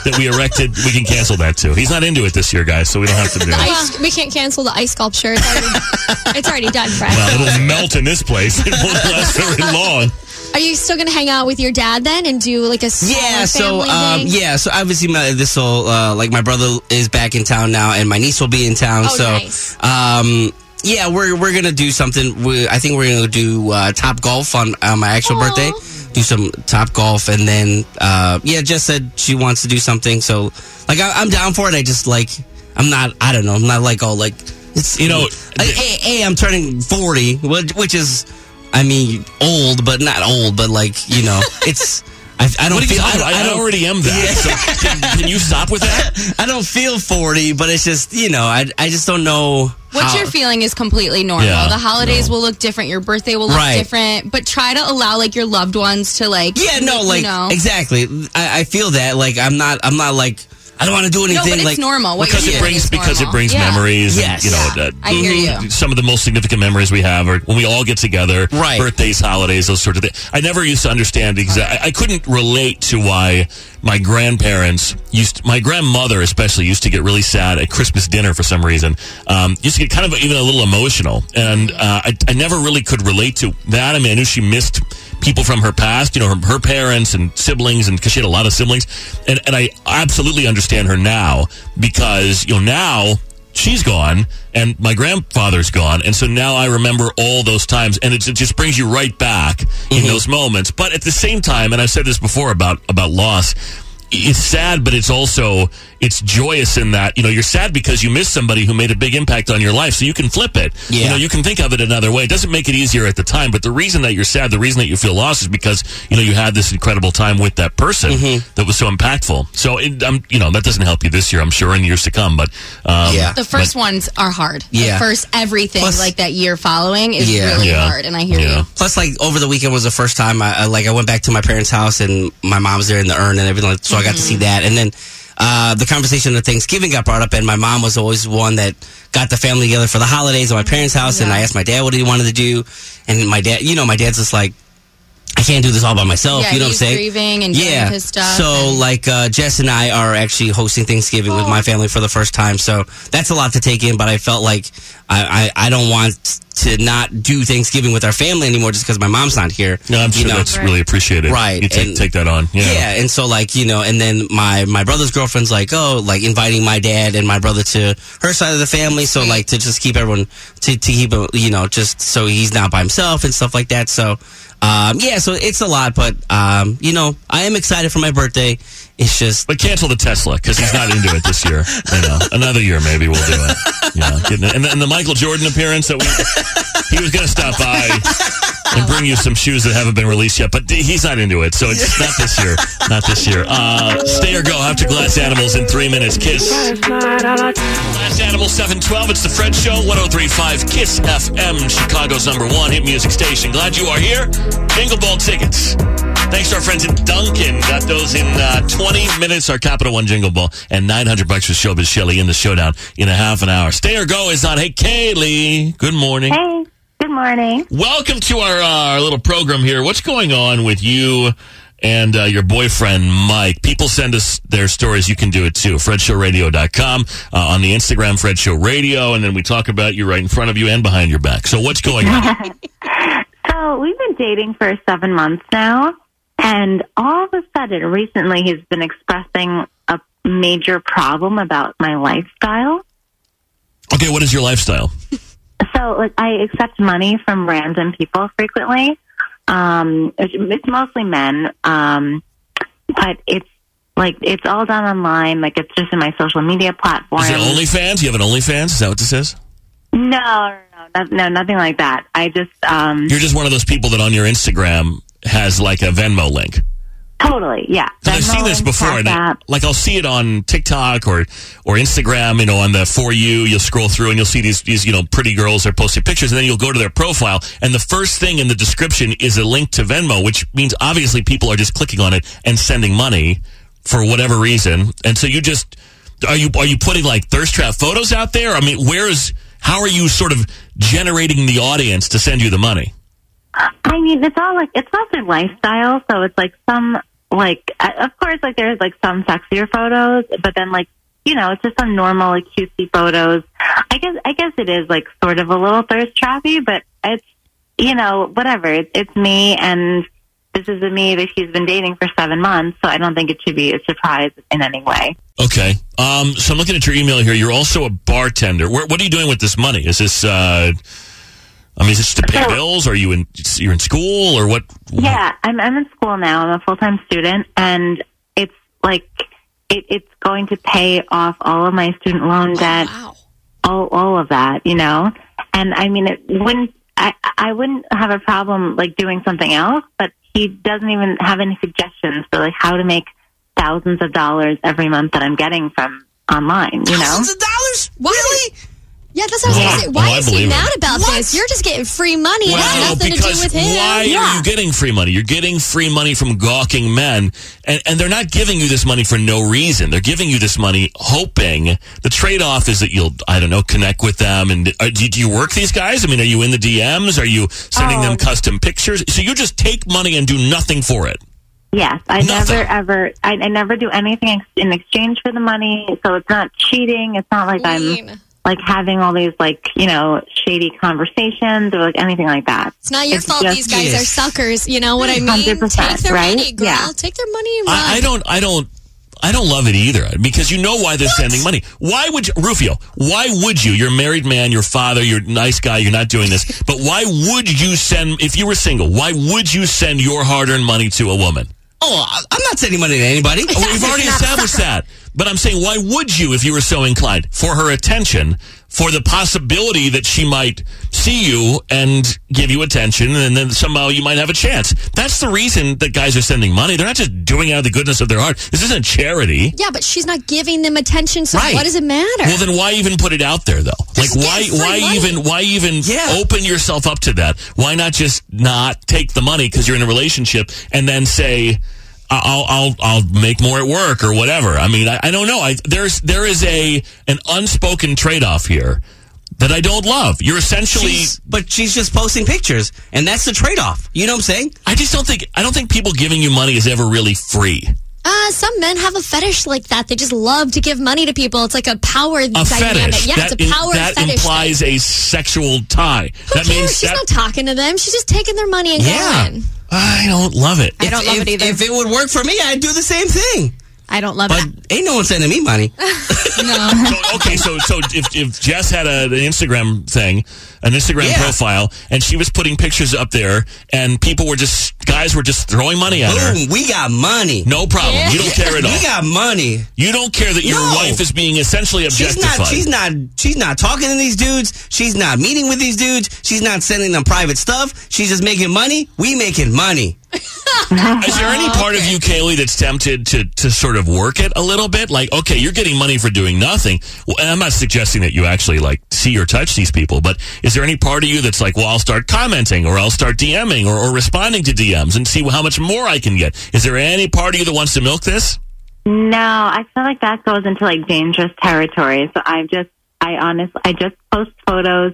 [SPEAKER 3] that we erected, we can cancel that too. He's not into it this year, guys, so we don't have to do it.
[SPEAKER 7] Ice, we can't cancel the ice sculpture. It's already, it's already done, Fred.
[SPEAKER 3] Well, it'll melt in this place. It won't last very long.
[SPEAKER 7] Are you still going to hang out with your dad then and do like a smaller
[SPEAKER 6] Yeah, so
[SPEAKER 7] family
[SPEAKER 6] um,
[SPEAKER 7] thing?
[SPEAKER 6] yeah, so obviously my this will uh, like my brother is back in town now, and my niece will be in town.
[SPEAKER 7] Oh,
[SPEAKER 6] so
[SPEAKER 7] nice.
[SPEAKER 6] um, yeah, we're we're gonna do something. We, I think we're gonna do uh, top golf on, on my actual
[SPEAKER 7] Aw.
[SPEAKER 6] birthday. do some top golf, and then uh, yeah, Jess said she wants to do something. So like I, I'm down for it. I just like I'm not. I don't know. I'm not like all like it's you know. Hey, hey, I'm turning forty, which, which is I mean old, but not old, but like you know it's. I, I don't
[SPEAKER 3] What are you
[SPEAKER 6] feel.
[SPEAKER 3] talking about? I already am that. So can, can you stop with that?
[SPEAKER 6] I don't feel forty, but it's just you know. I I just don't know.
[SPEAKER 4] What
[SPEAKER 6] how-
[SPEAKER 4] you're feeling is completely normal.
[SPEAKER 6] Yeah,
[SPEAKER 4] the holidays will look different. Your birthday will look
[SPEAKER 6] Right.
[SPEAKER 4] different. But try to allow like your loved ones to like
[SPEAKER 6] Yeah, no,
[SPEAKER 4] you
[SPEAKER 6] like
[SPEAKER 4] know.
[SPEAKER 6] exactly. I, I feel that. Like I'm not. I'm not like. I don't want to do
[SPEAKER 4] No,
[SPEAKER 6] anything.
[SPEAKER 4] but it's
[SPEAKER 6] like,
[SPEAKER 4] normal. What
[SPEAKER 3] because
[SPEAKER 4] you're
[SPEAKER 3] it
[SPEAKER 4] doing
[SPEAKER 3] brings
[SPEAKER 4] is
[SPEAKER 3] because it
[SPEAKER 4] normal.
[SPEAKER 3] brings
[SPEAKER 4] Yeah.
[SPEAKER 3] memories.
[SPEAKER 6] Yes.
[SPEAKER 3] And, you know, that, Mhm.
[SPEAKER 4] I hear you.
[SPEAKER 3] Some of the most significant memories we have are when we all get together, right? Birthdays, holidays, those sort of things. I never used to understand exactly. I couldn't relate to why my grandparents used. my grandmother especially used to get really sad at Christmas dinner for some reason. Um, used to get kind of even a little emotional, and uh, I, I never really could relate to that. I mean, I knew she missed people from her past, you know, her, her parents and siblings, and because she had a lot of siblings, and and I absolutely understand her now because you know now she's gone and my grandfather's gone and so now i remember all those times and it, it just brings you right back in those moments but at the same time and i've said this before about about loss it's sad but it's also it's joyous in that you know you're sad because you miss somebody who made a big impact on your life so you can flip it you
[SPEAKER 6] Yeah.
[SPEAKER 3] know you can think of it another way it doesn't make it easier at the time but the reason that you're sad the reason that you feel lost is because you know you had this incredible time with that person that was so impactful so it, um, you know that doesn't help you this year i'm sure in years to come but um,
[SPEAKER 4] The first ones are hard.
[SPEAKER 6] Yeah.
[SPEAKER 4] The first everything
[SPEAKER 6] Plus-
[SPEAKER 4] like that year following is really hard. And I hear you.
[SPEAKER 6] Plus, like over the weekend was the first time I, I like I went back to my parents' house and my mom's there in the urn and everything, like, so I got to
[SPEAKER 4] Mm-hmm.
[SPEAKER 6] see that. And then uh, the conversation of Thanksgiving got brought up, and my mom was always one that got the family together for the holidays at my parents' house. And I asked my dad what he wanted to do, and my dad, you know, my dad's just like, I can't do this all by myself.
[SPEAKER 4] yeah,
[SPEAKER 6] you know what I'm
[SPEAKER 4] he's
[SPEAKER 6] saying?
[SPEAKER 4] grieving and going
[SPEAKER 6] yeah.
[SPEAKER 4] through his stuff.
[SPEAKER 6] So like uh, Jess and I are actually hosting Thanksgiving with
[SPEAKER 4] Oh.
[SPEAKER 6] my family for the first time. So that's a lot to take in. But I felt like I I, I don't want to not do Thanksgiving with our family anymore just because my mom's not here.
[SPEAKER 3] No, I'm
[SPEAKER 6] you
[SPEAKER 3] sure
[SPEAKER 6] know?
[SPEAKER 3] that's really appreciated.
[SPEAKER 6] Right.
[SPEAKER 3] You take,
[SPEAKER 6] and-
[SPEAKER 3] take that on. Yeah.
[SPEAKER 6] yeah, and so like you know, and then my my brother's girlfriend's like, oh, like inviting my dad and my brother to her side of the family, so like to just keep everyone to to keep uh, you know just so he's not by himself and stuff like that. So um, yeah, so it's a lot, but um, you know, I am excited for my birthday. It's just
[SPEAKER 3] but cancel the Tesla because he's not into it this year. I know. Another year, maybe we'll do it. Yeah. Getting it. And, the, and the Michael Jordan appearance that we, he was going to stop by and bring you some shoes that haven't been released yet, but he's not into it. So it's not this year. Not this year. Uh, stay or go after Glass Animals in three minutes. Kiss. Last Animal 712. It's the Fred Show, 1035 Kiss FM, Chicago's number one hit music station. Glad you are here. Jingle Ball tickets. Thanks to our friends at Duncan. Got those in uh, 20 minutes, our Capital One Jingle Ball, and 900 bucks for Showbiz Shelly in the showdown in a half an hour. Stay or go is on. Hey, Kaylee. Good morning.
[SPEAKER 12] Hey, good morning.
[SPEAKER 3] Welcome to our, uh, our little program here. What's going on with you and uh, your boyfriend, Mike? People send us their stories. You can do it too. FredShowRadio.com, uh, on the Instagram, Fred Show Radio, and then we talk about you right in front of you and behind your back. So what's going on?
[SPEAKER 12] so we've been dating for seven months now, and all of a sudden, recently, he's been expressing a major problem about my lifestyle.
[SPEAKER 3] Okay, what is your lifestyle?
[SPEAKER 12] So, like, I accept money from random people frequently. Um, it's it's mostly men, um, but it's like it's all done online. Like, it's just in my social media platform.
[SPEAKER 3] Is it OnlyFans? You have an OnlyFans? Is that what this is?
[SPEAKER 12] No, no, no, no, no, nothing like that. I just um,
[SPEAKER 3] You're just one of those people that on your Instagram has like a Venmo link.
[SPEAKER 12] totally, yeah.
[SPEAKER 3] 'Cause I've seen this before, and I, like I'll see it on TikTok or or Instagram. You know, on the for you, you'll scroll through and you'll see these these you know pretty girls that are posting pictures, and then you'll go to their profile, and the first thing in the description is a link to Venmo, which means obviously people are just clicking on it and sending money for whatever reason. And so you just are you are you putting like thirst trap photos out there? I mean, where is how are you sort of generating the audience to send you the money?
[SPEAKER 12] I mean, it's all like it's all their lifestyle, so it's like some like uh, of course like there's like some sexier photos, but then like you know it's just some normal like cutesy photos. I guess I guess it is like sort of a little thirst trappy, but it's you know whatever. It's it's me and. This is a me that he's been dating for seven months, so I don't think it should be a surprise in any way.
[SPEAKER 3] Okay. Um, so I'm looking at your email here. You're also a bartender. Where, what are you doing with this money? Is this uh, I mean, is this to pay bills? Are you in you're in school or what?
[SPEAKER 12] Yeah, I'm I'm in school now. I'm a full time student, and it's like it, it's going to pay off all of my student loan
[SPEAKER 7] Oh,
[SPEAKER 12] debt, all all of that, you know. And I mean, it wouldn't I I wouldn't have a problem like doing something else, but he doesn't even have any suggestions for like how to make thousands of dollars every month that I'm getting from online, you know.
[SPEAKER 7] Thousands of dollars? Why? Really? Yeah, that's what I was
[SPEAKER 12] Yeah.
[SPEAKER 7] gonna say. Why
[SPEAKER 3] Oh, I
[SPEAKER 7] is he
[SPEAKER 3] believe
[SPEAKER 7] mad
[SPEAKER 3] it.
[SPEAKER 7] about this? You're just getting free money. it has nothing to do
[SPEAKER 3] because
[SPEAKER 7] with him.
[SPEAKER 3] why are you getting free money? You're getting free money from gawking men, and, and they're not giving you this money for no reason. They're giving you this money hoping the trade off is that you'll, I don't know, connect with them. And uh, do, do you work these guys? I mean, are you in the DMs? Are you sending
[SPEAKER 7] Oh.
[SPEAKER 3] them custom pictures? So you just take money and do nothing for it.
[SPEAKER 12] Yes, I
[SPEAKER 3] Nothing.
[SPEAKER 12] never ever, I, I never do anything ex- in exchange for the money. So it's not cheating. It's not like I'm like having all these like you know shady conversations or like anything like that.
[SPEAKER 7] It's not your fault
[SPEAKER 12] just-
[SPEAKER 7] these guys
[SPEAKER 12] Yes.
[SPEAKER 7] are suckers. You know what I mean?
[SPEAKER 12] 100%,
[SPEAKER 7] Take their
[SPEAKER 12] right?
[SPEAKER 7] money, girl.
[SPEAKER 12] Yeah.
[SPEAKER 7] Take their money and run.
[SPEAKER 3] I, I don't, I don't, I don't love it either because you know why they're sending money. Why would you, Rufio? Why would you? You're a married man. You're a father. You're a nice guy. You're not doing this. But why would you send if you were single? Why would you send your hard-earned money to a woman?
[SPEAKER 6] Oh, I- I'm not sending money to anybody.
[SPEAKER 3] Oh, we've already established that. But I'm saying, why would you if you were so inclined for her attention, for the possibility that she might see you and give you attention, and then somehow you might have a chance? That's the reason that guys are sending money. They're not just doing it out of the goodness of their heart. This isn't charity.
[SPEAKER 7] Yeah, but she's not giving them attention, so what does it matter?
[SPEAKER 3] Well, then why even put it out there though? Like why why even why even open yourself up to that? Why not just not take the money because you're in a relationship and then say. "I- I'll I'll I'll make more at work or whatever. I mean, I, I don't know. I there's there is a an unspoken trade off here that I don't love. You're essentially,
[SPEAKER 6] but she's just posting pictures, and that's the trade off. You know what I'm saying?
[SPEAKER 3] I just don't think I don't think people giving you money is ever really free.
[SPEAKER 7] Uh, some men have a fetish like that. They just love to give money to people. It's like a power
[SPEAKER 3] A
[SPEAKER 7] dynamic.
[SPEAKER 3] fetish
[SPEAKER 7] Yeah,
[SPEAKER 3] that
[SPEAKER 7] it's a
[SPEAKER 3] im-
[SPEAKER 7] power
[SPEAKER 3] that
[SPEAKER 7] fetish.
[SPEAKER 3] implies a sexual tie.
[SPEAKER 7] Who
[SPEAKER 3] that
[SPEAKER 7] cares?
[SPEAKER 3] means
[SPEAKER 7] she's
[SPEAKER 3] that,
[SPEAKER 7] not talking to them. She's just taking their money and
[SPEAKER 3] Yeah.
[SPEAKER 7] going.
[SPEAKER 3] I don't love it.
[SPEAKER 6] I don't love it either. If it would work for me, I'd do the same thing.
[SPEAKER 9] I don't love
[SPEAKER 6] but Ain't no one sending me money.
[SPEAKER 3] So, okay, so so if, if Jess had a, an Instagram thing, an Instagram profile, and she was putting pictures up there, and people were just guys were just throwing money at her.
[SPEAKER 6] Boom, we got money.
[SPEAKER 3] No problem. You don't care at all.
[SPEAKER 6] We got money.
[SPEAKER 3] You don't care that your
[SPEAKER 6] No.
[SPEAKER 3] wife is being essentially
[SPEAKER 6] She's
[SPEAKER 3] objectified.
[SPEAKER 6] not. She's not. She's not talking to these dudes. She's not meeting with these dudes. She's not sending them private stuff. She's just making money. We making money.
[SPEAKER 3] Is there any part of you, Kaylee, that's tempted to, to sort of work it a little bit? Like, okay, you're getting money for doing nothing. Well, and I'm not suggesting that you actually like see or touch these people, but is there any part of you that's like, well, I'll start commenting or I'll start DMing or, or responding to DMs and see how much more I can get? Is there any part of you that wants to milk this?
[SPEAKER 12] No, I feel like that goes into like dangerous territory. So I just, I honestly, I just post photos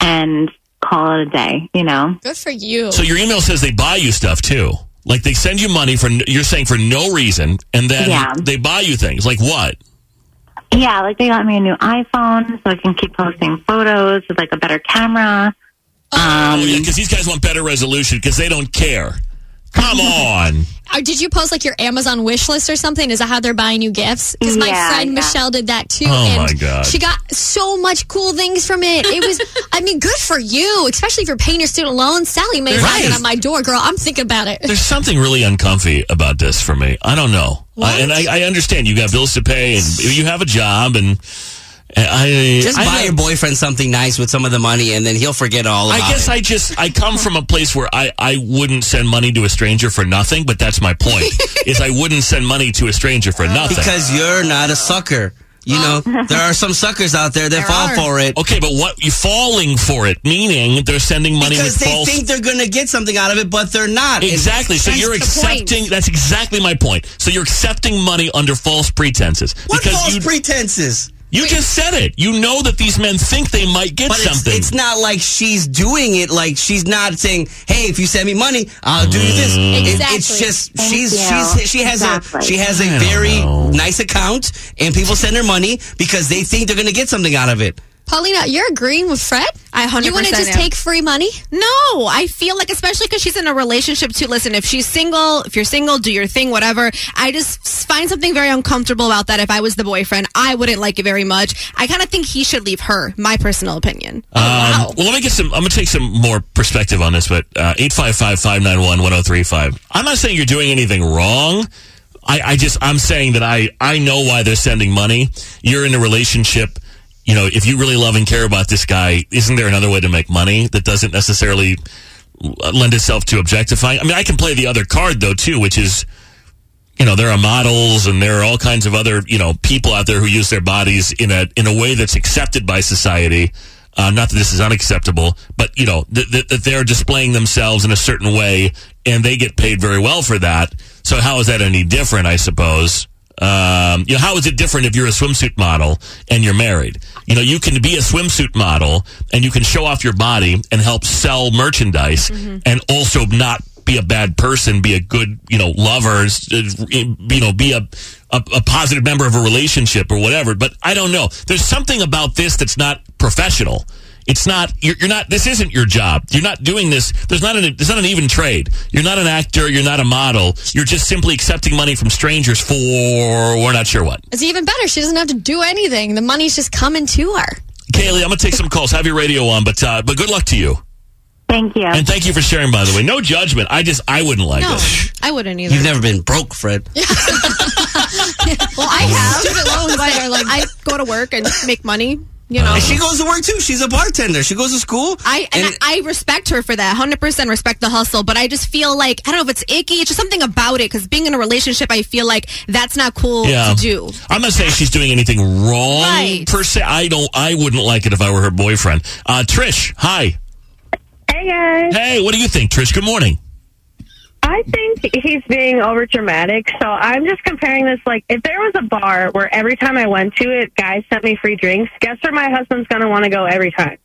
[SPEAKER 12] and call it a day. You know.
[SPEAKER 7] Good for you.
[SPEAKER 3] So your email says they buy you stuff too. Like they send you money for, n- you're saying for no reason, and then
[SPEAKER 12] Yeah.
[SPEAKER 3] they buy you things. Like what?
[SPEAKER 12] Yeah, like they got me a new iPhone so I can keep posting photos with like a better camera.
[SPEAKER 3] Oh, yeah, because these guys want better resolution because they don't care. Come on.
[SPEAKER 7] Or Uh, did you post like your Amazon wish list or something? Is that how they're buying you gifts? Because my
[SPEAKER 12] Yeah,
[SPEAKER 7] friend
[SPEAKER 12] yeah.
[SPEAKER 7] Michelle did that too.
[SPEAKER 3] Oh,
[SPEAKER 7] and
[SPEAKER 3] my God.
[SPEAKER 7] She got so much cool things from it. It was, I mean, good for you, especially if you're paying your student loans. Sally Mae's
[SPEAKER 3] Right.
[SPEAKER 7] knocking on my door, girl. I'm thinking about it.
[SPEAKER 3] There's something really uncomfy about this for me. I don't know. I, and I, I understand you got bills to pay and you have a job and and I
[SPEAKER 6] Just
[SPEAKER 3] I
[SPEAKER 6] buy your boyfriend something nice with some of the money, and then he'll forget all about
[SPEAKER 3] I guess
[SPEAKER 6] it.
[SPEAKER 3] I just I come from a place where I I wouldn't send money to a stranger for nothing, but that's my point. is I wouldn't send money to a stranger for nothing.
[SPEAKER 6] because you're not a sucker. You know, there are some suckers out there that fall for it.
[SPEAKER 3] Okay, but what you falling for it meaning they're sending money
[SPEAKER 6] Because
[SPEAKER 3] with
[SPEAKER 6] they
[SPEAKER 3] false
[SPEAKER 6] think they're going to get something out of it, but they're not. And
[SPEAKER 3] Exactly. So
[SPEAKER 6] that's
[SPEAKER 3] you're
[SPEAKER 6] the point.
[SPEAKER 3] accepting. That's exactly my point. So you're accepting money under false pretenses.
[SPEAKER 6] What
[SPEAKER 3] because
[SPEAKER 6] false
[SPEAKER 3] you,
[SPEAKER 6] pretenses?
[SPEAKER 3] You just said it. You know that these men think they might get
[SPEAKER 6] But it's,
[SPEAKER 3] something.
[SPEAKER 6] it's not like she's doing it. Like she's not saying, "Hey, if you send me money, I'll do you this."
[SPEAKER 3] Mm.
[SPEAKER 6] It- it's
[SPEAKER 7] Exactly.
[SPEAKER 6] just
[SPEAKER 7] Thank
[SPEAKER 6] she's
[SPEAKER 7] you.
[SPEAKER 6] she's she has a
[SPEAKER 7] Exactly.
[SPEAKER 6] she has
[SPEAKER 3] I
[SPEAKER 6] a
[SPEAKER 3] don't
[SPEAKER 6] very
[SPEAKER 3] know.
[SPEAKER 6] nice account, and people send her money because they think they're going to get something out of it.
[SPEAKER 7] Paulina, you're agreeing with Fred?
[SPEAKER 9] I 100%
[SPEAKER 7] You want to just
[SPEAKER 9] am.
[SPEAKER 7] take free money?
[SPEAKER 9] No, I feel like, especially because she's in a relationship too. Listen, if she's single, if you're single, do your thing, whatever. I just find something very uncomfortable about that. If I was the boyfriend, I wouldn't like it very much. I kind of think he should leave her, my personal opinion.
[SPEAKER 3] Um, Well, let me get some. I'm going to take some more perspective on this, but uh, eight five five five nine one one zero three five. I'm not saying you're doing anything wrong. I, I just I'm saying that I I know why they're sending money. You're in a relationship. You know, if you really love and care about this guy, isn't there another way to make money that doesn't necessarily lend itself to objectifying? I mean, I can play the other card though too, which is you know there are models and there are all kinds of other you know people out there who use their bodies in a in a way that's accepted by society uh, not that this is unacceptable but you know th- th- that they're displaying themselves in a certain way and they get paid very well for that so how is that any different i suppose um, you know how is it different if you're a swimsuit model and you're married you know you can be a swimsuit model and you can show off your body and help sell merchandise and also not be a bad person, be a good, you know, lover, s- uh, you know, be a, a a positive member of a relationship or whatever. But I don't know. There's something about this that's not professional. It's not you're, you're not. This isn't your job. You're not doing this. There's not an there's not an even trade. You're not an actor. You're not a model. You're just simply accepting money from strangers for we're not sure what.
[SPEAKER 7] It's even better. She doesn't have to do anything. The money's just coming to her.
[SPEAKER 3] Kaylee, I'm gonna take some calls. Have your radio on, but uh, but good luck to you.
[SPEAKER 12] Thank you.
[SPEAKER 3] And thank you for sharing. By the way, no judgment. I just I wouldn't like
[SPEAKER 9] no,
[SPEAKER 3] this.
[SPEAKER 9] I wouldn't either.
[SPEAKER 6] You've never been broke, Fred.
[SPEAKER 9] well, I have student loans that are like I go to work and make money. You know,
[SPEAKER 6] And Uh, she goes to work too. She's a bartender. She goes to school.
[SPEAKER 9] I and, I, I respect her for that. Hundred percent respect the hustle, but I just feel like I don't know if it's icky. It's just something about it because being in a relationship, I feel like that's not cool to do.
[SPEAKER 3] I'm not saying she's doing anything wrong
[SPEAKER 9] Right.
[SPEAKER 3] per se. I don't. I wouldn't like it if I were her boyfriend. Uh, Trish, hi.
[SPEAKER 13] Hey guys.
[SPEAKER 3] Hey, what do you think, Trish? Good morning.
[SPEAKER 13] I think he's being over dramatic. So I'm just comparing this. Like, if there was a bar where every time I went to it, guys sent me free drinks, guess where my husband's going to want to go every time?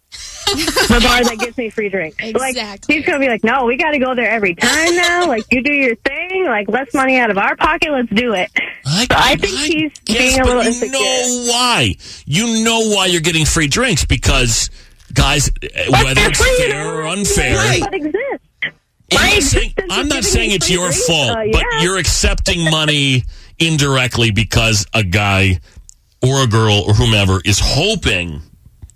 [SPEAKER 13] the bar that gives me free drinks. Like, he's going to be like, no, we got to go there every time now. Like, you do your thing. Like, less money out of our pocket. Let's do it.
[SPEAKER 3] I,
[SPEAKER 13] so I think he's
[SPEAKER 3] Yes,
[SPEAKER 13] being a
[SPEAKER 3] but
[SPEAKER 13] little
[SPEAKER 3] you
[SPEAKER 13] insecure.
[SPEAKER 3] know why? You know why you're getting free drinks because guys, eh, whether it's fair or unfair.
[SPEAKER 13] But exist.
[SPEAKER 3] I'm not saying, I'm not saying it's your
[SPEAKER 13] Uh,
[SPEAKER 3] fault, but you're accepting money indirectly because a guy or a girl or whomever is hoping.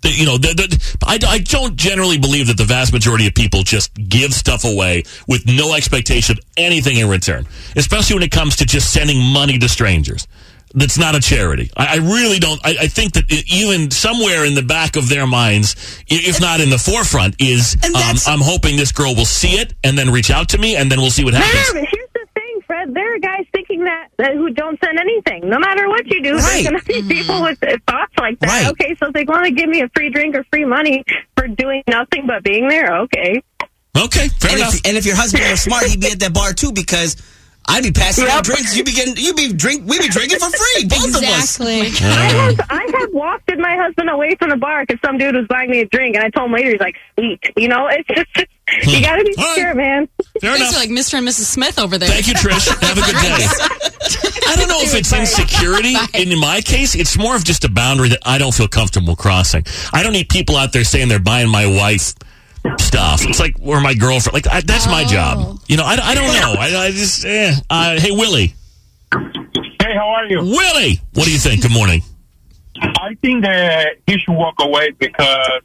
[SPEAKER 3] That, you know, that, that, I, I don't generally believe that the vast majority of people just give stuff away with no expectation of anything in return, especially when it comes to just sending money to strangers. That's not a charity. I, I really don't. I, I think that even somewhere in the back of their minds, i- if not in the forefront, is
[SPEAKER 13] And
[SPEAKER 3] um,
[SPEAKER 13] that's-
[SPEAKER 3] I'm hoping this girl will see it and then reach out to me, and then we'll see what
[SPEAKER 13] No, no,
[SPEAKER 3] happens.
[SPEAKER 13] no, but here's the thing, Fred. There are guys thinking that, that who don't send anything. No matter what you do,
[SPEAKER 3] Right.
[SPEAKER 13] there's going to be people with uh, thoughts like that.
[SPEAKER 3] Right.
[SPEAKER 13] Okay, so if they want to give me a free drink or free money for doing nothing but being there, okay.
[SPEAKER 3] Okay, fair
[SPEAKER 6] and If, and if your husband were smart, he'd be at that bar too because I'd be passing out drinks. You'd be getting, you'd be drink, we'd be drinking for free, both of us.
[SPEAKER 13] I have I have wafted my husband away from the bar because some dude was buying me a drink, and I told him later he's like, "Sweet," you know. It's just you got to be sure, man.
[SPEAKER 3] Hmm. Fair
[SPEAKER 4] These are like Mr. and Mrs. Smith over there. Thank
[SPEAKER 3] you, Trish. Have a good day. I don't know if it's insecurity. In my case, it's more of just a boundary that I don't feel comfortable crossing. I don't need people out there saying they're buying my wife stuff. It's like, or my girlfriend. Like, I, that's my
[SPEAKER 7] Oh.
[SPEAKER 3] job. You know, I, I don't know. I, I just, eh. Uh, hey, Willie.
[SPEAKER 14] Hey, how are you?
[SPEAKER 3] Willie, what do you think? Good morning.
[SPEAKER 14] I think that he should walk away because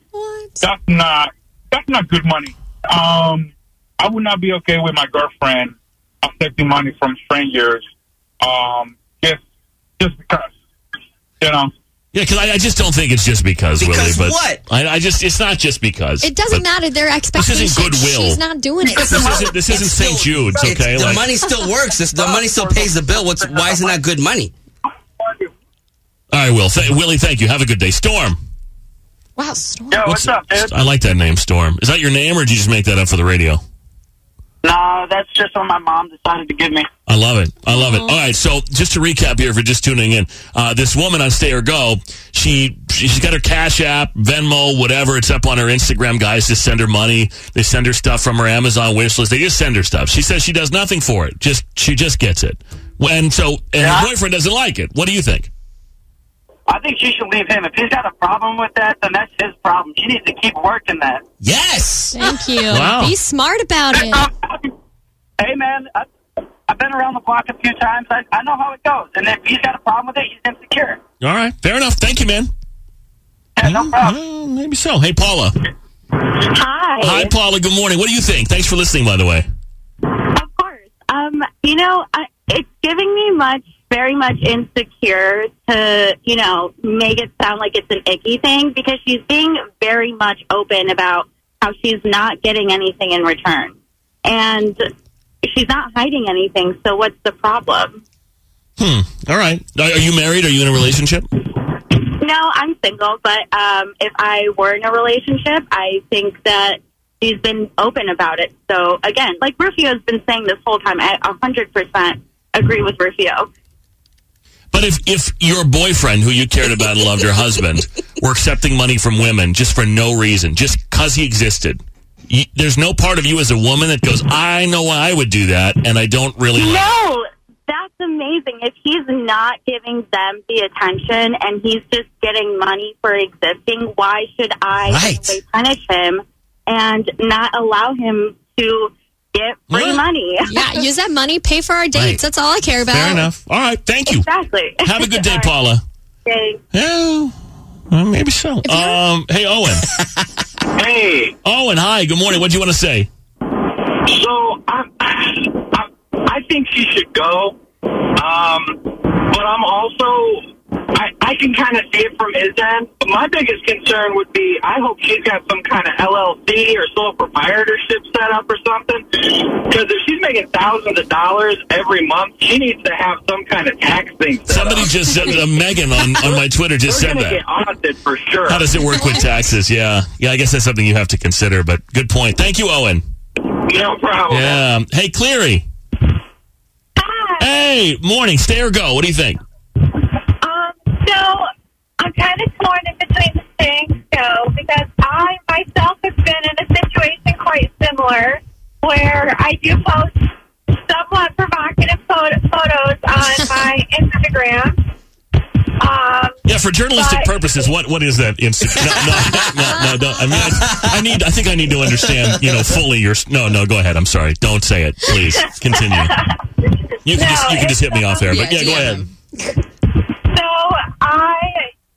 [SPEAKER 14] that's not that's not good money. Um, I would not be okay with my girlfriend accepting money from strangers. Um, just just because, you know.
[SPEAKER 3] Yeah, because I, I just don't think it's just because,
[SPEAKER 14] Because
[SPEAKER 3] Willie. But
[SPEAKER 14] what?
[SPEAKER 3] I, I just, it's not just because.
[SPEAKER 7] It doesn't matter their
[SPEAKER 3] This
[SPEAKER 7] expectations.
[SPEAKER 3] isn't goodwill.
[SPEAKER 7] She's not doing it.
[SPEAKER 3] This isn't, this isn't St. Jude's,
[SPEAKER 6] It's-
[SPEAKER 3] okay?
[SPEAKER 6] the
[SPEAKER 3] Like-
[SPEAKER 6] money still works. It's,
[SPEAKER 3] Oh,
[SPEAKER 6] the money still pays the bill. What's why is it not good money?
[SPEAKER 3] All right, Will. Th- Willie, thank you. Have a good day. Storm.
[SPEAKER 7] Wow, Storm.
[SPEAKER 3] I like that name, Storm. Is that your name, or did you just make that up for the radio?
[SPEAKER 15] No, that's just what my mom decided to give me.
[SPEAKER 3] I love it. I love it. All right. So just to recap here, if you're just tuning in, uh, this woman on Stay or Go, she she's got her Cash App, Venmo, whatever. It's up on her Instagram. Guys just send her money. They send her stuff from her Amazon wish list. They just send her stuff. She says she does nothing for it. Just she just gets it. And so and her boyfriend doesn't like it. What do you think?
[SPEAKER 15] I think she should leave him. If he's got a problem with that, then that's his problem. She needs to keep working that.
[SPEAKER 6] Yes.
[SPEAKER 7] Thank you.
[SPEAKER 15] Wow.
[SPEAKER 7] Be smart about it.
[SPEAKER 15] Hey, man, I, I've been around the block a few times. I, I know how it goes. And if he's got a problem with it, he's insecure.
[SPEAKER 3] All right. Fair enough. Thank you, man. no problem. maybe so. Hey, Paula.
[SPEAKER 16] Hi.
[SPEAKER 3] Hi, Paula. Good morning. What do you think? Thanks for listening, by the way.
[SPEAKER 16] Um, you know, I, it's giving me much, very much insecure to, you know, make it sound like it's an icky thing because she's being very much open about how she's not getting anything in return. And she's not hiding anything, so what's the problem?
[SPEAKER 3] Hmm. All right. Are are you married? Are you in a relationship?
[SPEAKER 16] No, I'm single, but um, if I were in a relationship, I think that she's been open about it. So again, like Rufio's been saying this whole time, I 100% agree with Rufio.
[SPEAKER 3] But if, if your boyfriend, who you cared about and loved, your husband, were accepting money from women just for no reason, just because he existed, you, there's no part of you as a woman that goes, I know why I would do that, and I don't really like it."
[SPEAKER 16] No, that's amazing. If he's not giving them the attention and he's just getting money for existing, why should I in a
[SPEAKER 17] Right.
[SPEAKER 16] way punish him and not allow him to get free money?
[SPEAKER 7] yeah, use that money, pay for our dates.
[SPEAKER 3] Right.
[SPEAKER 7] That's all I care about.
[SPEAKER 3] Fair enough. All right. Thank you.
[SPEAKER 16] Exactly.
[SPEAKER 3] Have a good day, Paula.
[SPEAKER 16] Thanks.
[SPEAKER 3] Yeah. Well, maybe so. Um, hey, Owen.
[SPEAKER 18] hey.
[SPEAKER 3] Owen, hi. Good morning. What do you want to say?
[SPEAKER 18] So I, I, I think she should go, um, but I'm also I, I can kind of see it from his end. But my biggest concern would be I hope she's got some kind of LLC or sole proprietorship set up or something. Because if she's making thousands of dollars every month, she needs to have some kind of tax thing. Set
[SPEAKER 3] Somebody
[SPEAKER 18] up.
[SPEAKER 3] just said, uh, Megan on, on my Twitter just
[SPEAKER 18] We're
[SPEAKER 3] said
[SPEAKER 18] gonna
[SPEAKER 3] that.
[SPEAKER 18] get audited for sure.
[SPEAKER 3] How does it work with taxes? Yeah. Yeah, I guess that's something you have to consider, but good point. Thank you, Owen.
[SPEAKER 18] No problem.
[SPEAKER 3] Yeah. Hey, Cleary. Hey, morning. Stay or go? What do you think?
[SPEAKER 17] Um, so I'm kind of torn in between the things, though, because I myself have been in a situation quite similar where I do post somewhat provocative photo- photos on my Instagram. Um,
[SPEAKER 3] Yeah, for journalistic
[SPEAKER 17] but-
[SPEAKER 3] purposes, what what is that Instagram? No, no, no, no, no. I mean, I, I need. I think I need to understand. You know, fully your. s- No, no. Go ahead. I'm sorry. Don't say it, please. Continue. You can
[SPEAKER 17] No,
[SPEAKER 3] just you can
[SPEAKER 17] it's,
[SPEAKER 3] just hit me off
[SPEAKER 17] um,
[SPEAKER 3] there, but
[SPEAKER 17] Yeah,
[SPEAKER 3] yeah, go
[SPEAKER 17] DM
[SPEAKER 3] ahead.
[SPEAKER 17] So I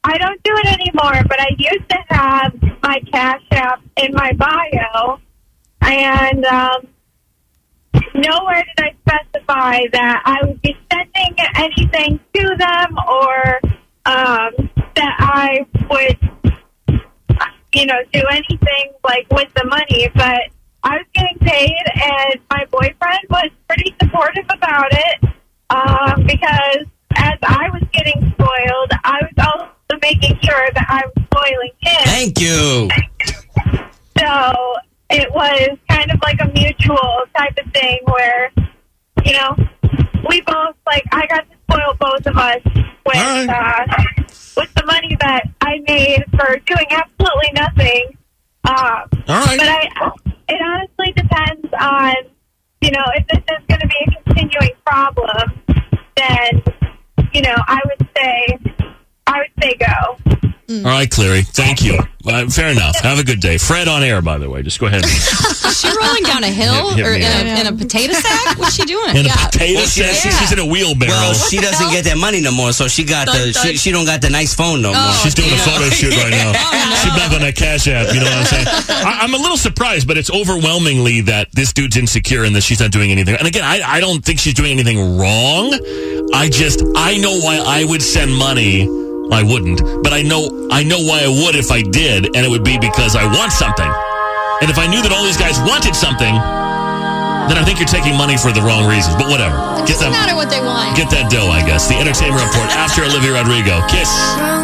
[SPEAKER 17] I don't do it anymore, but I used to have my Cash App in my bio, and um, nowhere did I specify that I would be sending anything to them or um, that I would you know, do anything like with the money, but I was getting paid and my boyfriend was pretty supportive about it um, because as I was getting spoiled, I was also making sure that I was spoiling him.
[SPEAKER 6] Thank you.
[SPEAKER 17] So it was kind of like a mutual type of thing where, you know, we both like I got to spoil both of us with uh, with the money that I made for doing absolutely nothing. Um,
[SPEAKER 3] All right.
[SPEAKER 17] But I, it honestly depends on you know if this is going to be a continuing problem. Then you know I would say I would say go.
[SPEAKER 3] All right, Cleary. Thank you. Uh, fair enough. Have a good day, Fred. On air, by the way. Just go ahead.
[SPEAKER 4] Is she rolling down a hill
[SPEAKER 3] Hit- hit
[SPEAKER 4] or
[SPEAKER 3] me
[SPEAKER 4] in
[SPEAKER 3] up.
[SPEAKER 4] a, in a potato sack? What's she doing?
[SPEAKER 3] In a potato
[SPEAKER 6] Well, she-
[SPEAKER 3] sack.
[SPEAKER 6] Yeah.
[SPEAKER 3] She's in a wheelbarrow.
[SPEAKER 6] Well, she doesn't get that money no more, so she got
[SPEAKER 3] Dun,
[SPEAKER 6] the
[SPEAKER 3] dun.
[SPEAKER 6] she, she don't got the nice phone no
[SPEAKER 7] Oh,
[SPEAKER 6] more.
[SPEAKER 3] She's doing a photo shoot right now. She's back on that Cash App. You know what I'm saying? I, I'm a little surprised, but it's overwhelmingly that this dude's insecure and that she's not doing anything. And again, I, I don't think she's doing anything wrong. I just I know why I would send money. I wouldn't, but I know I know why I would if I did, and it would be because I want something. And if I knew that all these guys wanted something, then I think you're taking money for the wrong reasons. But whatever.
[SPEAKER 7] It doesn't matter what they want.
[SPEAKER 3] Get that dough, I guess. The Entertainment Report after Olivia Rodrigo. Kiss.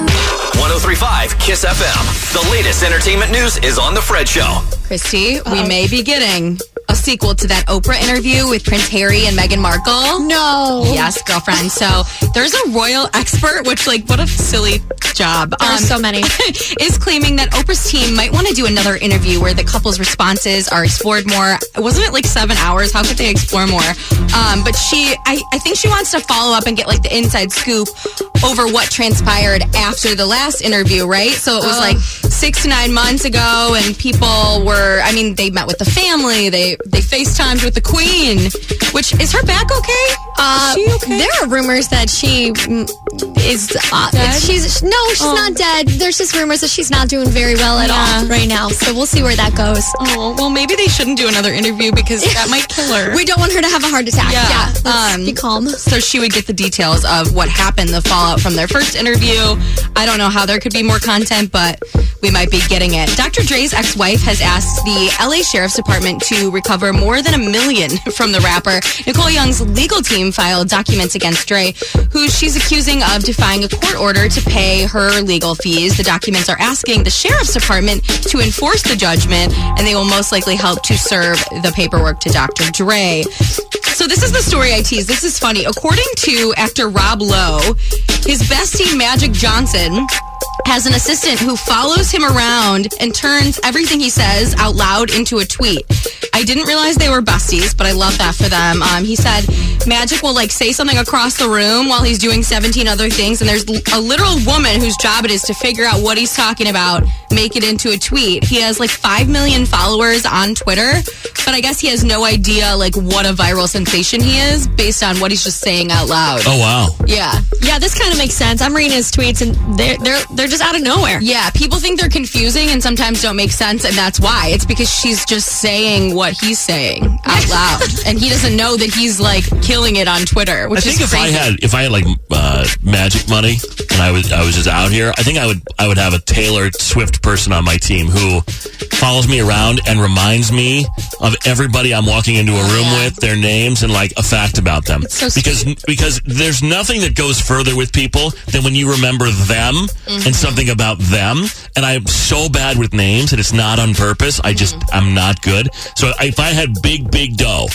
[SPEAKER 2] 1035 Kiss FM. The latest entertainment news is on The Fred Show.
[SPEAKER 4] Christy, we may be getting a sequel to that Oprah interview with Prince Harry and Meghan Markle.
[SPEAKER 7] No.
[SPEAKER 4] Yes, girlfriend. So there's a royal expert, which, like, what a silly job. Um,
[SPEAKER 7] There are so many.
[SPEAKER 4] is claiming that Oprah's team might want to do another interview where the couple's responses are explored more. Wasn't it like seven hours? How could they explore more? Um, but she, I, I think she wants to follow up and get like the inside scoop over what transpired after the last interview, right? So it was
[SPEAKER 7] Oh.
[SPEAKER 4] like six to nine months ago, and people were, I mean, they met with the family, they they FaceTimed with the queen, which is her back okay?
[SPEAKER 7] Uh, There are rumors that she mm, is. Uh,
[SPEAKER 4] Dead?
[SPEAKER 7] She's no, she's
[SPEAKER 4] Oh.
[SPEAKER 7] not dead. There's just rumors that she's not doing very well at all
[SPEAKER 4] Yeah.
[SPEAKER 7] right now. So we'll see where that goes.
[SPEAKER 4] Oh well, maybe they shouldn't do another interview because that might kill her.
[SPEAKER 7] We don't want her to have a heart attack. Yeah, let's be calm.
[SPEAKER 4] um, So she would get the details of what happened, the fallout from their first interview. I don't know how there could be more content, but we might be getting it. Dr. Dre's ex wife has asked the LA Sheriff's Department to recover more than a million from the rapper. Nicole Young's legal team filed documents against Dre, who she's accusing of defying a court order to pay her legal fees. The documents are asking the Sheriff's Department to enforce the judgment, and they will most likely help to serve the paperwork to Dr. Dre. So this is the story I teased. This is funny. According to actor Rob Lowe, his bestie Magic Johnson has an assistant who follows him around and turns everything he says out loud into a tweet. I didn't realize they were besties, but I love that for them. Um, he said Magic will like say something across the room while he's doing 17 other things, and there's l- a literal woman whose job it is to figure out what he's talking about, make it into a tweet. He has like 5 million followers on Twitter, but I guess he has no idea like what a viral sensation he is based on what he's just saying out loud.
[SPEAKER 3] Oh, wow.
[SPEAKER 4] Yeah.
[SPEAKER 7] Yeah, this kind of makes sense. I'm reading his tweets, and they're they're they're just out of nowhere.
[SPEAKER 4] Yeah, people think they're confusing and sometimes don't make sense, and that's why. It's because she's just saying what he's saying out loud, and he doesn't know that he's like killing it on Twitter, which
[SPEAKER 3] I think
[SPEAKER 4] is
[SPEAKER 3] if
[SPEAKER 4] crazy.
[SPEAKER 3] I had if I had like uh, magic money and I was I was just out here, I think I would I would have a Taylor Swift person on my team who follows me around and reminds me of everybody I'm walking into a room with, their names and like a fact about them.
[SPEAKER 19] so sweet.
[SPEAKER 3] because because there's nothing that goes further with people than when you remember them
[SPEAKER 4] Mm-hmm.
[SPEAKER 3] and something about them. And I'm so bad with names, and it's not on purpose. I just
[SPEAKER 4] Mm-hmm.
[SPEAKER 3] I'm not good. So if I had big big dough,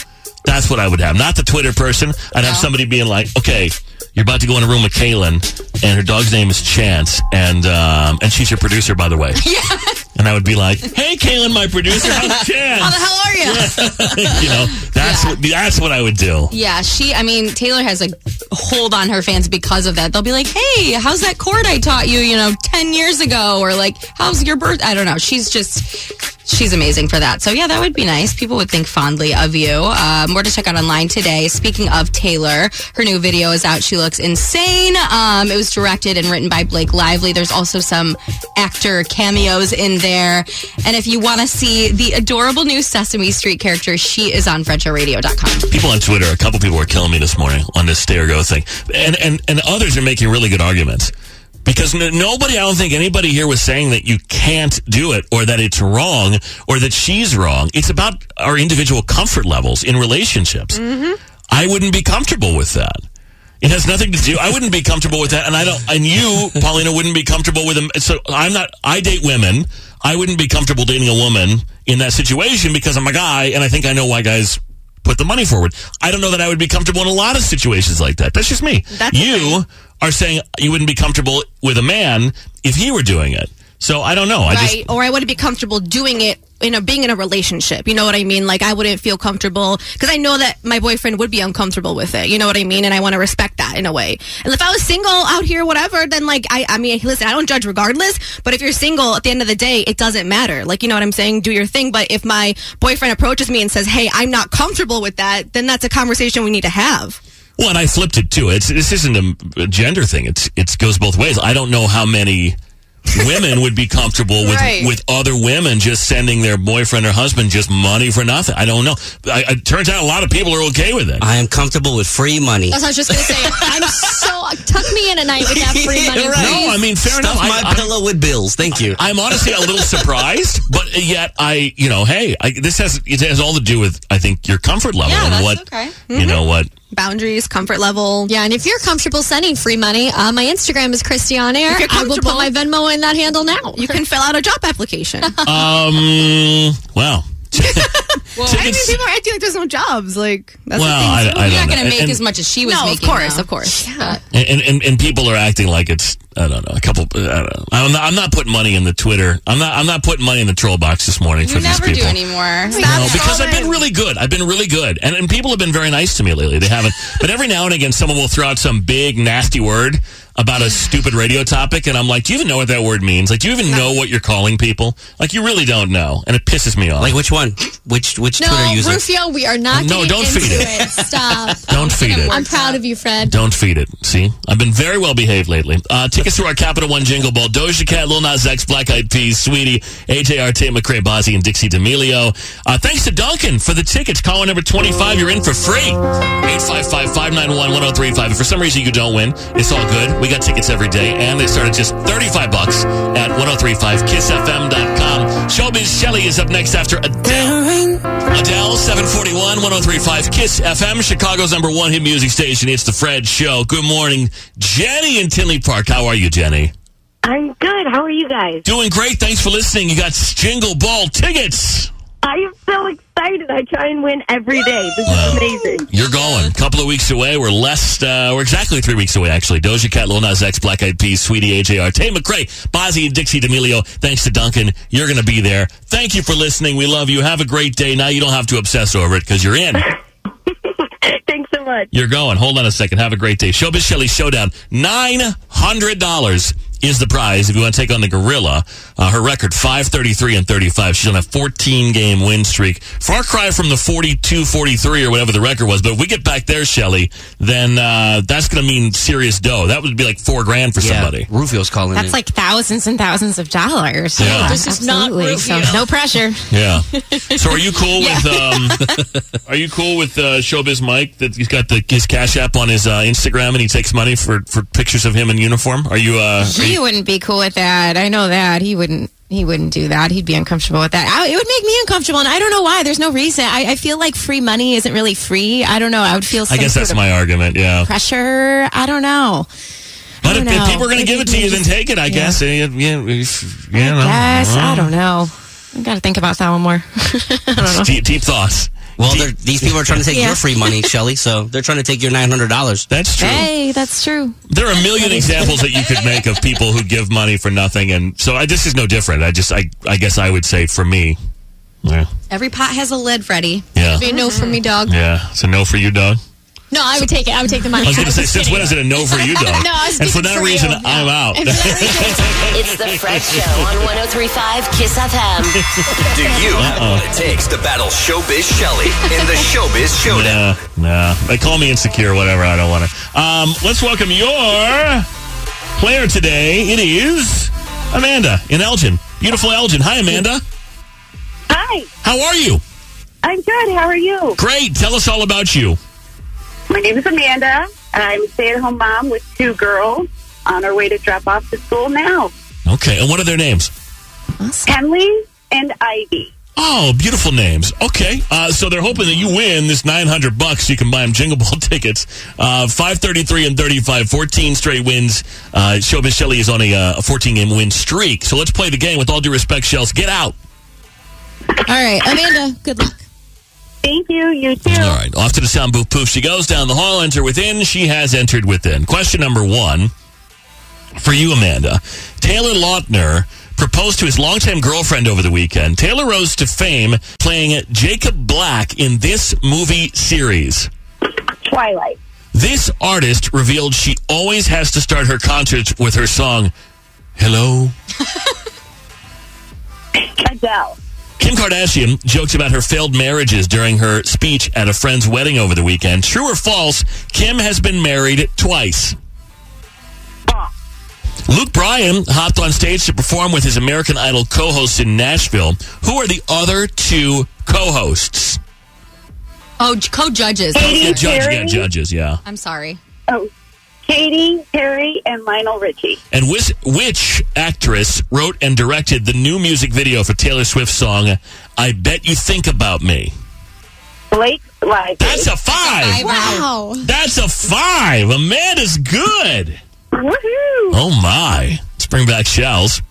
[SPEAKER 3] that's what I would have. Not the Twitter person. I'd have somebody being like, okay. You're about to go in a room with Kaylin, and her dog's name is Chance, and um, and she's your producer, by the way. Yeah. And I would be like, "Hey, Kaylin, my producer, how's Chance?"
[SPEAKER 4] How the hell are you?
[SPEAKER 3] you know, that's what that's what I would do.
[SPEAKER 4] Yeah, she, I mean, Taylor has a hold on her fans because of that. They'll be like, hey, how's that chord I taught you, you know, 10 years ago? Or like, how's your birth? I don't know. She's just, she's amazing for that. So yeah, that would be nice. People would think fondly of you. Uh, more to check out online today. Speaking of Taylor, her new video is out. She looks insane. Um, it was directed and written by Blake Lively. There's also some actor cameos in there. And if you want to see the adorable new Sesame Street character, she is on FrenchoRadio.com.
[SPEAKER 3] People on Twitter, a couple people were killing me this morning on this stay or go thing, and and and others are making really good arguments because n- nobody, I don't think anybody here was saying that you can't do it or that it's wrong or that she's wrong. It's about our individual comfort levels in relationships.
[SPEAKER 13] Mm-hmm.
[SPEAKER 3] I wouldn't be comfortable with that. It has nothing to do. I wouldn't be comfortable with that, and I don't. And you, Paulina, wouldn't be comfortable with them. So I'm not. I date women. I wouldn't be comfortable dating a woman in that situation because I'm a guy, and I think I know why guys put the money forward. I don't know that I would be comfortable in a lot of situations like that. That's just me. you are saying you wouldn't be comfortable with a man if he were doing it. So I don't know. Oh, I just
[SPEAKER 9] right? Or I wouldn't be comfortable doing it in a being in a relationship. You know what I mean? Like I wouldn't feel comfortable because I know that my boyfriend would be uncomfortable with it. You know what I mean? And I want to respect that in a way. And if I was single out here, whatever, then like I, I mean, listen, I don't judge regardless. But if you're single, at the end of the day, it doesn't matter. Like you know what I'm saying? Do your thing. But if my boyfriend approaches me and says, "Hey, I'm not comfortable with that," then that's a conversation we need to have.
[SPEAKER 3] Well, and I flipped it too. It's this isn't a- a gender thing. It's it goes both ways. I don't know how many women would be comfortable with
[SPEAKER 19] Right.
[SPEAKER 3] with other women just sending their boyfriend or husband just money for nothing. I don't know. I, it turns out a lot of people are okay with it.
[SPEAKER 6] I am comfortable with free money.
[SPEAKER 7] That's what I was just gonna say. I'm so tuck me in at night with that free money.
[SPEAKER 6] Yeah,
[SPEAKER 7] please.
[SPEAKER 3] No, I mean fair
[SPEAKER 6] Stuff
[SPEAKER 3] enough. I-
[SPEAKER 6] my
[SPEAKER 3] I'm-
[SPEAKER 6] pillow with bills. Thank you.
[SPEAKER 3] I'm honestly a little surprised, but yet I, you know, hey, I, this has it has all to do with I think your comfort level
[SPEAKER 9] Yeah,
[SPEAKER 3] and
[SPEAKER 9] that's
[SPEAKER 3] what
[SPEAKER 9] okay.
[SPEAKER 4] Hmm?
[SPEAKER 3] you know what
[SPEAKER 9] Boundaries, comfort level.
[SPEAKER 7] Yeah, and if you're comfortable sending free money, uh, my Instagram is Christy on air.
[SPEAKER 9] If you're
[SPEAKER 7] I will put
[SPEAKER 9] comfortable-
[SPEAKER 7] my Venmo in that handle now.
[SPEAKER 9] You can fill out a job application.
[SPEAKER 3] Um. Wow.
[SPEAKER 9] Well, I mean,
[SPEAKER 3] Tickets-
[SPEAKER 9] people are acting like there's no jobs. Like, that's
[SPEAKER 3] Well,
[SPEAKER 9] the thing.
[SPEAKER 3] I-
[SPEAKER 9] too.
[SPEAKER 3] I You're not don't gonna know. make And- as
[SPEAKER 4] much as she was
[SPEAKER 9] no,
[SPEAKER 4] making,
[SPEAKER 9] Of course,
[SPEAKER 4] though.
[SPEAKER 9] of course. Yeah.
[SPEAKER 3] And, and and people are acting like it's I don't know a couple I don't know. I'm not, I'm not putting money in the Twitter. I'm not I'm not putting money in the troll box this morning for
[SPEAKER 4] You
[SPEAKER 3] these
[SPEAKER 4] never
[SPEAKER 3] people.
[SPEAKER 4] do anymore.
[SPEAKER 3] No, because I've been really good. I've been really good, and and people have been very nice to me lately. They haven't, but every now and again, someone will throw out some big nasty word about a stupid radio topic, and I'm like, do you even know what that word means? Like, do you even know what you're calling people? Like, you really don't know, and it pisses me off. Like,
[SPEAKER 6] which one? Which which
[SPEAKER 7] No, Rufio, we are not.
[SPEAKER 3] No,
[SPEAKER 7] getting
[SPEAKER 3] don't
[SPEAKER 7] into
[SPEAKER 3] feed it.
[SPEAKER 7] Stop.
[SPEAKER 3] Don't feed it.
[SPEAKER 7] I'm proud of you, Fred.
[SPEAKER 3] Don't feed it. See, I've been very well behaved lately. Uh, tickets to our Capital One Jingle Ball: Doja Cat, Lil Nas X, Black Eyed Peas, Sweetie, AJR, Tate McRae, Bozzy, and Dixie D'Amelio. Uh, thanks to Duncan for the tickets. Caller number twenty-five, you're in for free. 855-591-1035. If for some reason you don't win, it's all good. We got tickets every day, and they start at just thirty-five bucks at 1035kissfm.com. Showbiz Shelley is up next after Adele. Adele, 741, 1035 KISS FM, Chicago's number one hit music station. It's the Fred Show. Good morning, Jenny in Tinley Park. How are you, Jenny?
[SPEAKER 19] I'm good. How are you guys?
[SPEAKER 3] Doing great. Thanks for listening. You got Jingle Ball tickets.
[SPEAKER 19] I am so excited. I try and win every day. This is amazing.
[SPEAKER 3] You're going. couple of weeks away. We're less, uh, we're exactly three weeks away, actually. Doja Cat, Lil Nas X, Black Eyed Peas, Sweetie AJR, Tay McRae, Bozzy, and Dixie D'Amelio. Thanks to Duncan. You're going to be there. Thank you for listening. We love you. Have a great day. Now you don't have to obsess over it because you're in.
[SPEAKER 19] Thanks so much.
[SPEAKER 3] You're going. Hold on a second. Have a great day. Showbiz Shelly Showdown. $900 is the prize if you want to take on the Gorilla. Uh, her record, 533 and 35. She's on a 14 game win streak. Far cry from the 42 43 or whatever the record was. But if we get back there, Shelly, then uh, that's going to mean serious dough. That would be like four grand for somebody.
[SPEAKER 6] Rufio's calling
[SPEAKER 20] That's like thousands and thousands of dollars.
[SPEAKER 3] Yeah. This
[SPEAKER 20] is not so no pressure.
[SPEAKER 3] Yeah. So are you cool with um, are you cool with uh, Showbiz Mike that he's got the his cash app on his uh, Instagram and he takes money for, for pictures of him in uniform? Are you uh are
[SPEAKER 20] He
[SPEAKER 3] you-
[SPEAKER 20] wouldn't be cool with that. I know that. He wouldn't he wouldn't do that. He'd be uncomfortable with that. I, it would make me uncomfortable and I don't know why. There's no reason. I, I feel like free money isn't really free. I don't know. I would feel
[SPEAKER 3] I
[SPEAKER 20] some
[SPEAKER 3] guess
[SPEAKER 20] sort
[SPEAKER 3] that's
[SPEAKER 20] of
[SPEAKER 3] my argument, yeah.
[SPEAKER 20] pressure. I don't know. I
[SPEAKER 3] But if, if
[SPEAKER 20] don't know.
[SPEAKER 3] people are going to
[SPEAKER 20] Maybe
[SPEAKER 3] give it to
[SPEAKER 20] we
[SPEAKER 3] you, then
[SPEAKER 20] just-
[SPEAKER 3] take it. I
[SPEAKER 20] yeah.
[SPEAKER 3] guess. Yeah, yeah, if- you know. Uh-huh.
[SPEAKER 20] Yes,
[SPEAKER 3] Well,
[SPEAKER 20] I don't know. I got to think about that one more.
[SPEAKER 3] Deep, deep thoughts.
[SPEAKER 6] Well, they're- these people are trying to take
[SPEAKER 20] Yeah.
[SPEAKER 6] your free money, Shelly. So they're trying to take your nine hundred dollars.
[SPEAKER 3] That's
[SPEAKER 20] Hey, that's true.
[SPEAKER 3] There are a million examples that you could make of people who give money for nothing, and so I, this is no different. I just, I, I guess, I would say for me, yeah,
[SPEAKER 4] Every pot has a lid, Freddie.
[SPEAKER 3] yeah,
[SPEAKER 7] Be a no for me, dog.
[SPEAKER 3] yeah. It's a no for you, dog.
[SPEAKER 7] No, I would take it. I would take the money.
[SPEAKER 3] I was going
[SPEAKER 7] I'm
[SPEAKER 3] to say,
[SPEAKER 7] just
[SPEAKER 3] since
[SPEAKER 7] kidding.
[SPEAKER 3] when is it a no for you, dog?
[SPEAKER 7] No, I was
[SPEAKER 3] and
[SPEAKER 7] speaking
[SPEAKER 3] for
[SPEAKER 7] for
[SPEAKER 3] that
[SPEAKER 7] you.
[SPEAKER 3] reason, I'm out.
[SPEAKER 1] It's the Fred Show on 1035 Kiss FM.
[SPEAKER 2] Do you have
[SPEAKER 3] Uh-oh.
[SPEAKER 2] what it takes to battle Showbiz Shelley in the Showbiz Showdown?
[SPEAKER 3] Nah, nah. They call me insecure, whatever. I don't want to. Um, let's welcome your player today. It is Amanda in Elgin. Beautiful Elgin. Hi, Amanda.
[SPEAKER 19] Hi.
[SPEAKER 3] How are you?
[SPEAKER 19] I'm good. How are you?
[SPEAKER 3] Great. Tell us all about you.
[SPEAKER 19] My name is Amanda. I'm a stay at home mom with two girls on our way to drop off to school now
[SPEAKER 3] Okay. And what are their names?
[SPEAKER 19] Henley and Ivy.
[SPEAKER 3] Oh, beautiful names. Okay, uh, so they're hoping that you win this nine hundred bucks. You can buy them Jingle Ball tickets. Uh, Five thirty-three and 35, 14 straight wins. Uh, Showbiz Shelley is on a, uh, a fourteen-game win streak. So let's play the game. With all due respect, Shells, get out.
[SPEAKER 20] All right, Amanda, good luck.
[SPEAKER 19] Thank you. You too.
[SPEAKER 3] All right, off to the sound booth. Poof, she goes down the hall. Enter within. She has entered within. Question number one for you, Amanda. Taylor Lautner proposed to his longtime girlfriend over the weekend. Taylor rose to fame playing Jacob Black in this movie series.
[SPEAKER 19] Twilight.
[SPEAKER 3] This artist revealed she always has to start her concerts with her song, Hello.
[SPEAKER 19] Adele.
[SPEAKER 3] Kim Kardashian joked about her failed marriages during her speech at a friend's wedding over the weekend. True or false, Kim has been married twice. Luke Bryan hopped on stage to perform with his American Idol co hosts in Nashville. Who are the other two co hosts?
[SPEAKER 4] Oh, j- co-judges.
[SPEAKER 3] Yeah, judge, yeah, judges, yeah.
[SPEAKER 4] I'm sorry.
[SPEAKER 19] Oh, Katie, Perry, and Lionel Richie.
[SPEAKER 3] And which, which actress wrote and directed the new music video for Taylor Swift's song, I Bet You Think About Me?
[SPEAKER 19] Blake Lively.
[SPEAKER 3] That's a five.
[SPEAKER 19] Wow.
[SPEAKER 3] That's a five. Amanda's good.
[SPEAKER 19] Woohoo.
[SPEAKER 3] Oh, my. Let's bring back shells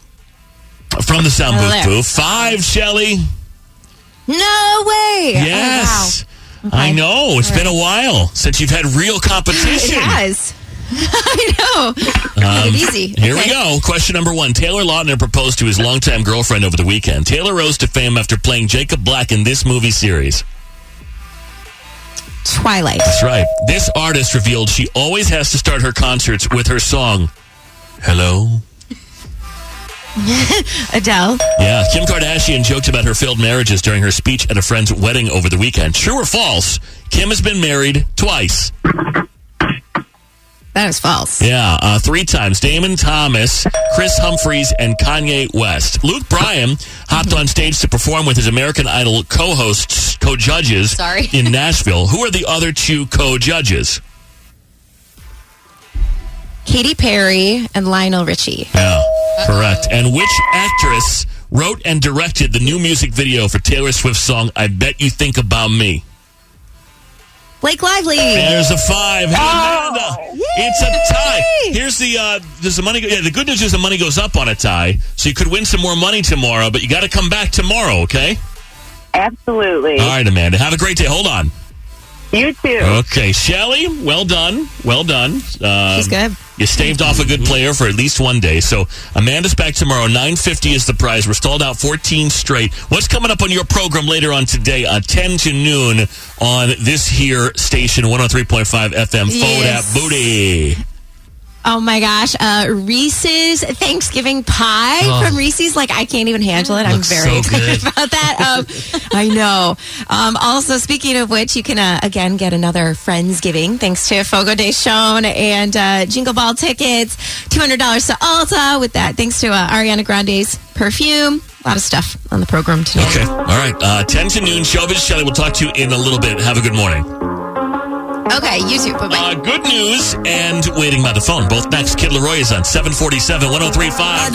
[SPEAKER 3] from the sound booth.
[SPEAKER 20] Hello.
[SPEAKER 3] booth. Five, Shelly.
[SPEAKER 20] No way.
[SPEAKER 3] Yes.
[SPEAKER 20] Oh, wow.
[SPEAKER 3] I
[SPEAKER 20] Okay.
[SPEAKER 3] know. It's been a while since you've had real competition.
[SPEAKER 20] It has. I know.
[SPEAKER 3] Um,
[SPEAKER 20] Made it easy.
[SPEAKER 3] Here we
[SPEAKER 20] Okay.
[SPEAKER 3] go. Question number one. Taylor Lautner proposed to his longtime girlfriend over the weekend. Taylor rose to fame after playing Jacob Black in this movie series.
[SPEAKER 20] Twilight.
[SPEAKER 3] That's right. This artist revealed she always has to start her concerts with her song, Hello.
[SPEAKER 20] Adele.
[SPEAKER 3] Yeah, Kim Kardashian joked about her failed marriages during her speech at a friend's wedding over the weekend. True or false? Kim has been married twice.
[SPEAKER 20] That is false.
[SPEAKER 3] Yeah, uh, three times. Damon Thomas, Chris Humphries, and Kanye West. Luke Bryan hopped on stage to perform with his American Idol co-hosts, co-judges
[SPEAKER 4] Sorry.
[SPEAKER 3] in Nashville. Who are the other two co-judges?
[SPEAKER 20] Katy Perry and Lionel Richie.
[SPEAKER 3] Yeah, correct. And which actress wrote and directed the new music video for Taylor Swift's song "I Bet You Think About Me"?
[SPEAKER 20] Blake Lively. Oh,
[SPEAKER 3] There's a five. Hey, Amanda, it's a tie. Here's the uh, there's the money. Yeah, the good news is the money goes up on a tie, so you could win some more money tomorrow. But you got to come back tomorrow, okay?
[SPEAKER 19] Absolutely.
[SPEAKER 3] All right, Amanda. Have a great day. Hold on.
[SPEAKER 19] You too.
[SPEAKER 3] Okay, Shelly, well done. Well done. Um,
[SPEAKER 19] She's good.
[SPEAKER 3] You staved off a good player for at least one day. So Amanda's back tomorrow. 950 is the prize. We're stalled out 14 straight. What's coming up on your program later on today, uh, 10 to noon on this here station, 103.5 FM, phone app
[SPEAKER 20] Yes.
[SPEAKER 3] booty.
[SPEAKER 20] Oh my gosh. Uh, Reese's Thanksgiving pie
[SPEAKER 3] Oh.
[SPEAKER 20] from Reese's. Like, I can't even handle it. I'm
[SPEAKER 3] Looks
[SPEAKER 20] very
[SPEAKER 3] so
[SPEAKER 20] excited
[SPEAKER 3] good.
[SPEAKER 20] about that. Um, I know. Um, also, speaking of which, you can, uh, again, get another Friendsgiving thanks to Fogo de Chon and uh, Jingle Ball tickets, $200 to Alta with that. Thanks to uh, Ariana Grande's perfume. A lot of stuff on the program tonight.
[SPEAKER 3] Okay. All right. Uh, 10 to noon. Shelby Shelley. We'll talk to you in a little bit. Have a good morning.
[SPEAKER 20] Okay, you too. Bye-bye.
[SPEAKER 3] Uh, good news and waiting by the phone. Both next. Kid Leroy is on 747 1035.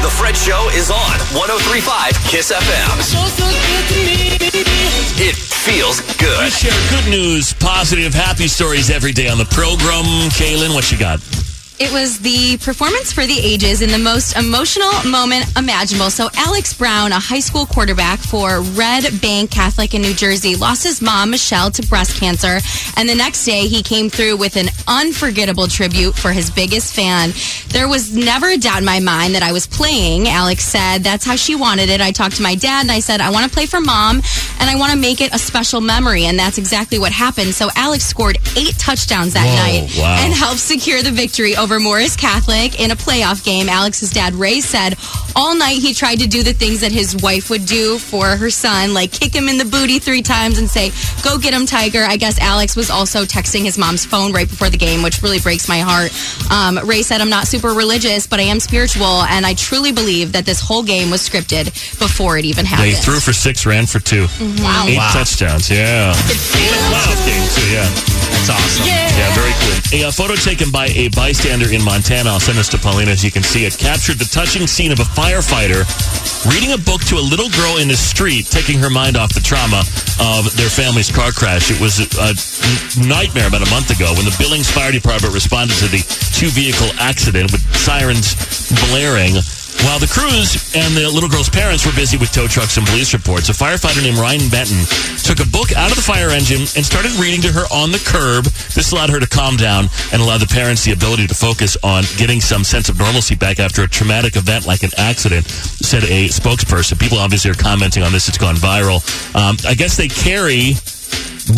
[SPEAKER 2] The Fred Show is on 1035 Kiss FM. It feels
[SPEAKER 3] We
[SPEAKER 2] good.
[SPEAKER 3] share good news, positive, happy stories every day on the program. Kaylin, what you got?
[SPEAKER 4] It was the performance for the ages in the most emotional moment imaginable. So, Alex Brown, a high school quarterback for Red Bank Catholic in New Jersey, lost his mom, Michelle, to breast cancer. And the next day, he came through with an unforgettable tribute for his biggest fan. There was never a doubt in my mind that I was playing, Alex said. That's how she wanted it. I talked to my dad and I said, I want to play for mom and I want to make it a special memory. And that's exactly what happened. So, Alex scored eight touchdowns that
[SPEAKER 21] Whoa,
[SPEAKER 4] night
[SPEAKER 21] wow.
[SPEAKER 4] and helped secure the victory over Morris Catholic in a playoff game. Alex's dad, Ray, said all night he tried to do the things that his wife would do for her son, like kick him in the booty three times and say, Go get him, Tiger. I guess Alex was also texting his mom's phone right before the game, which really breaks my heart. Um, Ray said, I'm not super religious, but I am spiritual, and I truly believe that this whole game was scripted before it even happened.
[SPEAKER 3] They threw for six, ran for two.
[SPEAKER 4] Mhm. Wow.
[SPEAKER 3] Eight
[SPEAKER 4] Wow.
[SPEAKER 3] touchdowns. Yeah. Playoff game, too. Yeah. That's awesome. Yeah, very cool. A, uh, photo taken by a bystander in Montana. I'll send this to Paulina as you can see it. Captured the touching scene of a firefighter reading a book to a little girl in the street, taking her mind off the trauma of their family's car crash. It was a, a nightmare about a month ago when the Billings Fire Department responded to the two vehicle accident with sirens blaring. While the crews and the little girl's parents were busy with tow trucks and police reports, a firefighter named Ryan Benton took a book out of the fire engine and started reading to her on the curb. This allowed her to calm down and allowed the parents the ability to focus on getting some sense of normalcy back after a traumatic event like an accident, said a spokesperson. People obviously are commenting on this. It's gone viral. Um, I guess they carry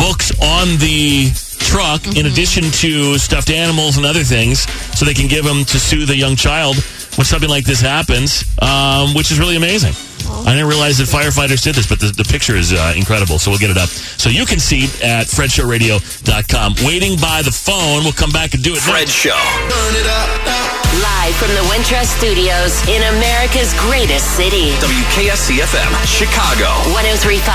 [SPEAKER 3] books on the truck in addition to stuffed animals and other things so they can give them to soothe a young child when something like this happens, um, which is really amazing. I didn't realize that firefighters did this, but the, the picture is uh, incredible, so we'll get it up. So you can see at fredshowradio.com. Waiting by the phone. We'll come back and do it Fred
[SPEAKER 2] Show.
[SPEAKER 1] Turn it up. Live from the Wintrust Studios in America's greatest city.
[SPEAKER 2] WKSC FM, Chicago,
[SPEAKER 1] 1035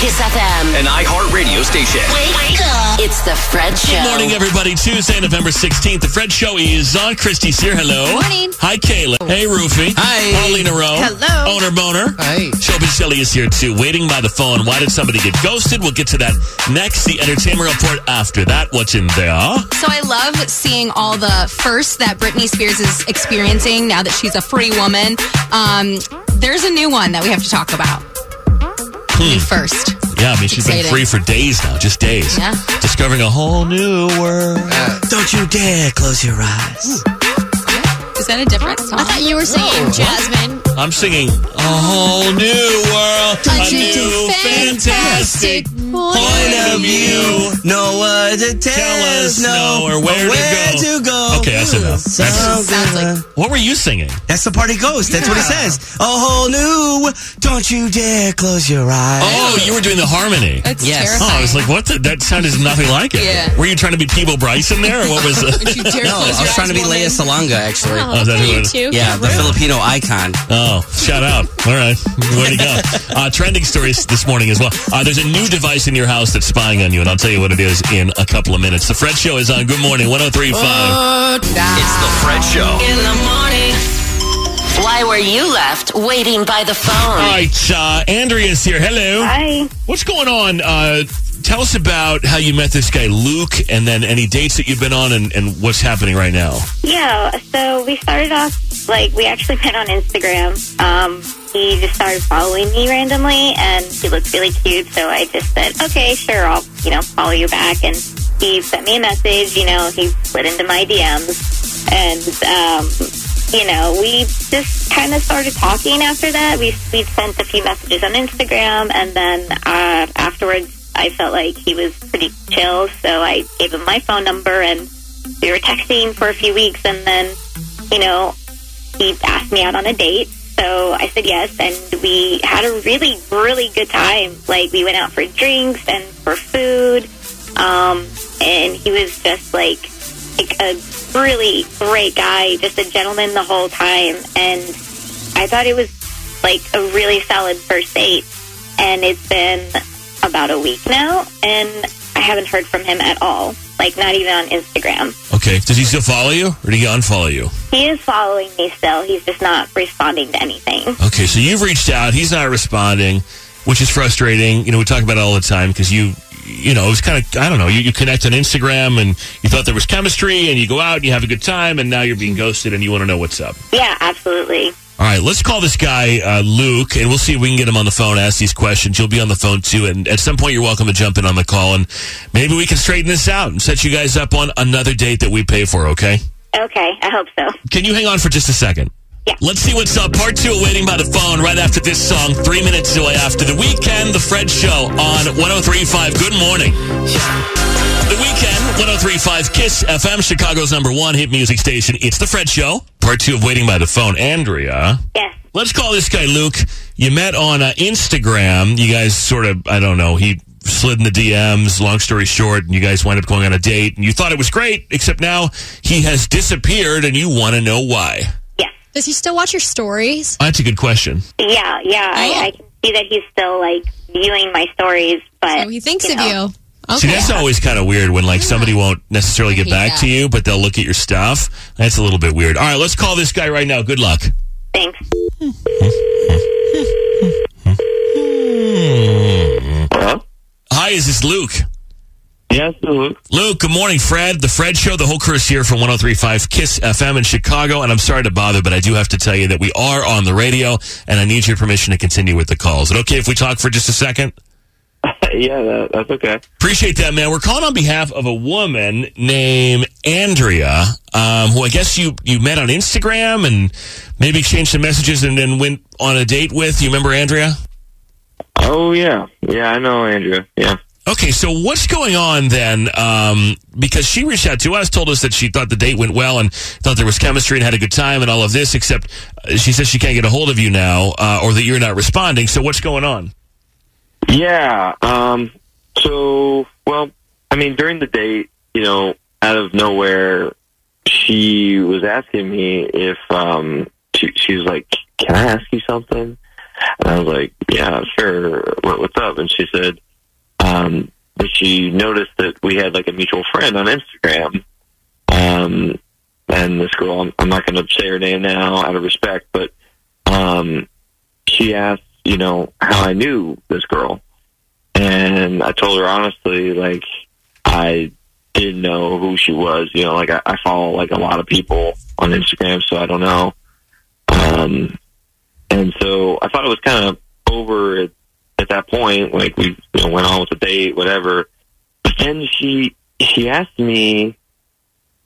[SPEAKER 1] Kiss FM.
[SPEAKER 2] an iHeartRadio station.
[SPEAKER 1] Wake up. It's the Fred Show.
[SPEAKER 2] Good
[SPEAKER 3] Good morning, everybody. Tuesday, November 16th. The Fred Show is on. Christy's here. Hello.
[SPEAKER 1] Good morning.
[SPEAKER 3] Hi, Kayla. Hey, Rufy. Hi. Paulina Rowe. Hello. Owner Boner. Hi. Shelby Shelley is here, too. Waiting by the phone. Why did somebody get ghosted? We'll get to that next. The entertainment report after that. What's in there?
[SPEAKER 4] So I love seeing all the firsts that Britney Spears is experiencing now that she's a free woman. Um, there's a new one that we have to talk about. June
[SPEAKER 3] Hmm.
[SPEAKER 4] 1st.
[SPEAKER 3] Yeah, I mean, she's been
[SPEAKER 4] Exciting.
[SPEAKER 3] free for days now, just days.
[SPEAKER 4] Yeah.
[SPEAKER 3] Discovering a whole new world. Don't you dare close your eyes.
[SPEAKER 4] Is that a different song? I thought you were singing Jasmine.
[SPEAKER 3] I'm singing a whole new world, a new fantastic point of view.
[SPEAKER 6] No one to tell,
[SPEAKER 3] Tell us
[SPEAKER 6] no,
[SPEAKER 3] no or where, to, go.
[SPEAKER 6] to go.
[SPEAKER 3] Okay, that's enough. That's-
[SPEAKER 6] Sounds like
[SPEAKER 3] what were you singing?
[SPEAKER 6] That's the party ghost. That's what it
[SPEAKER 3] Yeah.
[SPEAKER 6] says. A whole new. Don't you dare close your eyes.
[SPEAKER 3] Oh, you were doing the harmony.
[SPEAKER 6] That's Yes.
[SPEAKER 3] Oh, I was like, what? The, that sounded nothing like it.
[SPEAKER 6] Yeah.
[SPEAKER 3] Were you trying to be Peebo Bryce in there, or what was?
[SPEAKER 6] Don't you dare No, close I was your trying to eyes, be Lea woman. Salonga, actually. Oh,
[SPEAKER 3] is that who
[SPEAKER 6] okay,
[SPEAKER 3] it is?
[SPEAKER 6] you two. Yeah, the Really? Filipino icon.
[SPEAKER 3] Oh, shout out! All right, way to go. Uh, trending stories this morning as well. Uh, there's a new device in your house that's spying on you, and I'll tell you what it is in a couple of minutes. The Fred Show is on. Good morning, 103.5.
[SPEAKER 2] It's the Fred Show.
[SPEAKER 1] In the morning. Why were you left waiting by the phone?
[SPEAKER 3] All right, uh, Andrea's here. Hello.
[SPEAKER 1] Hi.
[SPEAKER 3] What's going on? Uh, tell us about how you met this guy, Luke, and then any dates that you've been on and, and what's happening right now.
[SPEAKER 21] Yeah, so we started off like we actually met on Instagram. Um, he just started following me randomly, and he looked really cute. So I just said, "Okay, sure, I'll you know follow you back." And he sent me a message. You know, he slid into my DMs, and um, you know, we just kind of started talking after that. We we sent a few messages on Instagram, and then uh, afterwards, I felt like he was pretty chill, so I gave him my phone number and we were texting for a few weeks and then you know he asked me out on a date so i said yes and we had a really really good time like we went out for drinks and for food um, and he was just like, like a really great guy just a gentleman the whole time and i thought it was like a really solid first date and it's been about a week now and i haven't heard from him at all like not even on instagram
[SPEAKER 3] Okay. Does he still follow you, or did he unfollow you?
[SPEAKER 21] he is following me still. He's just not responding to anything.
[SPEAKER 3] Okay, so you've reached out. He's not responding, which is frustrating. You know, we talk about it all the time because you, you know, it was kind of, I don't know, you, you connect on Instagram and you thought there was chemistry and you go out and you have a good time and now you're being ghosted and you want to know what's up.
[SPEAKER 21] Yeah, absolutely.
[SPEAKER 3] All right, let's call this guy uh, Luke, and we'll see if we can get him on the phone. Ask these questions. You'll be on the phone too, and at some point, you're welcome to jump in on the call, and maybe we can straighten this out and set you guys up on another date that we pay for. Okay?
[SPEAKER 21] Okay, I hope so.
[SPEAKER 3] Can you hang on for just a second? Yeah. Let's see what's up. Part two of Waiting by the Phone right after this song, three minutes away after the weekend. The Fred Show on 1035. Good morning. The weekend, 1035 Kiss FM, Chicago's number one hit music station. It's The Fred Show. Part two of Waiting by the Phone. Andrea.
[SPEAKER 21] Yes.
[SPEAKER 3] Let's call this guy Luke. You met on uh, Instagram. You guys sort of, I don't know, he slid in the DMs. Long story short, and you guys wind up going on a date, and you thought it was great, except now he has disappeared, and you want to know why.
[SPEAKER 7] Does he still watch your stories?
[SPEAKER 3] Oh, That's a good question.
[SPEAKER 21] Yeah, Oh, yeah. I, I can see that he's still like viewing my stories, but he thinks of you.
[SPEAKER 3] See, that's always kind of weird when like somebody won't necessarily get
[SPEAKER 21] hate
[SPEAKER 3] back
[SPEAKER 21] that.
[SPEAKER 3] to you, but they'll look at your stuff. That's a little bit weird. All right, let's call this guy right now. Good luck.
[SPEAKER 21] Thanks.
[SPEAKER 3] Hi, is this Luke? Yes, Luke. Luke, good morning, Fred. The Fred Show, the whole crew's here from 1035 Kiss FM in Chicago. And I'm sorry to bother, but I do have to tell you that we are on the radio, and I need your permission to continue with the call. Is it okay if we talk for just a second?
[SPEAKER 22] yeah, that, that's okay.
[SPEAKER 3] Appreciate that, man. We're calling on behalf of a woman named Andrea, um, who I guess you, you met on Instagram and maybe exchanged some messages and then went on a date with. You remember Andrea?
[SPEAKER 22] Oh yeah, yeah, I know Andrea. Yeah,
[SPEAKER 3] Okay, so what's going on then? Um, because she reached out to us, told us that she thought the date went well and thought there was chemistry and had a good time and all of this, except uh, she says she can't get a hold of you now uh, or that you're not responding. So what's going on?
[SPEAKER 22] yeah. Um, so well, I mean, during the date, you know, out of nowhere, she was asking me if um, she, she was like, "Can I ask you something?" And I was like, "Yeah, sure. What, what's up?" And she said um, that she noticed that we had like a mutual friend on Instagram. Um, and this girl, I'm, I'm not going to say her name now out of respect, but um, she asked, you know, how I knew this girl. And I told her honestly, like, I didn't know who she was. You know, like, I, I follow, like, a lot of people on Instagram, so I don't know. Um, and so I thought it was kind of over at at that point, like we you know, went on with the date, whatever. But then she she asked me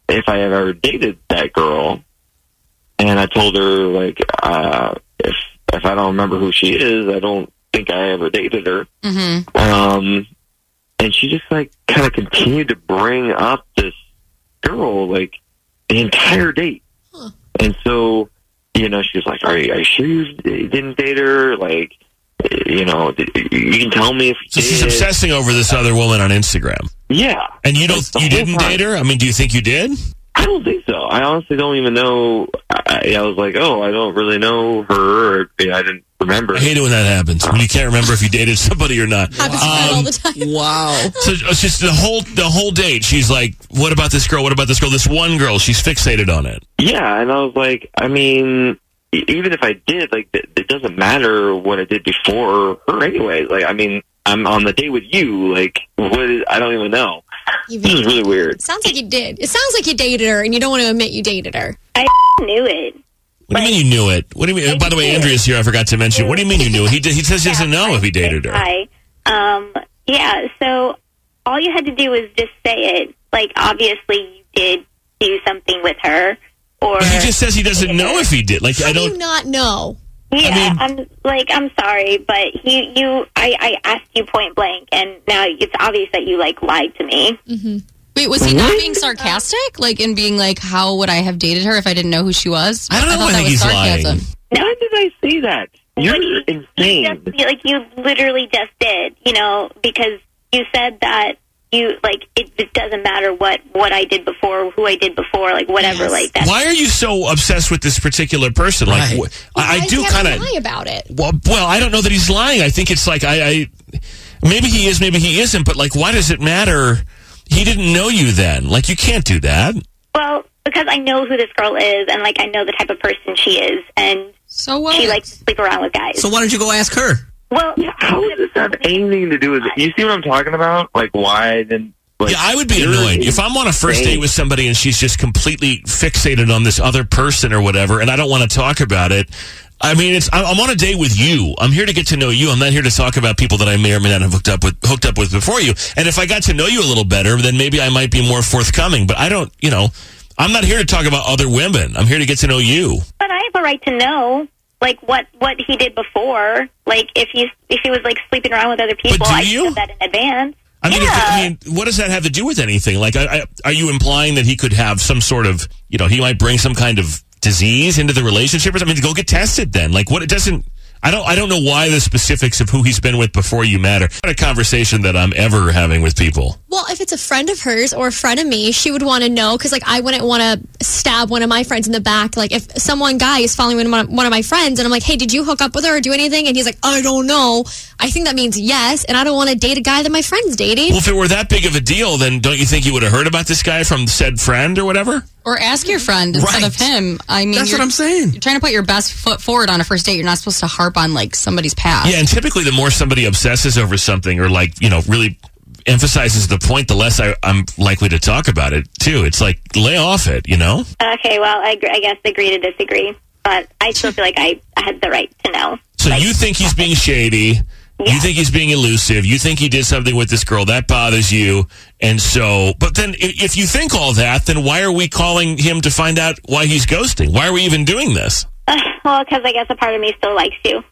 [SPEAKER 22] if I have ever dated that girl, and I told her like uh, if if I don't remember who she is, I don't think I ever dated her.
[SPEAKER 4] Mm-hmm.
[SPEAKER 22] Um, and she just like kind of continued to bring up this girl like the entire date. And so, you know, she was like, "Are you, are you sure you didn't date her? Like, you know, did, you can tell me if
[SPEAKER 3] So
[SPEAKER 22] you
[SPEAKER 3] she's
[SPEAKER 22] did."
[SPEAKER 3] obsessing over this other woman on Instagram.
[SPEAKER 22] Yeah,
[SPEAKER 3] And you don't,
[SPEAKER 22] That's the
[SPEAKER 3] you
[SPEAKER 22] whole
[SPEAKER 3] didn't
[SPEAKER 22] time.
[SPEAKER 3] date her? I mean, do you think you did?
[SPEAKER 22] I don't think so. I honestly don't even know. I, I was like, "Oh, I don't really know her. Or, you know, I didn't remember."
[SPEAKER 3] I hate it when that happens. When you can't remember if you dated somebody or not. Um,
[SPEAKER 6] Wow.
[SPEAKER 3] So it's just the whole the whole date. She's like, "What about this girl? What about this girl? This one girl. She's fixated on it."
[SPEAKER 22] Yeah, and I was like, I mean, e- even if I did, like, th- it doesn't matter what I did before her, anyway. Like, I mean, I'm on the date with you. Like, what? Is, I don't even know. This is really weird.
[SPEAKER 7] Sounds like you did. It sounds like you dated her, and you don't want to admit you dated her.
[SPEAKER 21] I knew it.
[SPEAKER 3] What do you mean you knew it? What do you mean? By the way, Andrea's here. I forgot to mention. What do you mean you knew? it? He d- he says he doesn't know if he dated her.
[SPEAKER 21] Hi. Um, yeah, so all you had to do was just say it. Like, obviously, you did do something with her. Or,
[SPEAKER 3] But he just says he doesn't know if he did. Like I don't.
[SPEAKER 7] not know.
[SPEAKER 21] yeah, I am like, I'm sorry, but you, you, I, I asked you point blank, and now it's obvious that you, like, lied to me.
[SPEAKER 4] Mm-hmm. Wait, was he not being sarcastic? Like, in being like, how would I have dated her if I didn't know who she was? I
[SPEAKER 22] don't know.
[SPEAKER 4] thought
[SPEAKER 22] I
[SPEAKER 4] that
[SPEAKER 22] think
[SPEAKER 4] was
[SPEAKER 22] he's
[SPEAKER 4] sarcasm.
[SPEAKER 22] lying. Why did I say that? You're insane.
[SPEAKER 21] You- like you literally just did, you know, because you said that you like it, it doesn't matter what what I did before, who I did before, like whatever, like that.
[SPEAKER 3] Why are you so obsessed with this particular person? Like wh- I, I do kind of
[SPEAKER 7] lie about it.
[SPEAKER 3] Well, well, I don't know that he's lying. I think it's like I, I maybe he is, maybe he isn't. But like, why does it matter? He didn't know you then. Like, you can't do that.
[SPEAKER 21] Well, because I know who this girl is, and like I know the type of person she is, and
[SPEAKER 4] so
[SPEAKER 21] she likes to sleep around with guys.
[SPEAKER 6] So why don't you go ask her?
[SPEAKER 21] well,
[SPEAKER 22] How does this have anything to do with it? You see what I'm talking about? Like, why then? Like,
[SPEAKER 3] yeah, I would be
[SPEAKER 22] you're
[SPEAKER 3] annoyed if I'm on a first
[SPEAKER 22] insane.
[SPEAKER 3] date with somebody and she's just completely fixated on this other person or whatever, and I don't want to talk about it. I mean, it's I'm I'm on a date with you. I'm here to get to know you. I'm not here to talk about people that I may or may not have hooked up with hooked up with before you. And if I got to know you a little better, then maybe I might be more forthcoming. But I don't, you know, I'm not here to talk about other women. I'm here to get to know you.
[SPEAKER 21] but I have a right to know like what what he did before. Like if he's if he was like sleeping around with other people,
[SPEAKER 3] do
[SPEAKER 21] I
[SPEAKER 3] you?
[SPEAKER 21] should have that in advance.
[SPEAKER 3] I mean, if-
[SPEAKER 21] yeah.
[SPEAKER 3] I mean, what does that have to do with anything? Like, I, I, are you implying that he could have some sort of, you know, he might bring some kind of disease into the relationship? or something? I mean, go get tested then. Like, what it doesn't. I don't. I don't know why the specifics of who he's been with before you matter. Not a conversation that I'm ever having with people.
[SPEAKER 7] Well, if it's a friend of hers or a friend of me, she would want to know because, like, I wouldn't want to stab one of my friends in the back. Like, if someone guy is following one of my- one of my friends and I'm like, "Hey, did you hook up with her or do anything?" and he's like, "I don't know," I think that means yes, and I don't want to date a guy that my friend's dating.
[SPEAKER 3] Well, if it were that big of a deal, then don't you think you would have heard about this guy from said friend or whatever?
[SPEAKER 4] Or ask your friend instead of him. I mean,
[SPEAKER 3] That's
[SPEAKER 4] you're-
[SPEAKER 3] what I'm saying.
[SPEAKER 4] You're trying to put your best foot forward on a first date. You're not supposed to harp on like somebody's past.
[SPEAKER 3] Yeah, and typically the more somebody obsesses over something or like, you know, really emphasizes the point, the less I, I'm likely to talk about it too. It's like lay off it, you know?
[SPEAKER 21] Okay, well, I, gr- I guess agree to disagree, but I still feel like I had the right to know.
[SPEAKER 3] So you think he's being shady. You think he's being elusive. You think he did something with this girl. That bothers you. And so, but then i- if you think all that, then why are we calling him to find out why he's ghosting? Why are we even doing this?
[SPEAKER 21] Uh, well, because I guess a part of me still likes you.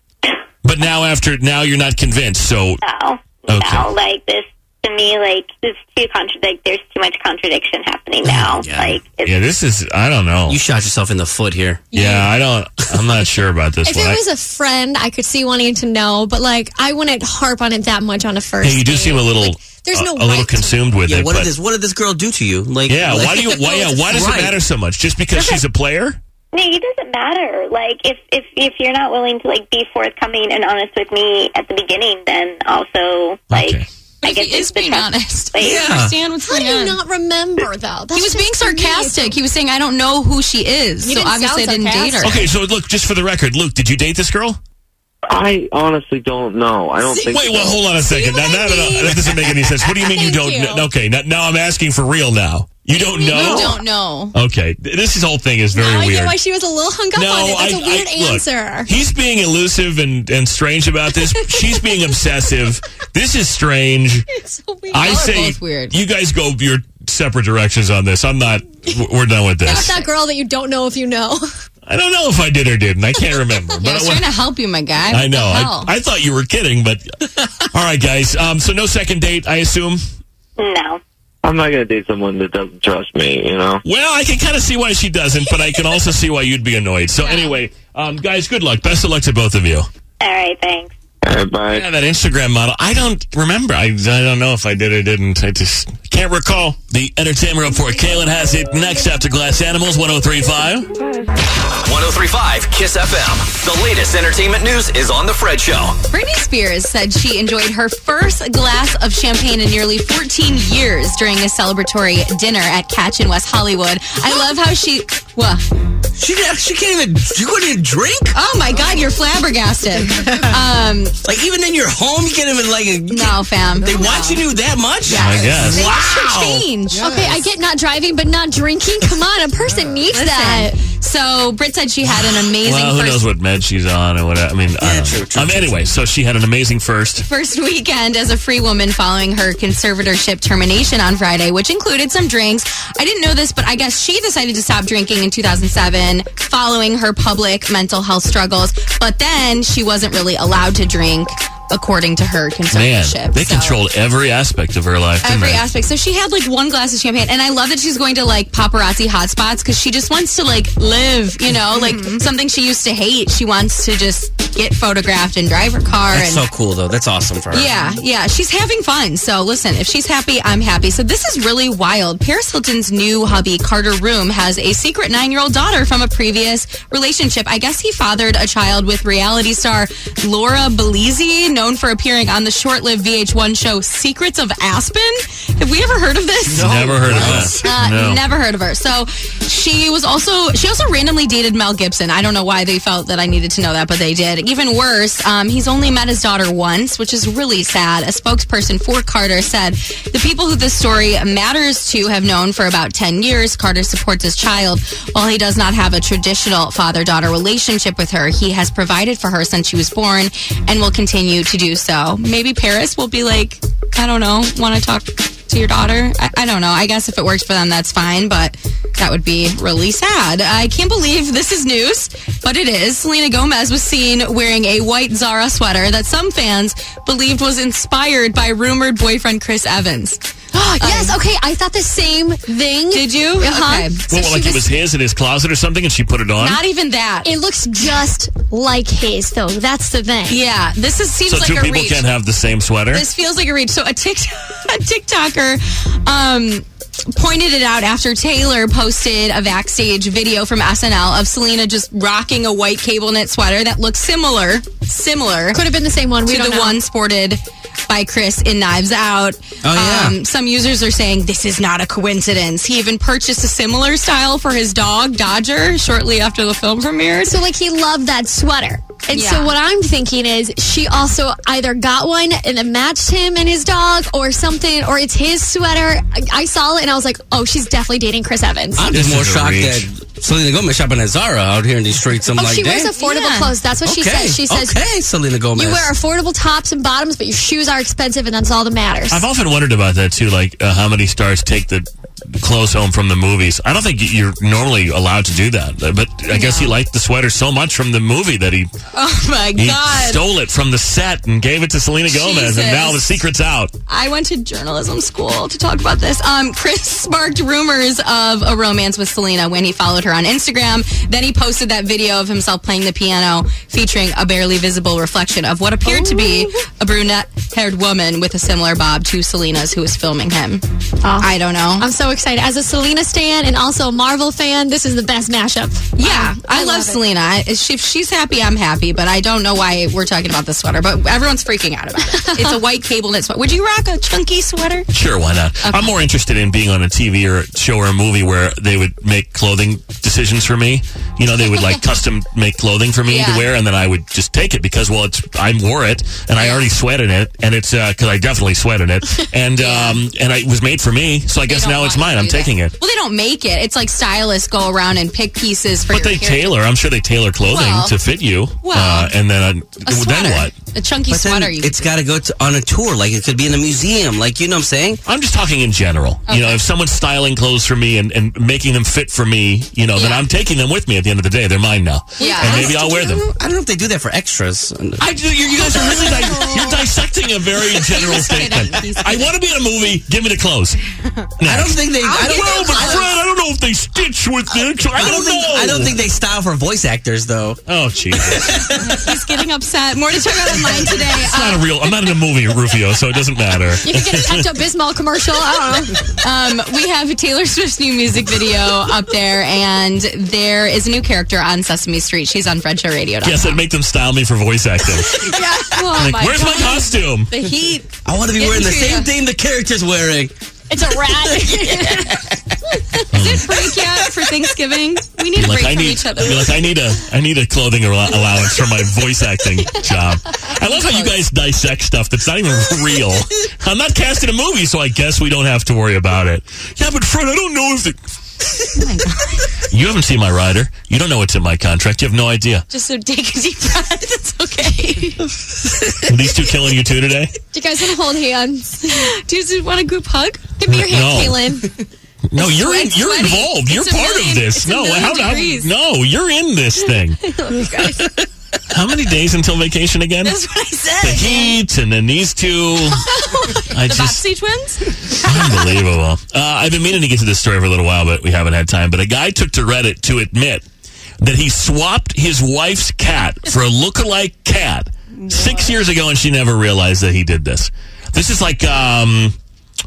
[SPEAKER 3] But now, after, now you're not convinced. So,
[SPEAKER 21] No,
[SPEAKER 3] Okay.
[SPEAKER 21] no, like this to me, like it's too contradict. There's too much contradiction happening now. Like
[SPEAKER 3] yeah, this is, I don't know. You shot yourself in the foot here. Yeah, I don't, I'm not sure about this
[SPEAKER 7] if
[SPEAKER 3] one.
[SPEAKER 7] it
[SPEAKER 3] I-
[SPEAKER 7] was a friend, I could see wanting to know, but like, I wouldn't harp on it that much on a first.
[SPEAKER 3] Yeah, you do
[SPEAKER 7] date.
[SPEAKER 3] seem a little
[SPEAKER 7] there's
[SPEAKER 3] a,
[SPEAKER 7] no
[SPEAKER 3] a little consumed with
[SPEAKER 6] Yeah,
[SPEAKER 3] it.
[SPEAKER 6] what did
[SPEAKER 3] but-
[SPEAKER 6] this- what did this girl do to you? Like,
[SPEAKER 3] yeah,
[SPEAKER 6] like-
[SPEAKER 3] why do you? Why, yeah, why does it
[SPEAKER 6] Right.
[SPEAKER 3] matter so much? Just because she's a player?
[SPEAKER 21] No, it doesn't matter. Like if if if you're not willing to like be forthcoming and honest with me at the beginning, then also like I guess it's being
[SPEAKER 4] honest.
[SPEAKER 21] Like,
[SPEAKER 4] I understand what's
[SPEAKER 7] How do
[SPEAKER 4] going
[SPEAKER 7] you
[SPEAKER 4] on.
[SPEAKER 7] not remember though? That's
[SPEAKER 4] he was being
[SPEAKER 7] just for me, it's
[SPEAKER 4] sarcastic. He was saying, "I don't know who she is,"
[SPEAKER 7] You
[SPEAKER 4] so
[SPEAKER 7] didn't
[SPEAKER 4] obviously I
[SPEAKER 7] sound
[SPEAKER 4] didn't date her.
[SPEAKER 3] Okay, so look, just for the record, Luke, did you date this girl?
[SPEAKER 22] I honestly don't know. I don't think.
[SPEAKER 3] Wait, well, hold on a second. Now, no, no, no, that doesn't make any sense. What do you mean you don't?
[SPEAKER 7] Thank you.
[SPEAKER 3] kn- Okay, now, now I'm asking for real. Now, You don't
[SPEAKER 4] We
[SPEAKER 3] know?
[SPEAKER 4] don't know.
[SPEAKER 3] Okay, th- this whole thing is very
[SPEAKER 7] Now I
[SPEAKER 3] weird.
[SPEAKER 7] get why she was a little hung up
[SPEAKER 3] No,
[SPEAKER 7] on it. That's a
[SPEAKER 3] I-
[SPEAKER 7] weird
[SPEAKER 3] I- look,
[SPEAKER 7] answer.
[SPEAKER 3] He's being elusive and, and strange about this. She's being obsessive. This is strange. I
[SPEAKER 7] Y'all are
[SPEAKER 3] say
[SPEAKER 7] both weird.
[SPEAKER 3] you guys go your separate directions on this. I'm not. w- We're done with
[SPEAKER 7] Not
[SPEAKER 3] this.
[SPEAKER 7] that girl that you don't know if you know.
[SPEAKER 3] I don't know if I did or didn't. I can't remember.
[SPEAKER 4] Yeah, I was
[SPEAKER 3] I,
[SPEAKER 4] trying to help you, my guy.
[SPEAKER 3] I know.
[SPEAKER 4] What the
[SPEAKER 3] I,
[SPEAKER 4] hell?
[SPEAKER 3] I thought you were kidding, but all right, guys. Um, so no second date, I assume.
[SPEAKER 21] No.
[SPEAKER 22] I'm not going to date someone that doesn't trust me, you know?
[SPEAKER 3] Well, I can kind of see why she doesn't, but I can also see why you'd be annoyed. So anyway, um, guys, good luck. Best of luck to both of you.
[SPEAKER 21] All right, thanks.
[SPEAKER 22] bye.
[SPEAKER 3] Yeah, that Instagram model. I don't remember. I, I don't know if I did or didn't. I just can't recall. The entertainment report. Kaylin has it next after Glass Animals 1035.
[SPEAKER 2] 1035 Kiss FM. The latest entertainment news is on The Fred Show.
[SPEAKER 4] Britney Spears said she enjoyed her first glass of champagne in nearly 14 years during a celebratory dinner at Catch in West Hollywood. I love how she. What?
[SPEAKER 6] She, she can't even. She couldn't even drink.
[SPEAKER 4] Oh my God, you're flabbergasted. Um,
[SPEAKER 6] Like even in your home, you can't even like.
[SPEAKER 4] No, fam.
[SPEAKER 6] They watching you that much?
[SPEAKER 3] I guess.
[SPEAKER 6] Wow.
[SPEAKER 7] Okay, I get not driving, but not drinking. Come on, a person needs that.
[SPEAKER 4] So Brit said she had an amazing
[SPEAKER 3] Well, who
[SPEAKER 4] first
[SPEAKER 3] knows what med she's on and what I mean. I don't know. um, anyway, so she had an amazing first.
[SPEAKER 4] first weekend as a free woman following her conservatorship termination on Friday, which included some drinks. I didn't know this, but I guess she decided to stop drinking in 2007 following her public mental health struggles. But then she wasn't really allowed to drink according to her
[SPEAKER 3] Man,
[SPEAKER 4] conservatorship.
[SPEAKER 3] they
[SPEAKER 4] So-
[SPEAKER 3] controlled every aspect of her life. didn't
[SPEAKER 4] Every
[SPEAKER 3] they?
[SPEAKER 4] aspect. So she had like one glass of champagne, and I love that she's going to like paparazzi hotspots because she just wants to like live, you know, like something she used to hate. She wants to just get photographed and drive her car.
[SPEAKER 6] That's
[SPEAKER 4] and
[SPEAKER 6] so cool though. That's awesome for her.
[SPEAKER 4] yeah, yeah. She's having fun. So listen, if she's happy, I'm happy. So this is really wild. Paris Hilton's new hubby, Carter Room, has a secret nine year old daughter from a previous relationship. I guess he fathered a child with reality star Laura Belize, known for appearing on the short lived VH1 show Secrets of Aspen. Have we ever heard of this?
[SPEAKER 3] Never heard of that.
[SPEAKER 4] Uh,
[SPEAKER 3] no.
[SPEAKER 4] Never heard of her. So she was also she also randomly dated Mel Gibson. I don't know why they felt that I needed to know that, but they did. Even worse, um, he's only met his daughter once, which is really sad. A spokesperson for Carter said the people who this story matters to have known for about ten years. Carter supports his child while he does not have a traditional father daughter relationship with her. He has provided for her since she was born and will continue to do so. Maybe Paris will be like, I don't know, want to talk to your daughter. I, I don't know. I guess if it works for them, that's fine, but that would be really sad. I can't believe this is news, but it is. Selena Gomez was seen wearing a white Zara sweater that some fans believed was inspired by rumored boyfriend Chris Evans.
[SPEAKER 7] yes, okay, I thought the same thing.
[SPEAKER 4] Did you?
[SPEAKER 7] Uh-huh.
[SPEAKER 4] Okay.
[SPEAKER 7] So
[SPEAKER 3] Well,
[SPEAKER 7] she
[SPEAKER 3] like it was
[SPEAKER 7] was-
[SPEAKER 3] his in his closet or something, and she put it on.
[SPEAKER 4] Not even that.
[SPEAKER 7] It looks just like his, though. That's the thing.
[SPEAKER 4] Yeah, this is seems
[SPEAKER 3] so
[SPEAKER 4] like
[SPEAKER 3] two
[SPEAKER 4] a
[SPEAKER 3] people
[SPEAKER 4] reach.
[SPEAKER 3] can't have the same sweater.
[SPEAKER 4] This feels like a reach. So a TikTok, a TikToker, um, pointed it out after Taylor posted a backstage video from SNL of Selena just rocking a white cable knit sweater that looks similar, similar.
[SPEAKER 7] Could have been the same one. We
[SPEAKER 4] to
[SPEAKER 7] don't
[SPEAKER 4] the
[SPEAKER 7] know.
[SPEAKER 4] one sported by Chris in Knives Out. Um,
[SPEAKER 7] Oh, yeah.
[SPEAKER 4] some users are saying this is not a coincidence. He even purchased a similar style for his dog Dodger shortly after the film premiered.
[SPEAKER 7] So, like, he loved that sweater. And
[SPEAKER 4] Yeah.
[SPEAKER 7] so, what I'm thinking is she also either got one and then matched him and his dog or something, or it's his sweater. I, I saw it and I was like, oh, she's definitely dating Chris Evans.
[SPEAKER 6] I'm just more shocked that Selena Gomez shopping at Zara out here in these streets. I'm
[SPEAKER 7] oh,
[SPEAKER 6] like,
[SPEAKER 7] she wears
[SPEAKER 6] damn.
[SPEAKER 7] affordable clothes. That's what she
[SPEAKER 6] Okay,
[SPEAKER 7] says. She says,
[SPEAKER 6] okay, Selena Gomez.
[SPEAKER 7] You wear affordable tops and bottoms, but your shoes are expensive, and that's all that matters.
[SPEAKER 3] I've often wondered about that too, like uh, how many stars take the clothes home from the movies. I don't think you're normally allowed to do that, uh, but I guess he liked the sweater so much from the movie that he,
[SPEAKER 4] Oh my
[SPEAKER 3] he
[SPEAKER 4] god.
[SPEAKER 3] stole it from the set and gave it to Selena Gomez, and
[SPEAKER 4] Jesus.
[SPEAKER 3] now the secret's out.
[SPEAKER 4] I went to journalism school to talk about this. Um, Chris sparked rumors of a romance with Selena when he followed her on Instagram. Then he posted that video of himself playing the piano featuring a barely visible reflection of what appeared to be a brunette haired woman with a similar bob to Selena's who was filming him. I don't know.
[SPEAKER 7] Oh. I'm so excited. As a Selena stan and also a Marvel fan, this is the best mashup.
[SPEAKER 4] Yeah, I, love, Selena. I, if she, if she's happy, I'm happy, but I don't know why we're talking about this sweater, but everyone's freaking out about it. it's a white cable knit sweater. Would you rock a chunky sweater?
[SPEAKER 3] Sure, why not?
[SPEAKER 4] Okay.
[SPEAKER 3] I'm more interested in being on a TV or show or a movie where they would make clothing decisions for me. You know, they would like custom make clothing for me
[SPEAKER 4] Yeah.
[SPEAKER 3] to wear, and then I would just take it because, well, it's I wore it and I already sweat in it, and it's because I definitely sweat in it, and um, and I, it was made for me, so I guess
[SPEAKER 4] don't
[SPEAKER 3] now it's
[SPEAKER 4] want you
[SPEAKER 3] mine.
[SPEAKER 4] to
[SPEAKER 3] I'm
[SPEAKER 4] do
[SPEAKER 3] taking
[SPEAKER 4] that.
[SPEAKER 3] it.
[SPEAKER 4] Well, they don't make it. It's like stylists go around and pick pieces for
[SPEAKER 3] But
[SPEAKER 4] your
[SPEAKER 3] they
[SPEAKER 4] period.
[SPEAKER 3] tailor. I'm sure they tailor clothing
[SPEAKER 4] Well-
[SPEAKER 3] to fit you.
[SPEAKER 4] Well,
[SPEAKER 3] uh, and then uh,
[SPEAKER 4] A sweater.
[SPEAKER 3] then what?
[SPEAKER 4] A chunky
[SPEAKER 6] But then
[SPEAKER 4] sweater. You
[SPEAKER 6] it's got to go to- on a tour. Like it could be in a museum. Like you know what I'm saying?
[SPEAKER 3] I'm just talking in general. You know, if someone's styling clothes for me and, and making them fit for me, you know, then I'm taking them with me at the end of the day. They're mine now.
[SPEAKER 6] Yeah.
[SPEAKER 3] And maybe I'll wear them.
[SPEAKER 6] I don't know if they do that for extras.
[SPEAKER 3] I do. You guys are really di- you're dissecting a very general statement. I want to be in a movie. Give me the clothes. I
[SPEAKER 6] don't think they. I don't,
[SPEAKER 3] well, but Fred, I don't know if they stitch with the. I don't,
[SPEAKER 6] think,
[SPEAKER 3] know.
[SPEAKER 6] I don't think they style for voice actors though.
[SPEAKER 3] Oh Jesus!
[SPEAKER 4] He's getting upset. More to check out online today.
[SPEAKER 3] It's not a real. I'm not in a movie, Rufio, so it doesn't matter.
[SPEAKER 4] You can get a Pepto Bismol commercial. I don't know. Um, we have Taylor Swift's new music video up there, and there is a new character on Sesame Street. She's on FredShowRadio.com.
[SPEAKER 3] Yes, I'd make them style me for voice acting.
[SPEAKER 4] yeah. Oh,
[SPEAKER 3] Like,
[SPEAKER 4] my
[SPEAKER 3] where's my
[SPEAKER 4] God.
[SPEAKER 3] costume?
[SPEAKER 4] The heat.
[SPEAKER 6] I want to be
[SPEAKER 4] Getting
[SPEAKER 6] wearing the
[SPEAKER 4] to
[SPEAKER 6] same
[SPEAKER 4] ya.
[SPEAKER 6] thing the character's wearing.
[SPEAKER 4] It's a rat. is it break yet for Thanksgiving? We need
[SPEAKER 3] Be
[SPEAKER 4] a
[SPEAKER 3] like
[SPEAKER 4] break
[SPEAKER 3] I
[SPEAKER 4] from
[SPEAKER 3] need,
[SPEAKER 4] each other.
[SPEAKER 3] be like I need a, I need a clothing allo- allowance for my voice acting job. I love how you guys dissect stuff that's not even real. I'm not casting a movie, so I guess we don't have to worry about it. Yeah, but Fred, I don't know if the.
[SPEAKER 4] Oh
[SPEAKER 3] You haven't seen my rider. You don't know what's in my contract. You have no idea.
[SPEAKER 4] Just so take a deep breath. It's okay.
[SPEAKER 3] Are these two killing you two today?
[SPEAKER 7] Do you guys want to hold hands?
[SPEAKER 4] Do you want a group hug?
[SPEAKER 7] Give me your hand,
[SPEAKER 3] Uh, No.
[SPEAKER 7] Kaylin.
[SPEAKER 3] No,
[SPEAKER 7] It's
[SPEAKER 3] you're in,
[SPEAKER 7] sweat-
[SPEAKER 3] you're
[SPEAKER 7] sweaty.
[SPEAKER 3] involved.
[SPEAKER 7] It's
[SPEAKER 3] you're
[SPEAKER 7] a
[SPEAKER 3] part
[SPEAKER 7] million-
[SPEAKER 3] of this.
[SPEAKER 7] it's a
[SPEAKER 3] No,
[SPEAKER 7] million
[SPEAKER 3] how, how
[SPEAKER 7] degrees. Oh,
[SPEAKER 3] no, you're in this thing. How many days until vacation again?
[SPEAKER 4] That's what I
[SPEAKER 3] the
[SPEAKER 4] said.
[SPEAKER 3] heat and then these two. I
[SPEAKER 4] the
[SPEAKER 3] just-
[SPEAKER 4] Bobbsey twins?
[SPEAKER 3] Unbelievable. Uh, I've been meaning to get to this story for a little while, but we haven't had time. But a guy took to Reddit to admit that he swapped his wife's cat for a lookalike cat six years ago, and she never realized that he did this. This is like um,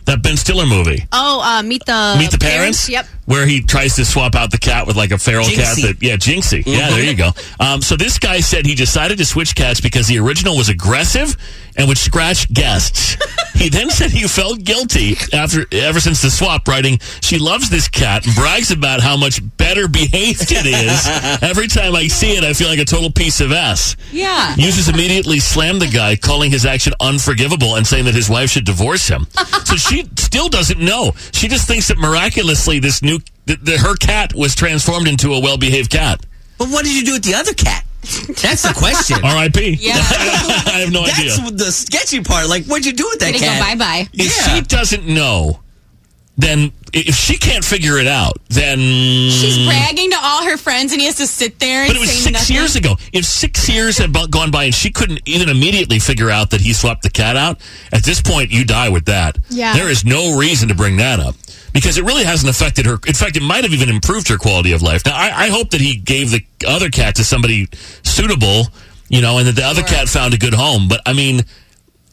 [SPEAKER 3] that Ben Stiller movie.
[SPEAKER 9] Oh, uh, meet the
[SPEAKER 3] Meet the Parents?
[SPEAKER 9] Yep.
[SPEAKER 3] where he tries to swap out the cat with like a feral
[SPEAKER 9] Jinxie.
[SPEAKER 3] cat that yeah jinxie yeah there you go um, so this guy said he decided to switch cats because the original was aggressive and would scratch guests he then said he felt guilty after ever since the swap writing she loves this cat and brags about how much better behaved it is every time i see it i feel like a total piece of ass
[SPEAKER 4] Yeah.
[SPEAKER 3] Users immediately slammed the guy, calling his action unforgivable and saying that his wife should divorce him. So she still doesn't know. She just thinks that miraculously this new th- th- her cat was transformed into a well-behaved cat.
[SPEAKER 6] But what did you do with the other cat? That's the question.
[SPEAKER 3] R.I.P.
[SPEAKER 6] Yeah.
[SPEAKER 3] I have no
[SPEAKER 6] That's
[SPEAKER 3] idea.
[SPEAKER 6] the sketchy part. Like, what'd you do with that
[SPEAKER 4] Way to go,
[SPEAKER 6] cat?
[SPEAKER 4] bye-bye.
[SPEAKER 3] If she doesn't know, then i- if she can't figure it out, then
[SPEAKER 6] Mm.
[SPEAKER 4] She's bragging to all her friends, and he has to sit there and
[SPEAKER 3] But it was
[SPEAKER 4] say
[SPEAKER 3] six
[SPEAKER 4] nothing.
[SPEAKER 3] years ago. If six years had bu- gone by and she couldn't even immediately figure out that he swapped the cat out, at this point you die with that.
[SPEAKER 10] Yeah.
[SPEAKER 3] There is no reason to bring that up because it really hasn't affected her. In fact, it might have even improved her quality of life. Now, I, I hope that he gave the other cat to somebody suitable, you know, and that the other cat found a good home. But I mean.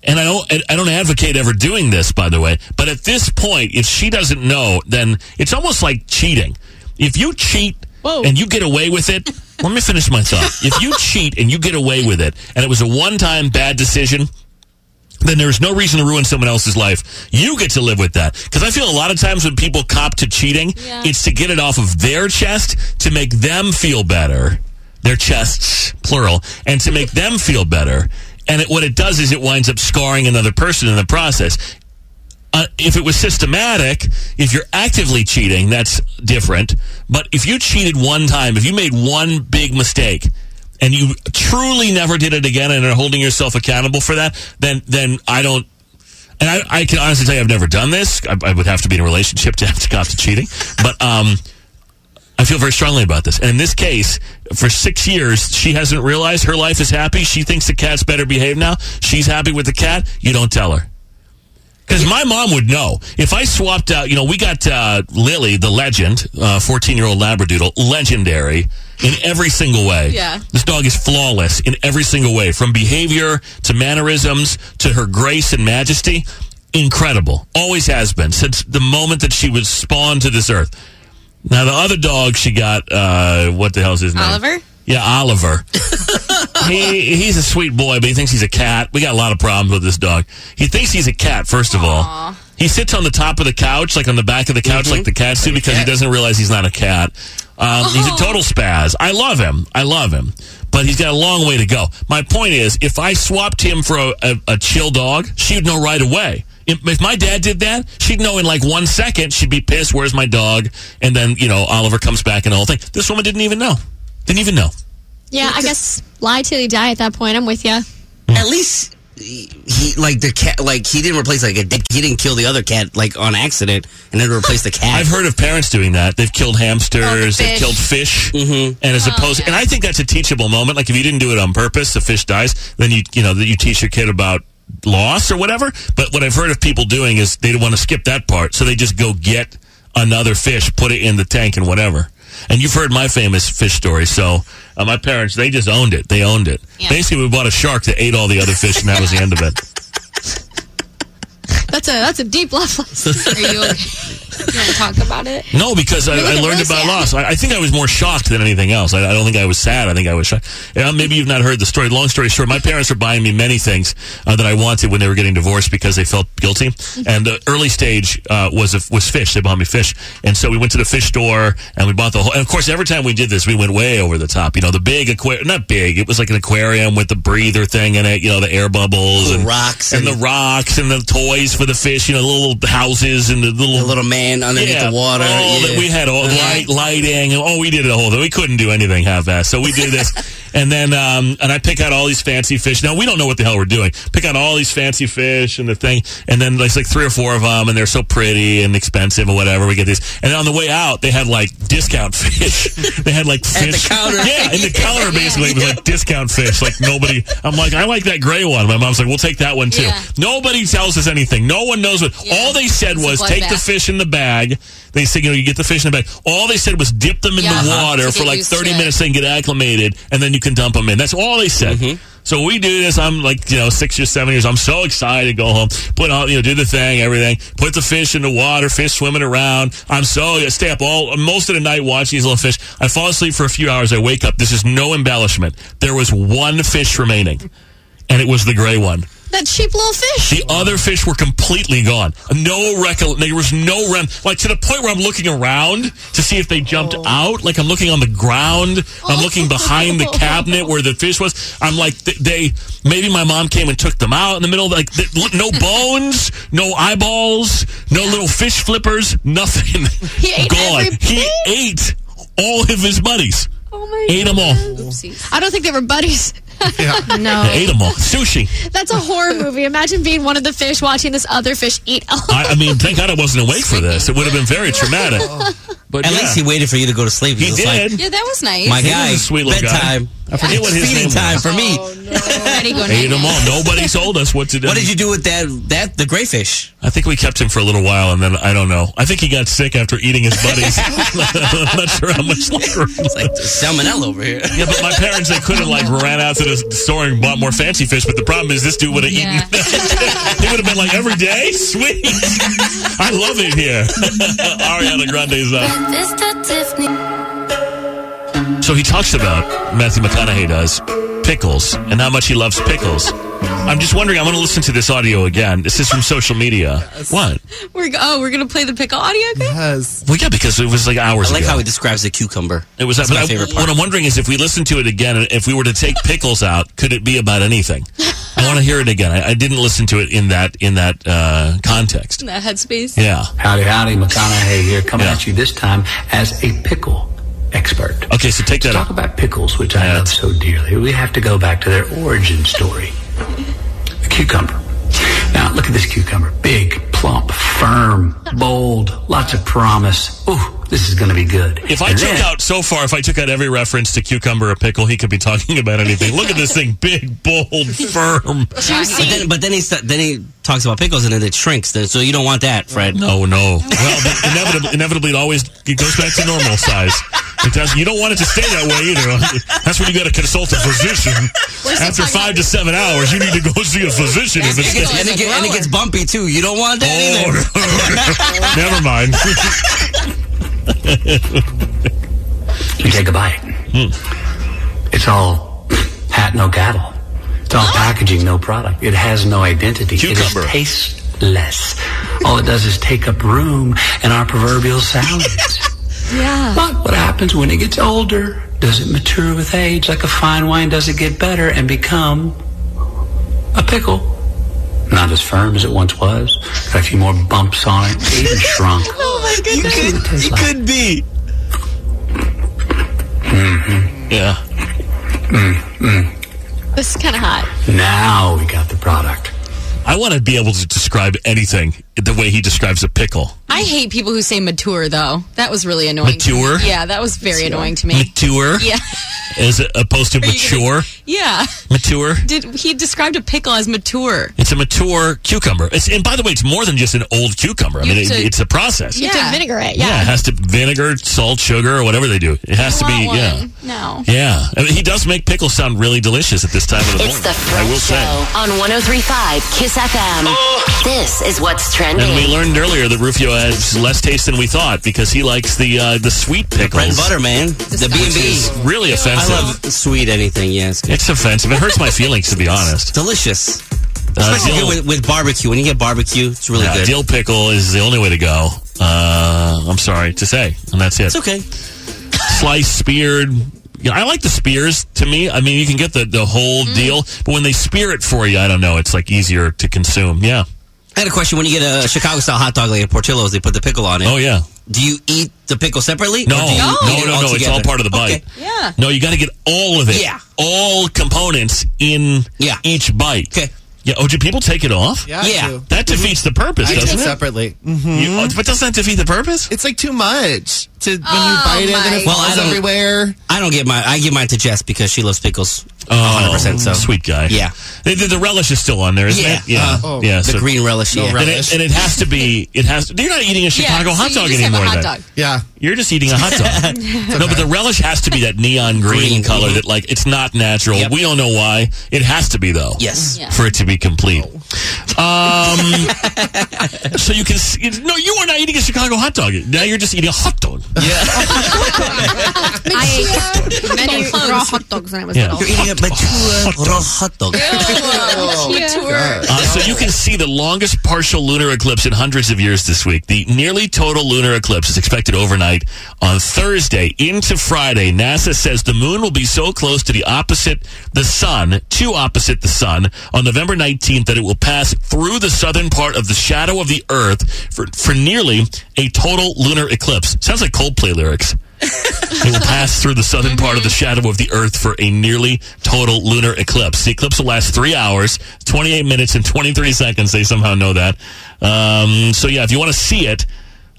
[SPEAKER 3] And I don't, and I don't advocate ever doing this, by the way. But at this point, if she doesn't know, then it's almost like cheating. If you cheat and you get away with it, let me finish my thought. If you cheat and you get away with it, and it was a one-time bad decision, then there's no reason to ruin someone else's life. You get to live with that. Because I feel a lot of times when people cop to cheating, it's to get it off of their chest to make them feel better. Their chests, plural, and to make them feel better. And it, what it does is it winds up scarring another person in the process uh, if it was systematic, if you're actively cheating, that's different. But if you cheated one time, if you made one big mistake, and you truly never did it again, and are holding yourself accountable for that, then then I don't. And I, I can honestly tell you, I've never done this. I, I would have to be in a relationship to have to cop to cheating. But um, I feel very strongly about this. And in this case, for six years, she hasn't realized her life is happy. She thinks the cat's better behaved now. She's happy with the cat. You don't tell her. Because my mom would know if I swapped out. You know, we got uh, Lily, the legend, uh, fourteen-year-old Labradoodle, legendary in every single way.
[SPEAKER 11] Yeah.
[SPEAKER 3] this dog is flawless in every single way, from behavior to mannerisms to her grace and majesty. Incredible, always has been since the moment that she was spawned to this earth. Now the other dog she got, uh, what the hell's his name?
[SPEAKER 4] Oliver?
[SPEAKER 3] Yeah, Oliver. he he's a sweet boy, but he thinks he's a cat. We got a lot of problems with this dog. He thinks he's a cat. First of all, he sits on the top of the couch, like on the back of the couch, Mm-hmm. like the cats do, because he doesn't realize he's not a cat. Um, He's a total spaz. I love him. I love him. but he's got a long way to go. My point is, if I swapped him for a, a, a chill dog, she'd know right away. If, if my dad did that, she'd know in like one second. She'd be pissed. Where's my dog? And then you know Oliver comes back and the whole thing. This woman didn't even know. Didn't even know.
[SPEAKER 7] Yeah, I guess lie till you die at that point. I'm with you.
[SPEAKER 6] At least he like the cat like he didn't replace like a dick. He didn't kill the other cat like on accident and then replace the cat.
[SPEAKER 3] I've heard of parents doing that. They've killed hamsters. they've
[SPEAKER 6] fish.
[SPEAKER 3] killed fish. Mm-hmm. And as opposed, and I think that's a teachable moment. Like if you didn't do it on purpose, the fish dies. Then you you know that you teach your kid about loss or whatever. But what I've heard of people doing is they want to skip that part, so they just go get another fish, put it in the tank, and whatever. And you've heard my famous fish story. So uh, my parents, they just owned it. They owned it. Basically, we bought a shark that ate all the other fish, and that was the end of it.
[SPEAKER 7] That's a that's a deep love lesson. Are you okay? You want to talk about it?
[SPEAKER 3] No, because I,
[SPEAKER 7] Maybe
[SPEAKER 3] I
[SPEAKER 7] they're
[SPEAKER 3] learned
[SPEAKER 7] really
[SPEAKER 3] about
[SPEAKER 7] sad.
[SPEAKER 3] loss. I, I think I was more shocked than anything else. I, I don't think I was sad. I think I was shocked. Yeah, maybe you've not heard the story. Long story short, my parents were buying me many things uh, that I wanted when they were getting divorced because they felt guilty.
[SPEAKER 7] Mm-hmm.
[SPEAKER 3] And the early stage uh, was a, was fish. They bought me fish, and so we went to the fish store and we bought the whole. And of course, every time we did this, we went way over the top. You know, the big aquarium, not big. It was like an aquarium with the breather thing in it. You know, the air bubbles and
[SPEAKER 6] rocks
[SPEAKER 3] and, the rocks and the toys for the fish. You know, the little houses and the little
[SPEAKER 6] little man underneath the water,
[SPEAKER 3] all that
[SPEAKER 6] yeah. Uh-huh.
[SPEAKER 3] we had all
[SPEAKER 6] Yeah.
[SPEAKER 3] light lighting. Oh, we did it a whole thing. We couldn't do anything half assed. So we did this. and then um, and I pick out all these fancy fish. Now we don't know what the hell we're doing. Pick out all these fancy fish and the thing. And then there's like three or four of them and they're so pretty and expensive or whatever. We get these. And then on the way out, they had like discount fish. they had like fish.
[SPEAKER 6] At the counter.
[SPEAKER 3] Yeah, in the counter basically it was like discount fish. Like nobody I'm like, I like that gray one. My mom's like, we'll take that one too.
[SPEAKER 6] Yeah.
[SPEAKER 3] Nobody tells us anything. No one knows what all they said
[SPEAKER 6] It's a
[SPEAKER 3] was take the
[SPEAKER 6] bloodbath.
[SPEAKER 3] fish in the bag. They said, you know, you get the fish in the bag. All they said was dip them in
[SPEAKER 6] Yeah,
[SPEAKER 3] the
[SPEAKER 6] uh-huh,
[SPEAKER 3] water
[SPEAKER 6] to
[SPEAKER 3] for
[SPEAKER 6] get
[SPEAKER 3] like
[SPEAKER 6] used to
[SPEAKER 3] 30
[SPEAKER 6] it.
[SPEAKER 3] minutes and get acclimated, and then you can dump them in. That's all they said. So we do this. I'm like, you know, six or seven years. I'm so excited. Go home, put on, you know, do the thing, everything. Put the fish in the water. Fish swimming around. I'm so I stay up all most of the night watching these little fish. I fall asleep for a few hours. I wake up. This is no embellishment. There was one fish remaining, and it was the gray one.
[SPEAKER 7] That cheap little fish.
[SPEAKER 3] The other fish were completely gone. No record. There was no rem. Like to the point where I'm looking around to see if they jumped out. Like I'm looking on the ground. I'm looking behind the cabinet where the fish was. I'm like th- they. Maybe my mom came and took them out in the middle. Of, like th- look, no bones, no eyeballs, no little fish flippers, nothing. He
[SPEAKER 7] ate
[SPEAKER 3] gone.
[SPEAKER 7] every
[SPEAKER 3] He ate all of his buddies. Oh my ate them all.
[SPEAKER 7] I don't think they were buddies.
[SPEAKER 3] They Ate them all. Sushi.
[SPEAKER 7] That's a horror movie. Imagine being one of the fish watching this other fish eat.
[SPEAKER 3] I, I mean, thank God I wasn't awake for this. It would have been very traumatic. But
[SPEAKER 6] At
[SPEAKER 3] yeah.
[SPEAKER 6] least he waited for you to go to sleep.
[SPEAKER 3] He
[SPEAKER 6] was
[SPEAKER 3] did.
[SPEAKER 6] Like,
[SPEAKER 4] Yeah, that was nice.
[SPEAKER 6] my
[SPEAKER 3] He was
[SPEAKER 6] guy,
[SPEAKER 3] a sweet little guy.
[SPEAKER 6] bedtime.
[SPEAKER 3] I forget what his
[SPEAKER 6] feeding
[SPEAKER 3] name
[SPEAKER 6] time
[SPEAKER 3] was.
[SPEAKER 6] for me.
[SPEAKER 4] Already going
[SPEAKER 3] Ate
[SPEAKER 4] to
[SPEAKER 3] them all. Nobody told us what to do.
[SPEAKER 6] What did you do with that? That the grayfish?
[SPEAKER 3] I think we kept him for a little while, and then I don't know. I think he got sick after eating his buddies. I'm not sure how much longer. It's
[SPEAKER 6] like salmonella over here.
[SPEAKER 3] Yeah, but my parents they could have like ran out to the store and bought more fancy fish. But the problem is, this dude would have eaten. he would have been like every day. Sweet, I love it here. Ariana Grande's uh, up. So he talks about, Matthew McConaughey does, pickles and how much he loves pickles. I'm just wondering, I'm going to listen to this audio again. This is from social media. What?
[SPEAKER 4] We're go- oh, we're gonna play the pickle audio.
[SPEAKER 3] Yes. Well, yeah, because it was like hours
[SPEAKER 6] I like
[SPEAKER 3] ago.
[SPEAKER 6] how he describes the cucumber.
[SPEAKER 3] it was
[SPEAKER 6] That's
[SPEAKER 3] but
[SPEAKER 6] my
[SPEAKER 3] I-
[SPEAKER 6] favorite part.
[SPEAKER 3] What I'm wondering is if we listen to it again, and if we were to take pickles out, could it be about anything? I want to hear it again. I, I didn't listen to it in that in that uh, context.
[SPEAKER 4] In that headspace.
[SPEAKER 3] Yeah.
[SPEAKER 10] Howdy, howdy, McConaughey here, coming at you this time as a pickle expert.
[SPEAKER 3] Okay, so take that.
[SPEAKER 10] Talk about pickles, which I love so dearly. We have to go back to their origin story. The cucumber. Now look at this cucumber. Big, plump, firm, bold, lots of promise. Ooh, this is going to be good.
[SPEAKER 3] If I
[SPEAKER 10] And
[SPEAKER 3] took
[SPEAKER 10] then-
[SPEAKER 3] out so far, if I took out every reference to cucumber or pickle, he could be talking about anything. Look at this thing, big, bold, firm.
[SPEAKER 6] But then, but then he st- then he talks about pickles and then it shrinks. Then so you don't want that, Fred.
[SPEAKER 3] No, no. Well, but inevitably, inevitably, it always it goes back to normal size. It does. You don't want it to stay that way either. That's when you got to consult a physician.
[SPEAKER 6] Where's the
[SPEAKER 3] After
[SPEAKER 6] tongue
[SPEAKER 3] five to seven hours, you need to go see a physician if it's
[SPEAKER 6] And it, gets, and, it gets, and it gets bumpy too. You don't want that either.
[SPEAKER 3] Never mind. Oh,
[SPEAKER 10] You take a bite. It's all hat, no cattle. It's all packaging, no product. It has no identity. It
[SPEAKER 11] Cucumber.
[SPEAKER 10] is tasteless. All it does is take up room in our proverbial salads.
[SPEAKER 11] Yeah.
[SPEAKER 10] But what happens when it gets older? Does it mature with age like a fine wine? Does it get better and become a pickle? Not as firm as it once was. Got a few more bumps on it. It Even shrunk.
[SPEAKER 6] Oh my
[SPEAKER 10] goodness.
[SPEAKER 6] You could, you could be.
[SPEAKER 10] Mm-hmm.
[SPEAKER 3] Yeah.
[SPEAKER 10] Mm-hmm.
[SPEAKER 7] This is kind of hot.
[SPEAKER 10] Now we got the product.
[SPEAKER 3] I want to be able to describe anything the way he describes a pickle.
[SPEAKER 4] I hate people who say mature, though. That was really annoying. to me.
[SPEAKER 3] Mature?
[SPEAKER 4] Yeah, that was very annoying to me.
[SPEAKER 3] Mature?
[SPEAKER 4] Yeah.
[SPEAKER 3] As opposed to mature?
[SPEAKER 4] Yeah.
[SPEAKER 3] Mature?
[SPEAKER 4] Did he described a pickle as mature?
[SPEAKER 3] It's a mature cucumber. It's, and by the way, it's more than just an old cucumber. I
[SPEAKER 4] You
[SPEAKER 3] mean,
[SPEAKER 4] have
[SPEAKER 3] it,
[SPEAKER 4] to-
[SPEAKER 3] it's a process.
[SPEAKER 7] You have to vinaigrette,
[SPEAKER 3] Yeah,
[SPEAKER 7] yeah.
[SPEAKER 3] it has to vinegar, salt, sugar, or whatever they do. It has to be, yeah.
[SPEAKER 7] No.
[SPEAKER 3] Yeah. I mean, he does make pickles sound really delicious at this time of the
[SPEAKER 1] It's
[SPEAKER 3] morning.
[SPEAKER 1] the
[SPEAKER 3] I
[SPEAKER 1] Fred
[SPEAKER 3] will
[SPEAKER 1] Show
[SPEAKER 3] say.
[SPEAKER 1] on 1035 Kiss FM. This is what's
[SPEAKER 3] Oh.
[SPEAKER 1] trending.
[SPEAKER 3] And we learned earlier that Rufio has less taste than we thought because he likes the uh, the sweet pickles.
[SPEAKER 6] bread and butter, man. The B and B.
[SPEAKER 3] Really offensive.
[SPEAKER 6] I love sweet anything. Yes,
[SPEAKER 3] it's offensive. It hurts my feelings to be honest.
[SPEAKER 6] Delicious.
[SPEAKER 3] Uh,
[SPEAKER 6] Especially
[SPEAKER 3] dill-
[SPEAKER 6] good with, with barbecue. When you get barbecue, it's really
[SPEAKER 3] Yeah,
[SPEAKER 6] good.
[SPEAKER 3] Dill pickle is the only way to go. Uh, I'm sorry to say, and that's it.
[SPEAKER 6] It's okay.
[SPEAKER 3] Sliced, speared. Yeah, I like the spears. To me, I mean, you can get the the whole
[SPEAKER 6] Mm.
[SPEAKER 3] deal, but when they spear it for you, I don't know. It's like easier to consume. Yeah.
[SPEAKER 6] I had a question. When you get a Chicago style hot dog like at Portillo's, they put the pickle on it.
[SPEAKER 3] Oh yeah.
[SPEAKER 6] Do you eat the pickle separately?
[SPEAKER 3] No,
[SPEAKER 6] or do you eat
[SPEAKER 3] no, no,
[SPEAKER 6] it
[SPEAKER 3] no, It's all
[SPEAKER 6] together?
[SPEAKER 3] part of the bite.
[SPEAKER 6] Okay.
[SPEAKER 4] Yeah.
[SPEAKER 3] No, you got to get all of it.
[SPEAKER 6] Yeah.
[SPEAKER 3] All components in
[SPEAKER 6] yeah.
[SPEAKER 3] each bite. Okay. Yeah. Oh, do people take it off?
[SPEAKER 8] Yeah, I Yeah. do.
[SPEAKER 3] That defeats the purpose,
[SPEAKER 8] I
[SPEAKER 3] doesn't
[SPEAKER 8] take
[SPEAKER 3] it?
[SPEAKER 8] separately. Mm-hmm.
[SPEAKER 3] You- oh, but doesn't that defeat the purpose?
[SPEAKER 8] It's like too much to when
[SPEAKER 4] Oh
[SPEAKER 8] you bite it and it
[SPEAKER 6] Well, I
[SPEAKER 8] falls
[SPEAKER 6] don't-
[SPEAKER 8] everywhere.
[SPEAKER 6] Oh I don't get my. I give mine to Jess because she loves pickles.
[SPEAKER 3] Oh,
[SPEAKER 6] 100%. So
[SPEAKER 3] sweet guy.
[SPEAKER 6] Yeah.
[SPEAKER 3] The, the- the relish is still on there, isn't
[SPEAKER 6] Yeah.
[SPEAKER 3] it? Yeah.
[SPEAKER 6] Uh, oh. The green relish, No yeah.
[SPEAKER 3] And,
[SPEAKER 6] relish.
[SPEAKER 3] it, and it has to be. It has. You're not eating a Chicago
[SPEAKER 4] so
[SPEAKER 3] hot
[SPEAKER 4] you
[SPEAKER 3] dog
[SPEAKER 4] just have a
[SPEAKER 3] anymore.
[SPEAKER 4] hot
[SPEAKER 3] then.
[SPEAKER 4] dog.
[SPEAKER 8] Yeah.
[SPEAKER 3] You're just eating a hot dog. No, but the relish has to be that neon green,
[SPEAKER 6] Green,
[SPEAKER 3] color
[SPEAKER 6] mhm.
[SPEAKER 3] that, like, it's not natural.
[SPEAKER 6] Yep.
[SPEAKER 3] We don't know why. It has to be though.
[SPEAKER 6] Yes. Yeah.
[SPEAKER 3] For it to be complete. Um. so you can. s- No, you are not eating a Chicago hot dog. Now you're just eating a hot dog.
[SPEAKER 9] I ate many raw hot dogs when I was
[SPEAKER 3] Yeah.
[SPEAKER 9] little.
[SPEAKER 3] You're
[SPEAKER 6] eating a mature raw hot dog.
[SPEAKER 3] Uh, so you can see the longest partial lunar eclipse in hundreds of years this week. The nearly total lunar eclipse is expected overnight on Thursday into Friday. NASA says the moon will be so close to the opposite the sun, to opposite the sun, on November 19th that it will pass through the southern part of the shadow of the Earth for, for nearly a total lunar eclipse. Sounds like Coldplay lyrics. It will pass through the southern part of the shadow of the Earth for a nearly total lunar eclipse. The eclipse will last three hours, 28 minutes, and 23 seconds. They somehow know that. Um, so, yeah, if you want to see it,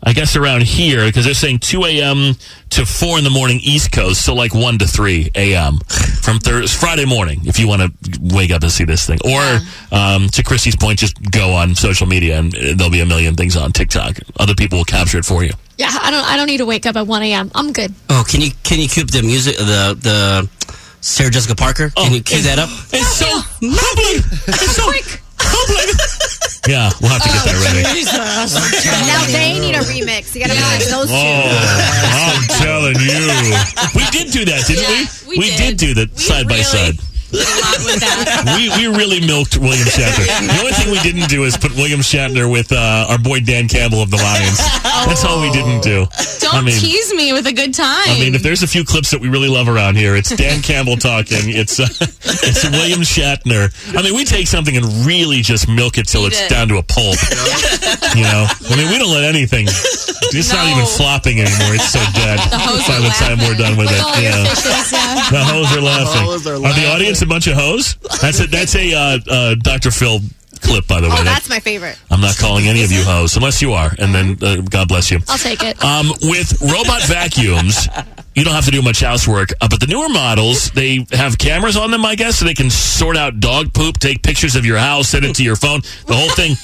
[SPEAKER 3] I guess around here, because they're saying 2 a.m. to 4 in the morning East Coast, so like 1 to 3 a.m. from Thursday, Friday morning, if you want to wake up and see this thing. Or, um, to Christy's point, just go on social media and uh, there'll be a million things on TikTok. Other people will capture it for you.
[SPEAKER 7] Yeah, I don't. I don't need to wake up at 1 a.m. I'm good.
[SPEAKER 6] Oh, can you can you cue the music the the Sarah Jessica Parker?
[SPEAKER 3] Oh,
[SPEAKER 6] Can you cue that up?
[SPEAKER 3] It's so humbling. It's so humbling. Yeah, we'll have to get that
[SPEAKER 7] Oh,
[SPEAKER 3] ready.
[SPEAKER 9] Now they need a remix. You gotta remix those two.
[SPEAKER 3] Oh, I'm telling you. We did do that, didn't we?
[SPEAKER 9] we
[SPEAKER 3] did. do that side by side. we, we really milked William Shatner. The only thing we didn't do is put William Shatner with uh, our boy Dan Campbell of the Lions. That's all we didn't do.
[SPEAKER 4] Don't
[SPEAKER 3] I mean,
[SPEAKER 4] tease me with a good time.
[SPEAKER 3] I mean, if there's a few clips that we really love around here, it's Dan Campbell talking. It's uh, it's William Shatner. I mean, we take something and really just milk it till
[SPEAKER 4] Eat
[SPEAKER 3] it's
[SPEAKER 4] it.
[SPEAKER 3] down to a pulp. You know, I mean, we don't let anything. It's not even flopping anymore. It's so dead.
[SPEAKER 8] The hoes
[SPEAKER 3] By
[SPEAKER 8] are
[SPEAKER 3] the time we're done with it, yeah. The hoes are laughing.
[SPEAKER 8] hoes are
[SPEAKER 3] the audience a bunch of hoes? That's a that's a uh, uh, Dr. Phil clip, by the way.
[SPEAKER 9] Oh, that's my favorite.
[SPEAKER 3] I'm not calling any of you hoes unless you are, and then uh, God bless you.
[SPEAKER 9] I'll take it.
[SPEAKER 3] Um, with robot vacuums, you don't have to do much housework. Uh, but the newer models, they have cameras on them, I guess, so they can sort out dog poop, take pictures of your house, send it to your phone, the whole thing.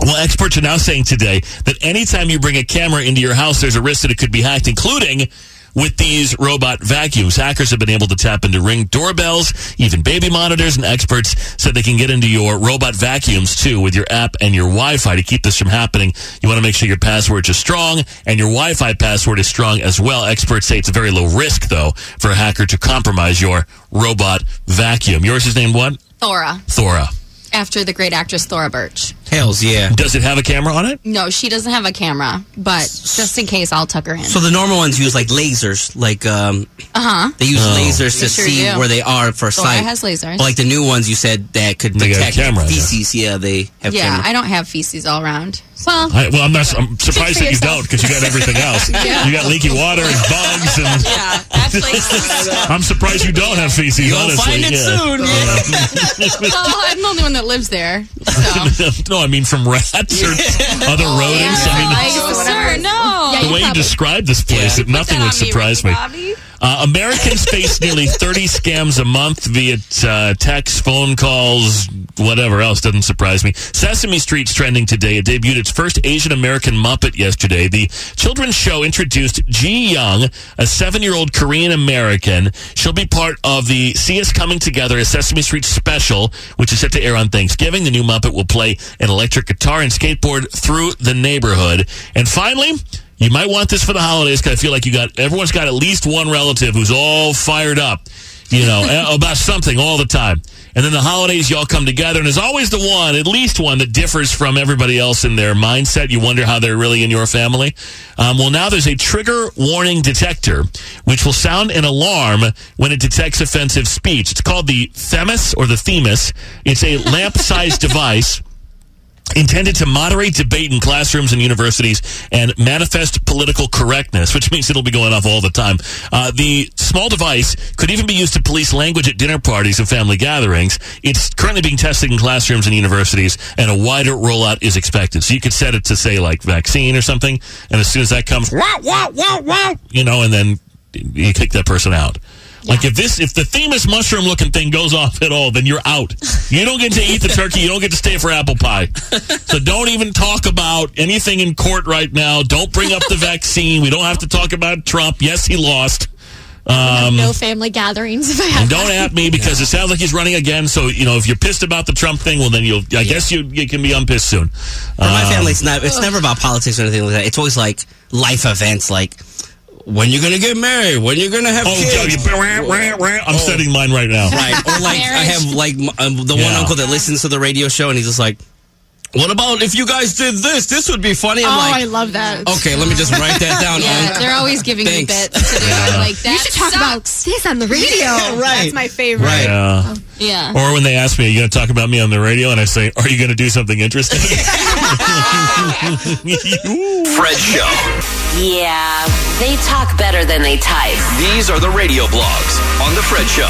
[SPEAKER 3] Well, experts are now saying today that anytime you bring a camera into your house, there's a risk that it could be hacked, including with these robot vacuums. Hackers have been able to tap into ring doorbells, even baby monitors, and experts said they can get into your robot vacuums too with your app and your Wi Fi to keep this from happening. You want to make sure your passwords are strong and your Wi Fi password is strong as well. Experts say it's a very low risk, though, for a hacker to compromise your robot vacuum. Yours is named what?
[SPEAKER 4] Thora,
[SPEAKER 3] Thora.
[SPEAKER 4] after the great actress Thora Birch.
[SPEAKER 6] Hells yeah.
[SPEAKER 3] Does it have a camera on it?
[SPEAKER 4] No, she doesn't have a camera, but just in case, I'll tuck her in.
[SPEAKER 6] So the normal ones use like lasers, like um,
[SPEAKER 4] Uh huh.
[SPEAKER 6] they use
[SPEAKER 3] Oh.
[SPEAKER 6] lasers
[SPEAKER 4] They
[SPEAKER 6] to
[SPEAKER 4] sure
[SPEAKER 6] see
[SPEAKER 4] do.
[SPEAKER 6] where they are for
[SPEAKER 4] Laura
[SPEAKER 6] sight.
[SPEAKER 4] has lasers.
[SPEAKER 6] But, like the new ones you said that could
[SPEAKER 3] They got a
[SPEAKER 6] detect
[SPEAKER 3] camera, yeah.
[SPEAKER 6] feces. Yeah, they have
[SPEAKER 4] yeah,
[SPEAKER 6] camera.
[SPEAKER 4] I don't have feces all around. Well,
[SPEAKER 3] I, well, I'm, not, I'm surprised that
[SPEAKER 4] Speak
[SPEAKER 3] you
[SPEAKER 4] for
[SPEAKER 3] don't because you got everything else.
[SPEAKER 4] Yeah.
[SPEAKER 3] You got leaky water and bugs and.
[SPEAKER 4] Yeah, that's like.
[SPEAKER 3] I'm surprised you don't have feces.
[SPEAKER 4] You'll find
[SPEAKER 3] honestly,
[SPEAKER 4] it soon,
[SPEAKER 3] yeah.
[SPEAKER 4] well, I'm the only one that lives there. So.
[SPEAKER 3] no, I mean from rats or other rodents. I mean,
[SPEAKER 4] Oh, sir, no.
[SPEAKER 3] the way you described this place, it, nothing would surprise me. Uh, Americans face nearly 30 scams a month via uh, text, phone calls, whatever else. Doesn't surprise me. Sesame Street's trending today. It debuted its first Asian American Muppet yesterday. The children's show introduced Ji Young, a seven year old Korean American. She'll be part of the See Us Coming Together, a Sesame Street special, which is set to air on Thanksgiving. The new Muppet will play an electric guitar and skateboard through the neighborhood. And finally, you might want this for the holidays because I feel like you got everyone's got at least one relative who's all fired up, you know, a- about something all the time. And then the holidays, y'all come together, and there's always the one, at least one, that differs from everybody else in their mindset. You wonder how they're really in your family. Um, well, now there's a trigger warning detector, which will sound an alarm when it detects offensive speech. It's called the Themis or the Themis. It's a lamp sized device intended to moderate debate in classrooms and universities and manifest political correctness, which means it'll be going off all the time. Uh, the small device could even be used to police language at dinner parties and family gatherings. It's currently being tested in classrooms and universities, and a wider rollout is expected. So you could set it to say like vaccine or something, and as soon as that comes, wow, wow, wow, wow, you know, and then you kick that person out. Like if this, if the famous mushroom looking thing goes off at all, then you're out. You don't get to eat the turkey. You don't get to stay for apple pie. So don't even talk about anything in court right now. Don't bring up the vaccine. We don't have to talk about Trump. Yes, he lost. Um,
[SPEAKER 7] no family gatherings if I have
[SPEAKER 3] and don't at me because it sounds like he's running again. So you know, if you're pissed about the Trump thing, well, then you'll. I guess you you can be unpissed soon.
[SPEAKER 6] For my
[SPEAKER 3] Um,
[SPEAKER 6] family, it's not. It's never about politics or anything like that. It's always like life events, like when you're gonna get married, when you're gonna have
[SPEAKER 3] Oh,
[SPEAKER 6] kids. Oh.
[SPEAKER 3] yeah, you- rah, rah, rah. I'm setting mine right now.
[SPEAKER 6] Right, or like I have like m- um, the one
[SPEAKER 3] Yeah.
[SPEAKER 6] uncle that listens to the radio show, and he's just like, "What about if you guys did this? This would be funny." I'm
[SPEAKER 9] oh,
[SPEAKER 6] like,
[SPEAKER 9] I love that.
[SPEAKER 6] "Okay, let me just write that down."
[SPEAKER 4] Yeah,
[SPEAKER 6] unc."
[SPEAKER 4] they're always giving me
[SPEAKER 6] Thanks.
[SPEAKER 4] bits to do.
[SPEAKER 6] Yeah.
[SPEAKER 4] Like that.
[SPEAKER 9] you should talk
[SPEAKER 4] sucks.
[SPEAKER 9] about this on the radio.
[SPEAKER 4] Yeah, right.
[SPEAKER 9] That's my favorite.
[SPEAKER 3] Right.
[SPEAKER 7] Oh.
[SPEAKER 3] Yeah.
[SPEAKER 4] Yeah.
[SPEAKER 3] Or when they ask me, "Are you going to talk about me on the radio?" and I say, "Are you going to do something interesting?"
[SPEAKER 2] Fred Show.
[SPEAKER 1] Yeah, they talk better than they type.
[SPEAKER 2] These are the radio blogs on The Fred Show.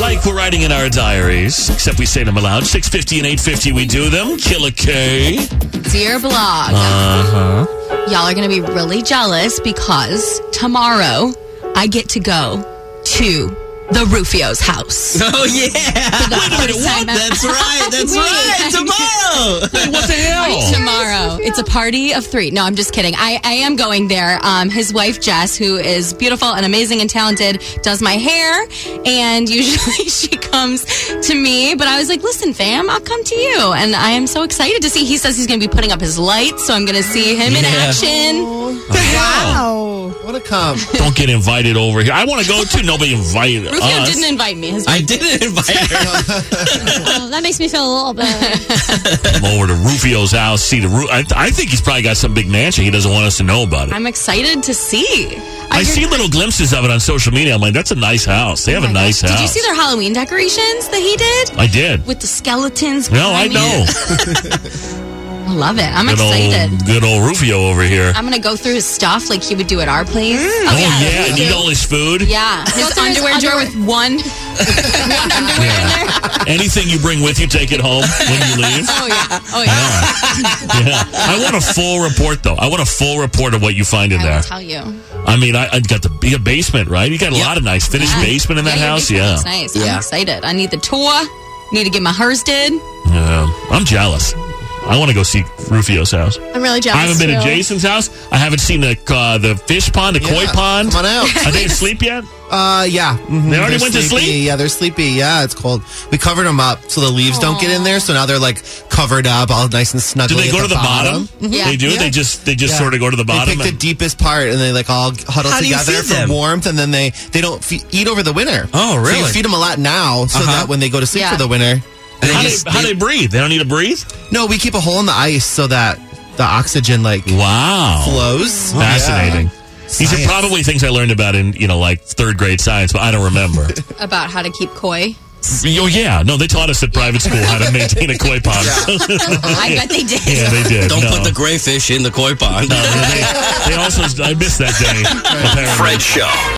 [SPEAKER 3] like we're writing in our diaries, except we say them aloud. Six fifty and eight fifty, we do them. Killer K.
[SPEAKER 4] Dear blog,
[SPEAKER 3] Uh huh.
[SPEAKER 4] y'all are going to be really jealous because tomorrow I get to go to the Rufio's house.
[SPEAKER 6] Oh yeah!
[SPEAKER 4] For the
[SPEAKER 6] Wait a
[SPEAKER 4] first time
[SPEAKER 6] minute, what?
[SPEAKER 4] ever.
[SPEAKER 6] That's right. That's
[SPEAKER 4] Wait.
[SPEAKER 6] right. Tomorrow.
[SPEAKER 3] what the hell?
[SPEAKER 4] Tomorrow. It's a party of three. No, I'm just kidding. I, I am going there. Um, his wife, Jess, who is beautiful and amazing and talented, does my hair. And usually she comes to me. But I was like, listen, fam, I'll come to you. And I am so excited to see. He says he's going to be putting up his lights. So I'm going to see him in
[SPEAKER 3] Yeah.
[SPEAKER 4] action.
[SPEAKER 8] Wow. What a comp.
[SPEAKER 3] Don't get invited over here. I want to go too. Nobody invited
[SPEAKER 4] Rufio
[SPEAKER 3] us.
[SPEAKER 4] didn't invite me. His
[SPEAKER 6] I didn't invite her.
[SPEAKER 7] Well, Oh, that makes me feel a little bit.
[SPEAKER 3] Come over to Rufio's house. See the roof. I, I think he's probably got some big mansion. He doesn't want us to know about it.
[SPEAKER 4] I'm excited to see.
[SPEAKER 3] I see little glimpses of it on social media. I'm like, that's a nice house. They have a nice
[SPEAKER 4] Oh Did you
[SPEAKER 3] house.
[SPEAKER 4] see their Halloween decorations that he did?
[SPEAKER 3] I did.
[SPEAKER 4] With the skeletons.
[SPEAKER 3] No, I
[SPEAKER 4] climbing.
[SPEAKER 3] know.
[SPEAKER 4] I love it. I'm
[SPEAKER 3] good
[SPEAKER 4] excited.
[SPEAKER 3] Old, good old Rufio over here.
[SPEAKER 4] I'm gonna go through his stuff like he would do at our place.
[SPEAKER 3] oh, yeah. And eat all his food.
[SPEAKER 4] Yeah, his
[SPEAKER 7] through his
[SPEAKER 4] underwear drawer with one, one underwear in there.
[SPEAKER 3] Anything you bring with you, take it home when you leave.
[SPEAKER 4] Oh yeah, oh yeah.
[SPEAKER 3] Yeah. I want a full report, though. I want a full report of what you find in
[SPEAKER 4] I
[SPEAKER 3] there.
[SPEAKER 4] will tell you.
[SPEAKER 3] I mean, I, I got the you got basement, right? You got a lot of nice finished
[SPEAKER 4] Yeah.
[SPEAKER 3] basement in that
[SPEAKER 4] Yeah, your
[SPEAKER 3] house.
[SPEAKER 4] basement
[SPEAKER 3] Yeah.
[SPEAKER 4] looks nice. I'm excited. I need the tour. Need to get my hers did.
[SPEAKER 3] yeah. I'm jealous. I want to go see Rufio's house.
[SPEAKER 7] I'm really jealous.
[SPEAKER 3] I haven't been to
[SPEAKER 7] too.
[SPEAKER 3] Jason's house. I haven't seen the uh, the fish pond, the koi
[SPEAKER 8] Yeah,
[SPEAKER 3] pond.
[SPEAKER 8] come on out.
[SPEAKER 3] Are they asleep yet?
[SPEAKER 8] Uh, yeah. Mhm.
[SPEAKER 3] They already
[SPEAKER 8] They're
[SPEAKER 3] went to
[SPEAKER 8] sleepy.
[SPEAKER 3] sleep?
[SPEAKER 8] Yeah, they're sleepy. Yeah, it's cold. We covered them up so the leaves don't get in there. So now they're like covered up, all nice and snuggly.
[SPEAKER 3] Do they
[SPEAKER 8] at
[SPEAKER 3] go to the bottom?
[SPEAKER 8] Mhm.
[SPEAKER 3] They do.
[SPEAKER 8] Yeah.
[SPEAKER 3] They just they just
[SPEAKER 8] Yeah.
[SPEAKER 3] sort of go to the
[SPEAKER 8] They
[SPEAKER 3] bottom.
[SPEAKER 8] pick the
[SPEAKER 3] and-
[SPEAKER 8] deepest part, and they like all huddle
[SPEAKER 6] How do you
[SPEAKER 8] together
[SPEAKER 6] feed
[SPEAKER 8] for
[SPEAKER 6] them?
[SPEAKER 8] warmth, and then they they don't fe- eat over the winter.
[SPEAKER 6] Oh,
[SPEAKER 8] So you
[SPEAKER 6] really?
[SPEAKER 8] feed them a lot now, so
[SPEAKER 6] Uh-huh.
[SPEAKER 8] that when they go to sleep
[SPEAKER 4] Yeah.
[SPEAKER 8] for the winter, And
[SPEAKER 3] how, they, how they breathe? They don't need to breathe.
[SPEAKER 8] No, we keep a hole in the ice so that the oxygen like
[SPEAKER 3] wow
[SPEAKER 8] flows.
[SPEAKER 3] Fascinating. These are
[SPEAKER 8] Oh, Science.
[SPEAKER 3] probably things I learned about in you know like third grade science, but I don't remember.
[SPEAKER 4] About how to keep coy.
[SPEAKER 3] oh yeah, no, they taught us at private school how to maintain a koi pond.
[SPEAKER 4] I bet they did.
[SPEAKER 3] Uh, Yeah, they did.
[SPEAKER 6] Don't
[SPEAKER 3] No.
[SPEAKER 6] put the gray fish in the koi pond.
[SPEAKER 3] They also, I missed that day. apparently.
[SPEAKER 2] Fred Show.